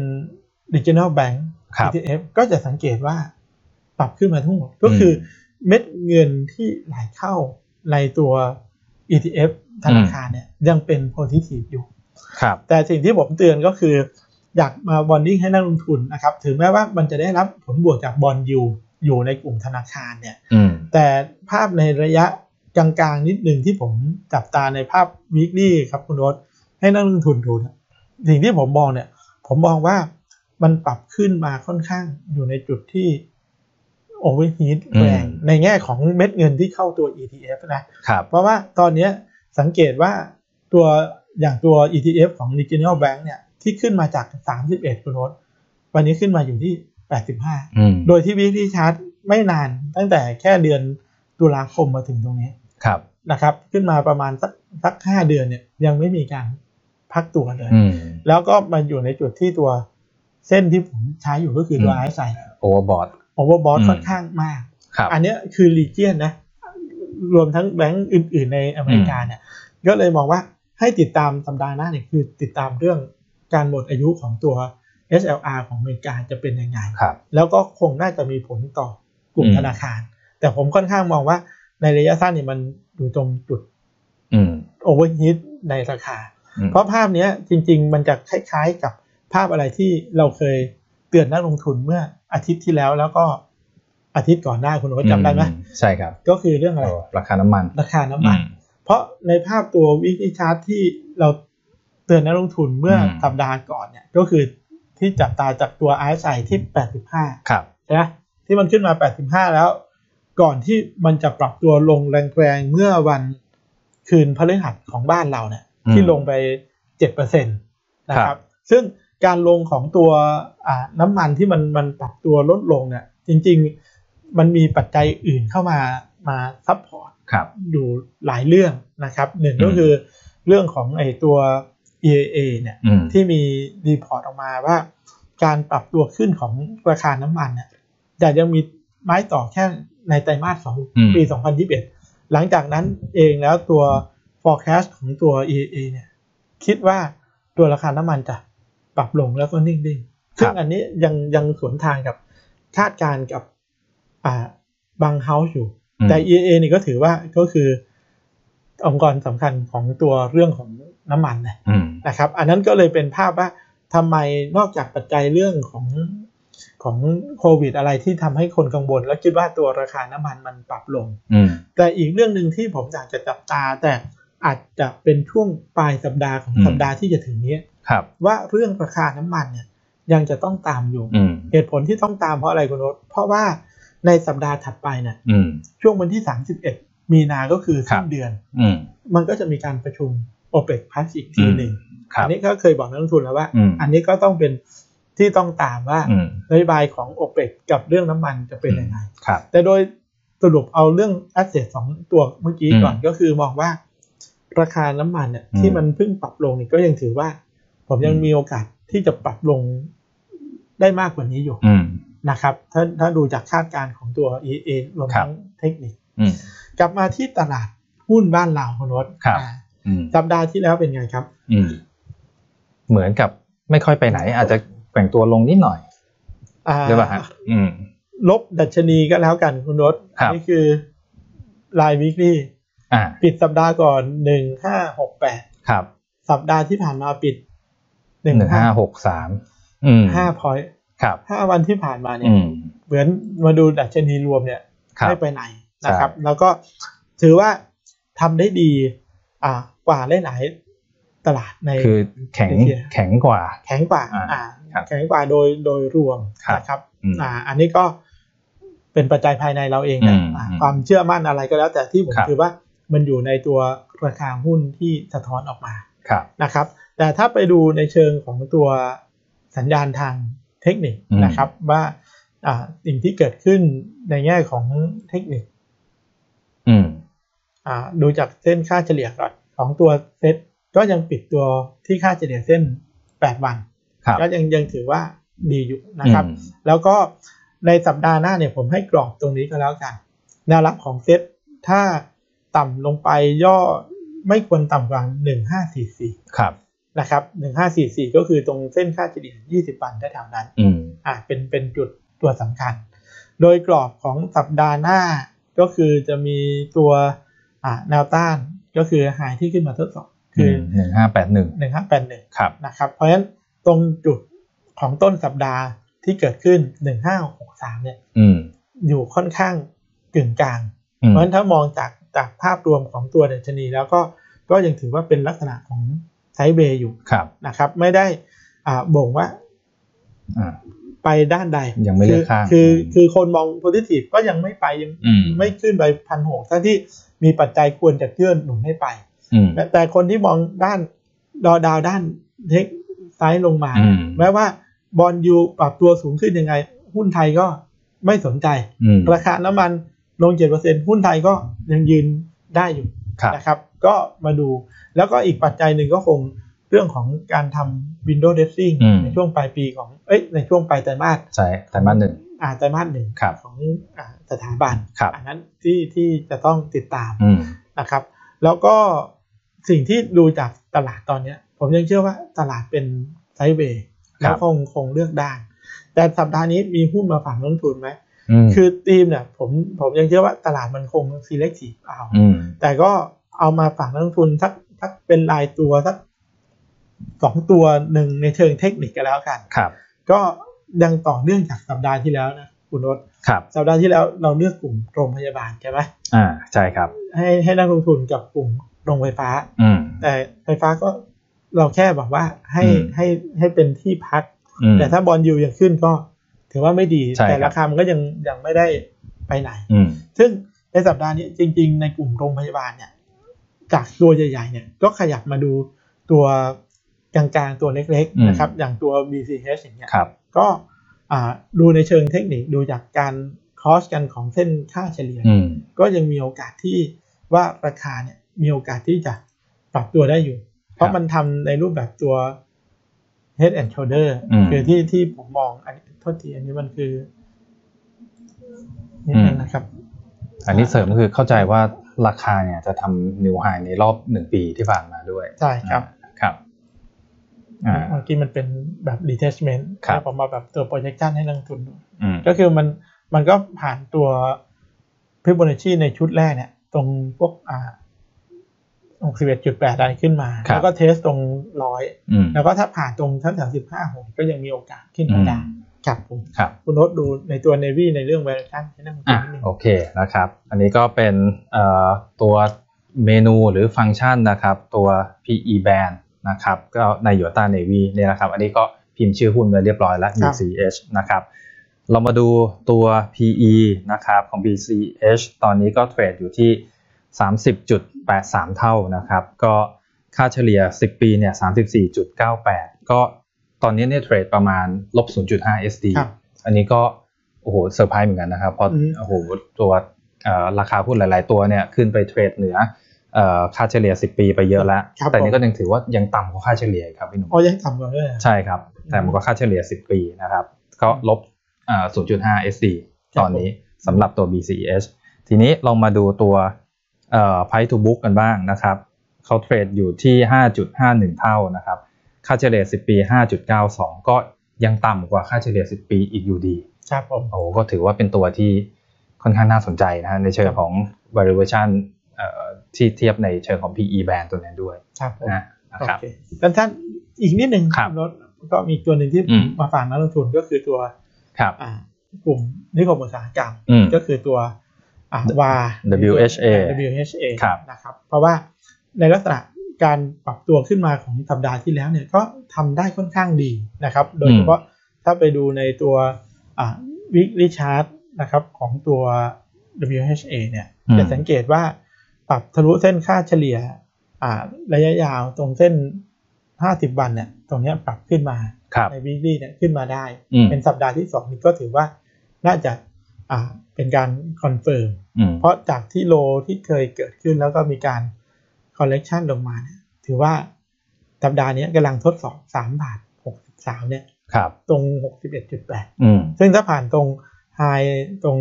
Speaker 1: Regional Bank
Speaker 2: ครับ
Speaker 1: ETF ก็จะสังเกตว่าปรับขึ้นมาทั้งหมดก็คืออเม็ดเงินที่ไหลเข้าในตัว ETF ธนาคารเนี่ยยังเป็น positive อยู่
Speaker 2: ครับ
Speaker 1: แต่สิ่งที่ผมเตือนก็คือ อยากมาบอนดิ้งให้นักลงทุนนะครับ ถึงแม้ว่ามันจะได้รับผลบวกจากบอลยูอยู่ในกลุ่มธนาคารเนี่ย
Speaker 2: อืม
Speaker 1: แต่ภาพในระยะกลางๆนิดหนึ่งที่ผมจับตาในภาพวีค l ี่ครับคุณโรสให้นักลงทุนดูเนี่ยสิ่งที่ผมมองเนี่ย ผมมองว่ามันปรับขึ้นมาค่อนข้างอยู่ในจุดที่โอเวอร์ฮีทแรง
Speaker 2: อืม
Speaker 1: ในแง่ของเม็ดเงินที่เข้าตัว ETF นะ
Speaker 2: ครับ
Speaker 1: เพราะว่าตอนเนี้ยสังเกตว่าตัวอย่างตัว ETF ของ Regional Bank เนี่ยที่ขึ้นมาจาก 31คุณโรสวันนี้ขึ้นมาอยู่ที่ 85
Speaker 2: อืม
Speaker 1: โดยที่วิธีชาร์จไม่นานตั้งแต่แค่เดือนตุลาคมมาถึงตรงนี้
Speaker 2: ครับ
Speaker 1: นะครับ ขึ้นมาประมาณสักสักห้าเดือนเนี่ยยังไม่มีการพักตัวเลย
Speaker 2: อืม
Speaker 1: แล้วก็มันอยู่ในจุดที่ตัวเส้นที่ผมใช้อยู่ก็คือตัว
Speaker 2: อืม
Speaker 1: ไอซ์ไซ
Speaker 2: โอเวอร์บอท
Speaker 1: โอเวอร์บอส
Speaker 2: อืม
Speaker 1: ค่อนข้างมาก
Speaker 2: ครับ
Speaker 1: อันเนี้ยคือรีเจียนนะ รวมทั้งแบงก์อื่น ๆ ในอเมริกาเนี่ยก็เลยมองว่าให้ติดตามสัปดาห์หน้าเนี่ยคือติดตามเรื่องการหมดอายุของตัว SLR ของอเมริกาจะเป็นยังไง
Speaker 2: ครับ
Speaker 1: แล้วก็คงน่าจะมีผลต่อกลุ่ม
Speaker 2: อืม
Speaker 1: ธนาคาร แต่ผมค่อนข้างมองว่าในระยะสั้นเนี่ยมันอยู่ตรงจุด
Speaker 2: อืม
Speaker 1: โอเวอร์ฮิตในราคา
Speaker 2: อืม
Speaker 1: เพราะภาพเนี้ยจริง ๆ มันจะคล้ายๆกับภาพอะไรที่เราเคยเตือนนักลงทุนเมื่ออาทิตย์ที่แล้วแล้วก็อาทิตย์ก่อนหน้าคุณโอ๊ตจำได้ไหม
Speaker 2: อืใช่ครับ
Speaker 1: ก็คือเรื่องอะไร
Speaker 2: โอ้ราคาน้ำมัน
Speaker 1: ราคาน้ำมัน
Speaker 2: อื
Speaker 1: เพราะในภาพตัววิกฤตชาร์ตที่เราเตือนนักลงทุนเมื่ออ
Speaker 2: ม
Speaker 1: สัปดาห์ก่อนเนี่ยก็คือที่จับตาจากตัว RSI ที่ 85
Speaker 2: ครับ
Speaker 1: นะที่มันขึ้นมา 85 แล้ว ก่อนที่มันจะปรับตัวลงแรงๆ เมื่อวันคืนพฤหัสของบ้านเราเนี่ย
Speaker 2: อืม
Speaker 1: ที่ลงไป 7%นะค
Speaker 2: ครั
Speaker 1: รับ
Speaker 2: บ
Speaker 1: ซึ่งการลงของตัวอ่าน้ำมันที่มันมันปรับตัวลดลงเนี่ยจริงๆมันมีปัจจัยอื่นเข้ามามาซัพพอร์ต
Speaker 2: ครับ
Speaker 1: อยู่หลายเรื่องนะครับหนึ่งก็
Speaker 2: อืม
Speaker 1: คือเรื่องของไอตัว EAA เนี่ย
Speaker 2: อืม
Speaker 1: ที่มีรีพอร์ตออกมาว่าการปรับตัวขึ้นของราคาน้ำมันเนี่ยแต่ยังมีไม้ต่อแค่ในไตรมาสสอง
Speaker 2: อืม
Speaker 1: ปี 2021 หลังจากนั้นเองแล้วตัว forecast ของตัว EA เนี่ยคิดว่าตัวราคาน้ำมันจะปรับลงแล้วก็นิ่งๆ ซึ่งอันนี้ยังยังสวนทางกับคาดการณ์กับอ่าบางเฮาส์อยู่ แต่ EA นี่ก็ถือว่าก็คือองค์กรสำคัญของตัวเรื่องของน้ำมันนะ
Speaker 2: อืม
Speaker 1: นะครับอันนั้นก็เลยเป็นภาพว่าทำไมนอกจากปัจจัยเรื่องของของโควิดอะไรที่ทำให้คนกังวล แล้วคิดว่าตัวราคาน้ำมันมันปรับลง
Speaker 2: อืม
Speaker 1: แต่อีกเรื่องหนึ่งที่ผมอยากจะจับตาแต่ อาจจะเป็นช่วงปลายสัปดาห์ของ
Speaker 2: อืม
Speaker 1: สัปดาห์ที่จะถึงเนี้ย
Speaker 2: ครับ
Speaker 1: ว่าเรื่องราคาน้ำมันเนี่ยยังจะต้องตามอยู่
Speaker 2: อืม
Speaker 1: เหตุผลที่ต้องตามเพราะอะไรคุณโรสเพราะว่าในสัปดาห์ถัดไปเนี่ย
Speaker 2: อืม
Speaker 1: ช่วงวันที่ 31 มีนาก็คือสิ้น
Speaker 2: ครับ
Speaker 1: เดือน
Speaker 2: อืม
Speaker 1: มันก็จะมีการประชุมโอเปกพัสอีกทีหนึ่ง
Speaker 2: ครั
Speaker 1: อั
Speaker 2: บ
Speaker 1: นนี้ก็เคยบอกนักลงทุนแล้วว่า
Speaker 2: อืม
Speaker 1: อันนี้ก็ต้องเป็นที่ต้องตามว่า
Speaker 2: อืม
Speaker 1: นโยบายของโอเปกกับเรื่องน้ำมันจะเป็นยังไง
Speaker 2: ครับ
Speaker 1: แต่โดยสรุปเอาเรื่องแอสเซทสองตัวเมื่อกี้ก่อน
Speaker 2: อืม
Speaker 1: ก็คือมองว่า ราคาน้ำมันเนี่ย
Speaker 2: อืม
Speaker 1: ที่มันเพิ่งปรับลงเนี่ยก็ยังถือว่า ผมยัง
Speaker 2: อืม
Speaker 1: มีโอกาสที่จะปรับลงได้มากกว่านี้อยู่
Speaker 2: อืม
Speaker 1: นะครับ ถ้าถ้าดูจากคาดการณ์ของตัว EA รวม
Speaker 2: ครับ
Speaker 1: ทั้งเทคนิค
Speaker 2: อืม
Speaker 1: กลับมาที่ตลาดหุ้นบ้านเราคุณรถ
Speaker 2: ครับ
Speaker 1: อ่า
Speaker 2: อืม
Speaker 1: สัปดาห์ที่แล้วเป็นไงครับ
Speaker 2: อืม เหมือนกับไม่ค่อยไปไหน อาจจะแกว่งตัวลงนิดหน่อย
Speaker 1: อ่า
Speaker 2: หรือเปล่าฮะ อืม
Speaker 1: ลบดัชนีก็แล้วกันคุณรถ
Speaker 2: ครับ
Speaker 1: นี่คือรายวิกฤต
Speaker 2: อ่า
Speaker 1: ปิดสัปดาห์ก่อนหนึ่งห้าหกแปด
Speaker 2: ครับ
Speaker 1: สัปดาห์ที่ผ่านมาปิดห
Speaker 2: ห
Speaker 1: นึ่ง
Speaker 2: นึ่ง
Speaker 1: ห้า
Speaker 2: ห้าหกสาม อืม
Speaker 1: ห้าพอยต์
Speaker 2: ครับ
Speaker 1: ห้าวันที่ผ่านมาเนี่ย
Speaker 2: อืม
Speaker 1: เหมือนมาดูดัชนีรวมเนี่ย
Speaker 2: ครับ
Speaker 1: ไม่ไปไหนนะครับ
Speaker 2: ใช่
Speaker 1: แล้วก็ถือว่าทำได้ดีอ่ากว่าหลายๆตลาดใน
Speaker 2: คือแข็ง
Speaker 1: เอเชีย
Speaker 2: แข็งกว่า
Speaker 1: แข็งกว่า
Speaker 2: อ่า
Speaker 1: อ่า
Speaker 2: ครับ
Speaker 1: แข็งกว่าโดยโดยรวม
Speaker 2: ครับ
Speaker 1: นะครับ
Speaker 2: อืม
Speaker 1: อ่าอันนี้ก็เป็นปัจจัยภายในเราเองนะ
Speaker 2: อืม
Speaker 1: อ่า
Speaker 2: อืม
Speaker 1: ความเชื่อมั่นอะไรก็แล้วแต่ที่ผม
Speaker 2: ครับ
Speaker 1: ถือว่ามันอยู่ในตัวราคาหุ้นที่สะท้อนออกมา
Speaker 2: ครับ
Speaker 1: นะครับแต่ถ้าไปดูในเชิงของตัวสัญญาณทางเทคนิค
Speaker 2: อืม
Speaker 1: นะครับว่าอ่าสิ่งที่เกิดขึ้นในแง่ของเทคนิค
Speaker 2: อืม
Speaker 1: อ่าดูจากเส้นค่าเฉลี่ยก่อนของตัวเซตก็ยังปิดตัวที่ค่าเฉลี่ยเส้น 8 วัน
Speaker 2: ครับ
Speaker 1: ก็ยังยังถือว่าดีอยู่นะครับ
Speaker 2: อืม
Speaker 1: แล้วก็ในสัปดาห์หน้าเนี่ยผมให้กรอบตรงนี้ก็แล้วกันแนวรับของเซตถ้าต่ำลงไปย่อไม่ควรต่ำกว่า1544
Speaker 2: ครับ
Speaker 1: นะครับ1544 ก็คือตรงเส้นค่าเฉลี่ย 20 วันแถวๆนั้น
Speaker 2: อืม
Speaker 1: อ่ะเป็น เป็นจุดตัวสำคัญ โดยกรอบของสัปดาห์หน้า ก็คือจะมีตัวอ่ะแนวต้านก็คือหายที่ขึ้นมาทดสอบคืออ
Speaker 2: หนึ่งห้าแปดหนึ่ง
Speaker 1: 1581
Speaker 2: ครับ
Speaker 1: นะครับ เพราะฉะนั้นตรงจุดของต้นสัปดาห์ที่เกิดขึ้น 1563 เนี่ย
Speaker 2: อืม
Speaker 1: อยู่ค่อนข้างกึ่งกลาง
Speaker 2: อืม
Speaker 1: เพราะฉะนั้นถ้ามองจากจากภาพรวมของตัวดัชนี แล้วก็ก็ยังถือว่าเป็นลักษณะของไซด์เวย์อยู่
Speaker 2: ครับ
Speaker 1: นะครับไม่ได้อ่าบ่งว่า
Speaker 2: อ่า
Speaker 1: ไปด้านใด
Speaker 2: ยังไม่เลือก
Speaker 1: คื
Speaker 2: ข้าง
Speaker 1: คือคือคนมองโพซิทีฟก็ยังไม่ไปยัง
Speaker 2: อืม
Speaker 1: ไม่ขึ้นไปพันหกทั้งที่มีปัจจัยควรจะเกื้อหนุนให้ไป
Speaker 2: อืม
Speaker 1: แต่แต่คนที่มองด้านดอดาวด้านเทคซ้ายลงมา
Speaker 2: อืม
Speaker 1: แม้ว่าบอลยูปรับตัวสูงขึ้นยังไง หุ้นไทยก็ไม่สนใจ
Speaker 2: อืม
Speaker 1: ราคาน้ำมันลง 7%หุ้นไทยก็ยังยืนได้อยู่
Speaker 2: ครับ
Speaker 1: นะครับก็มาดูแล้วก็อีกปัจจัยหนึ่งก็คงเรื่องของการทำ Windows Dressing
Speaker 2: อืม
Speaker 1: ในช่วงปลายปีของเอ้ยในช่วงปลายไตรมาส
Speaker 2: ใช่ไตรมาสหนึ่ง
Speaker 1: อ่าไตรมาสหนึ่ง
Speaker 2: ครับ
Speaker 1: ของอาสถาบัน
Speaker 2: ครับ
Speaker 1: อันนั้นที่ที่จะต้องติดตาม
Speaker 2: อืม
Speaker 1: นะครับ แล้วก็สิ่งที่ดูจากตลาดตอนเนี้ย ผมยังเชื่อว่าตลาดเป็นไซด์เวย์
Speaker 2: ครั
Speaker 1: แล้
Speaker 2: บ
Speaker 1: วคงคงเลือกได้แต่สัปดาห์นี้มีหุ้นมาฝากนักลงทุนไหม
Speaker 2: อืม
Speaker 1: คือทีมเนี่ยผมผมยังเชื่อว่าตลาดมันคง selective เอา
Speaker 2: อืม
Speaker 1: แต่ก็เอามาฝากนักลงทุนสักสักเป็นรายตัวสักสองตัวหนึ่งในเชิงเทคนิคก็แล้วกัน
Speaker 2: ครับ
Speaker 1: ก็ยังต่อเนื่องจากสัปดาห์ที่แล้วนะคุณรส
Speaker 2: ครับ
Speaker 1: สัปดาห์ที่แล้วเราเลือกกลุ่มโรงพยาบาลใช่ไหม
Speaker 2: อ่า ใช่ครับ
Speaker 1: ให้ให้นักลงทุนกับกลุ่มโรงไฟฟ้า
Speaker 2: อืม
Speaker 1: แต่ไฟฟ้าก็เราแค่บอกว่าให้
Speaker 2: อืม
Speaker 1: ให้ให้เป็นที่พัก
Speaker 2: อืม
Speaker 1: แต่ถ้าบอลยูยังขึ้นก็ถือว่าไม่ดี
Speaker 2: ใช่ครับ
Speaker 1: แต่ราคามันก็ยังยังไม่ได้ไปไหน
Speaker 2: อืม
Speaker 1: ซึ่งในสัปดาห์นี้จริง ๆ ในกลุ่มโรงพยาบาลเนี่ยจากตัวใหญ่ ๆ เนี่ยก็ขยับมาดูตัวกลางๆตัวเล็ก
Speaker 2: อื
Speaker 1: ๆ
Speaker 2: ม
Speaker 1: นะครับ อย่างตัว BCH อย่างเงี้ย
Speaker 2: ครับ
Speaker 1: ก็อ่าดูในเชิงเทคนิคดูจากการคอสกันของเส้นค่าเฉลี่ย
Speaker 2: อืม
Speaker 1: ก็ยังมีโอกาสที่ว่าราคาเนี่ยมีโอกาสที่จะปรับตัวได้อยู่ เพราะมันทำในรูปแบบตัว head and shoulder
Speaker 2: อืม
Speaker 1: คือที่ที่ผมมองอันนี้โทษทีอันนี้มันคือนี่
Speaker 2: อืม
Speaker 1: นะครับ
Speaker 2: อันนี้เสริมคือเข้าใจว่าราคาเนี่ยจะทำนิวไฮในรอบหนึ่งปีที่ผ่านมาด้วย
Speaker 1: ใช่ครับ
Speaker 2: อ่าครับ อ่า
Speaker 1: เมื่อกี้มันเป็นแบบ detachment
Speaker 2: ครับ
Speaker 1: แล้วผมมาแบบตัว projection ให้นักลงทุนดู
Speaker 2: อืม
Speaker 1: ก็คือมันมันก็ผ่านตัว Fibonacci ในชุดแรกเนี่ย ตรงพวกอ่า61.8อะไรขึ้นมา
Speaker 2: ครับ
Speaker 1: แล้วก็เทสตรงร้อย
Speaker 2: อืม
Speaker 1: แล้วก็ถ้าผ่านตรงทั้งแถว15หกก็ยังมีโอกาสขึ้นไป
Speaker 2: อืม
Speaker 1: ได้ครับผม
Speaker 2: ครับ
Speaker 1: คุณโน้ตดูในตัว Navy ในเรื่อง variation ให้นักลงทุ
Speaker 2: อ่ะ
Speaker 1: นนิดนึง
Speaker 2: โอเคนะครับ อันนี้ก็เป็นเอ่อตัว เมนูหรือฟังก์ชันนะครับตัว PE band นะครับก็ใน y o t a Navy เนี่ยนะครับอันนี้ก็พิมพ์ชื่อหุ้นไว้เรียบร้อยแล้ว
Speaker 1: ครับ
Speaker 2: BCH นะครับเรามาดูตัว PE นะครับของ BCH ตอนนี้ก็เทรดอยู่ที่ 30.83 เท่านะครับก็ค่าเฉลี่ย 10 ปีเนี่ย34.98 ก็ตอนนี้เนี่ยเทรดประมาณลบ 0.5 SD
Speaker 1: ครับ
Speaker 2: อันนี้ก็โอ้โหเซอร์ไพรส์เหมือนกันนะครับเพราะ
Speaker 1: อืม
Speaker 2: โอ้โหตัวเอ่อราคาหุ้นหลาย ๆ ตัวเนี่ยขึ้นไปเทรดเหนือเอ่อค่าเฉลี่ย 10 ปีไปเยอะแล้ว
Speaker 1: ครับ
Speaker 2: แต่นี่
Speaker 1: ผม
Speaker 2: ก็ยังถือว่ายังต่ำกว่าค่าเฉลี่ยครับพี่หนุ่ม
Speaker 1: อ๋อยังต่ำกว่าด้วยนะ
Speaker 2: ใช่ครับ แต่มันก็ค่าเฉลี่ย 10 ปีนะครับ ก็ลบเอ่อ0.5 SD
Speaker 1: ครับ
Speaker 2: ตอนนี้สำหรับตัว BCH ทีนี้ลองมาดูตัวเอ่อ price to book กันบ้างนะครับเขาเทรดอยู่ที่ 5.51 เท่านะครับ ค่าเฉลี่ย 10 ปี 5.92 ก็ยังต่ำกว่าค่าเฉลี่ย 10 ปีอีกอยู่ดี
Speaker 1: ครับผม
Speaker 2: โอ้โหก็ถือว่าเป็นตัวที่ค่อนข้างน่าสนใจนะฮะในเชิงของ valuation เอ่อที่เทียบในเชิงของ PE band ตัวนั้นด้วย
Speaker 1: ครับผม
Speaker 2: นะนะ
Speaker 1: โอ
Speaker 2: ครับ
Speaker 1: เคท่านท่านอีกนิดหนึ่ง
Speaker 2: ครับ
Speaker 1: ณรถก็มีอีกตัวหนึ่งที่
Speaker 2: อืม
Speaker 1: มาฝากนักลงทุนก็คือตัว
Speaker 2: ครับ
Speaker 1: อ่ากลุ่มนิคมอุตสาหกรรม
Speaker 2: อืม
Speaker 1: ก็คือตัวอ่าวา
Speaker 2: WHA
Speaker 1: WHA
Speaker 2: ครับ
Speaker 1: นะครับ เพราะว่าในลักษณะการปรับตัวขึ้นมาของสัปดาห์ที่แล้วเนี่ยก็ทำได้ค่อนข้างดีนะครับ โดยเฉพาะถ้าไปดูในตัววิกฤชาร์ตนะครับของตัว WHA เนี่ย
Speaker 2: อืม
Speaker 1: จะสังเกตว่าปรับทะลุเส้นค่าเฉลี่ยอ่าระยะยาวตรงเส้น 50 วันเนี่ยตรงเนี้ยปรับขึ้นมา
Speaker 2: ครับ
Speaker 1: ในวีคลี่เนี่ยขึ้นมาได้
Speaker 2: อืม
Speaker 1: เป็นสัปดาห์ที่สองนี่ก็ถือว่าน่าจะอ่าเป็นการคอนเฟิร์ม
Speaker 2: อืม
Speaker 1: เพราะจากที่โลที่เคยเกิดขึ้นแล้วก็มีการคอลเลกชันลงมาเนี่ยถือว่าสัปดาห์นี้กำลังทดสอบ3บาท63เนี่ย
Speaker 2: ครับ
Speaker 1: ตรง 61.8
Speaker 2: อืม
Speaker 1: ซึ่งถ้าผ่านตรงไฮตรง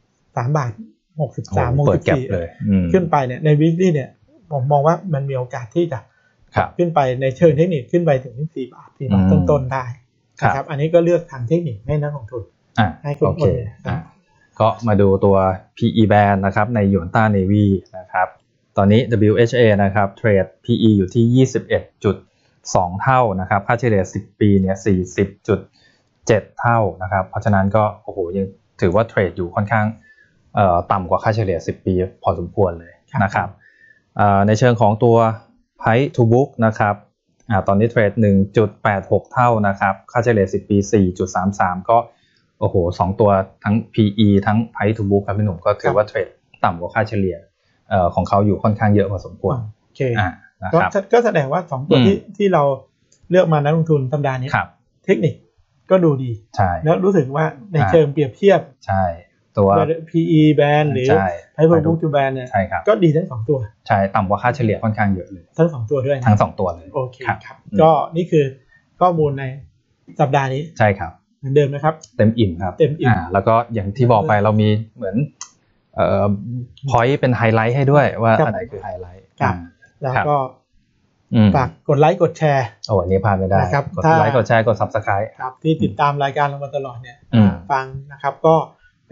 Speaker 1: 3บาท
Speaker 2: โอ้โห
Speaker 1: 63
Speaker 2: เปิดแก็บเลย
Speaker 1: 64
Speaker 2: อืม
Speaker 1: ขึ้นไปเนี่ยในวีคลี่เนี่ยผมมองว่ามันมีโอกาสที่จะ
Speaker 2: ครับ
Speaker 1: ขึ้นไปในเชิงเทคนิคขึ้นไปถึง 4 บาท 4 บาท
Speaker 2: อืม
Speaker 1: ต้นๆได้นะค
Speaker 2: ครั
Speaker 1: รับ
Speaker 2: บ
Speaker 1: อันนี้ก็เลือกทางเทคนิคให้นักลงทุน
Speaker 2: อ่ะ
Speaker 1: ให้คุณ
Speaker 2: โอเค
Speaker 1: อ้นนะครับ
Speaker 2: อ่ะก็มาดูตัว PE band นะครับในหยวนต้า Navy นะครับ ตอนนี้ WHA นะครับเทรด PE อยู่ที่ 21.2 เท่านะครับ ค่าเฉลี่ย 10 ปีเนี่ย40.7 เท่านะครับ เพราะฉะนั้นก็โอ้โหยังถือว่าเทรดอยู่ค่อนข้างเอ่อต่ำกว่าค่าเฉลี่ย 10 ปีพอสมควรเลยนะครับเอ่อในเชิงของตัว Price to Book นะครับอาตอนนี้เทรด 1.86 เท่านะครับ ค่าเฉลี่ย 10 ปี 4.33 ก็โอ้โหสองตัวทั้ง PE ทั้ง Price to Book ครับพี่หนุ่มก็ถือว่าเทรดต่ำกว่าค่าเฉลี่ย เอ่อของเขาอยู่ค่อนข้างเยอะพอสมควร
Speaker 1: โอเค
Speaker 2: อ่านะ
Speaker 1: ก็
Speaker 2: ครับ
Speaker 1: ก็แสดงว่า 2 ตัว
Speaker 2: อืม
Speaker 1: ที่ที่เราเลือกมานักลงทุนสัปดาห์นี้
Speaker 2: ครับ
Speaker 1: เทคนิคก็ดูดี
Speaker 2: ใช่
Speaker 1: แล้วรู้สึกว่าในเชิงเปรียบเทียบ
Speaker 2: ใช่ตัว
Speaker 1: PE band หรือ
Speaker 2: ใช่
Speaker 1: Price per
Speaker 2: ดู
Speaker 1: book to band เนี่ย
Speaker 2: ใช่ครับ
Speaker 1: ก็ดีทั้ง 2 ตัว
Speaker 2: ใช่ต่ำกว่าค่าเฉลี่ยค่อนข้างเยอะเลย
Speaker 1: ทั้ง 2 ตัวด้วยนะ
Speaker 2: ทั้งสองตัวเลย
Speaker 1: โอเค
Speaker 2: ครับ
Speaker 1: ครับ
Speaker 2: อืม
Speaker 1: ก็นี่คือข้อมูลในสัปดาห์นี้
Speaker 2: ใช่ครับ
Speaker 1: เหมือนเดิมนะครับ
Speaker 2: เต็มอิ่มครับ
Speaker 1: เต็มอิ่ม
Speaker 2: อ่าแล้วก็อย่างที่บอกไปเรามีเหมือนเอ่อพอยต์เป็นไฮไลท์ให้ด้วยว่า
Speaker 1: ครับ
Speaker 2: อันไหนคือไฮไลท์
Speaker 1: ครับ
Speaker 2: อ่า
Speaker 1: แล้ว
Speaker 2: ครับ
Speaker 1: ก็
Speaker 2: อืม
Speaker 1: ฝากกดไลค์กดแชร์
Speaker 2: โอ้อันนี้พลาดไม่ได้
Speaker 1: นะครับ
Speaker 2: กด
Speaker 1: ถ้า
Speaker 2: ไลค์กดแชร์กด subscribe
Speaker 1: ครับที่ติดตามรายการเรามาตลอดเนี่ย
Speaker 2: อืม
Speaker 1: ฟังนะครับก็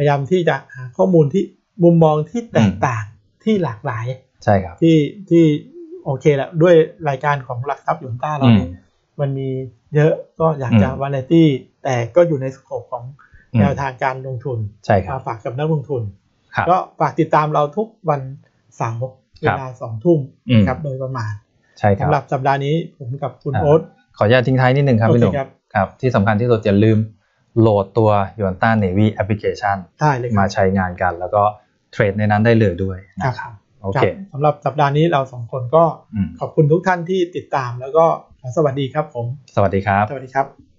Speaker 1: พยายามที่จะหาข้อมูลที่มุมมองที่แตก
Speaker 2: อืม
Speaker 1: ต่างที่หลากหลาย
Speaker 2: ใช่ครับ
Speaker 1: ที่ที่โอเคแหละด้วยรายการของหลักทรัพย์หยวนต้าเรา
Speaker 2: อืม
Speaker 1: เนี่ยมันมีเยอะก็อยากจะ
Speaker 2: อืม
Speaker 1: วาไรตี้แต่ก็อยู่ในสโคปของ
Speaker 2: อืม
Speaker 1: แนวทางการลงทุน
Speaker 2: ใช่ครั
Speaker 1: มา
Speaker 2: บ
Speaker 1: ฝากกับนักลงทุน
Speaker 2: ครับ
Speaker 1: ก็ฝากติดตามเราทุกวันเสาร์เวลาสองทุ่ม
Speaker 2: อืม
Speaker 1: ครับโดยประมาณ
Speaker 2: ใช่ครับ
Speaker 1: สำหรับสัปดาห์นี้ผมกับคุณ
Speaker 2: อ่า
Speaker 1: โอ๊ต
Speaker 2: ขออนุญาตทิ้งท้ายนิดนึงครับ
Speaker 1: โอเค
Speaker 2: พี่หนุ่ม
Speaker 1: ครับ
Speaker 2: ครับ ที่สำคัญที่สุดอย่าลืมโหลดตัว y o n t a Navy Application
Speaker 1: ได้เลยค
Speaker 2: มา
Speaker 1: รับ
Speaker 2: ใช้งานกัน แล้วก็เทรดในนั้นได้เลยด้วยนะครับ
Speaker 1: ครับ
Speaker 2: โอเค
Speaker 1: รับสำหรับสัปดาห์นี้เราสองคนก็
Speaker 2: อืม
Speaker 1: ขอบคุณทุกท่านที่ติดตามแล้วก็ขอสวัสดีครับผม
Speaker 2: สวัสดีครับ
Speaker 1: สวัสดีครับ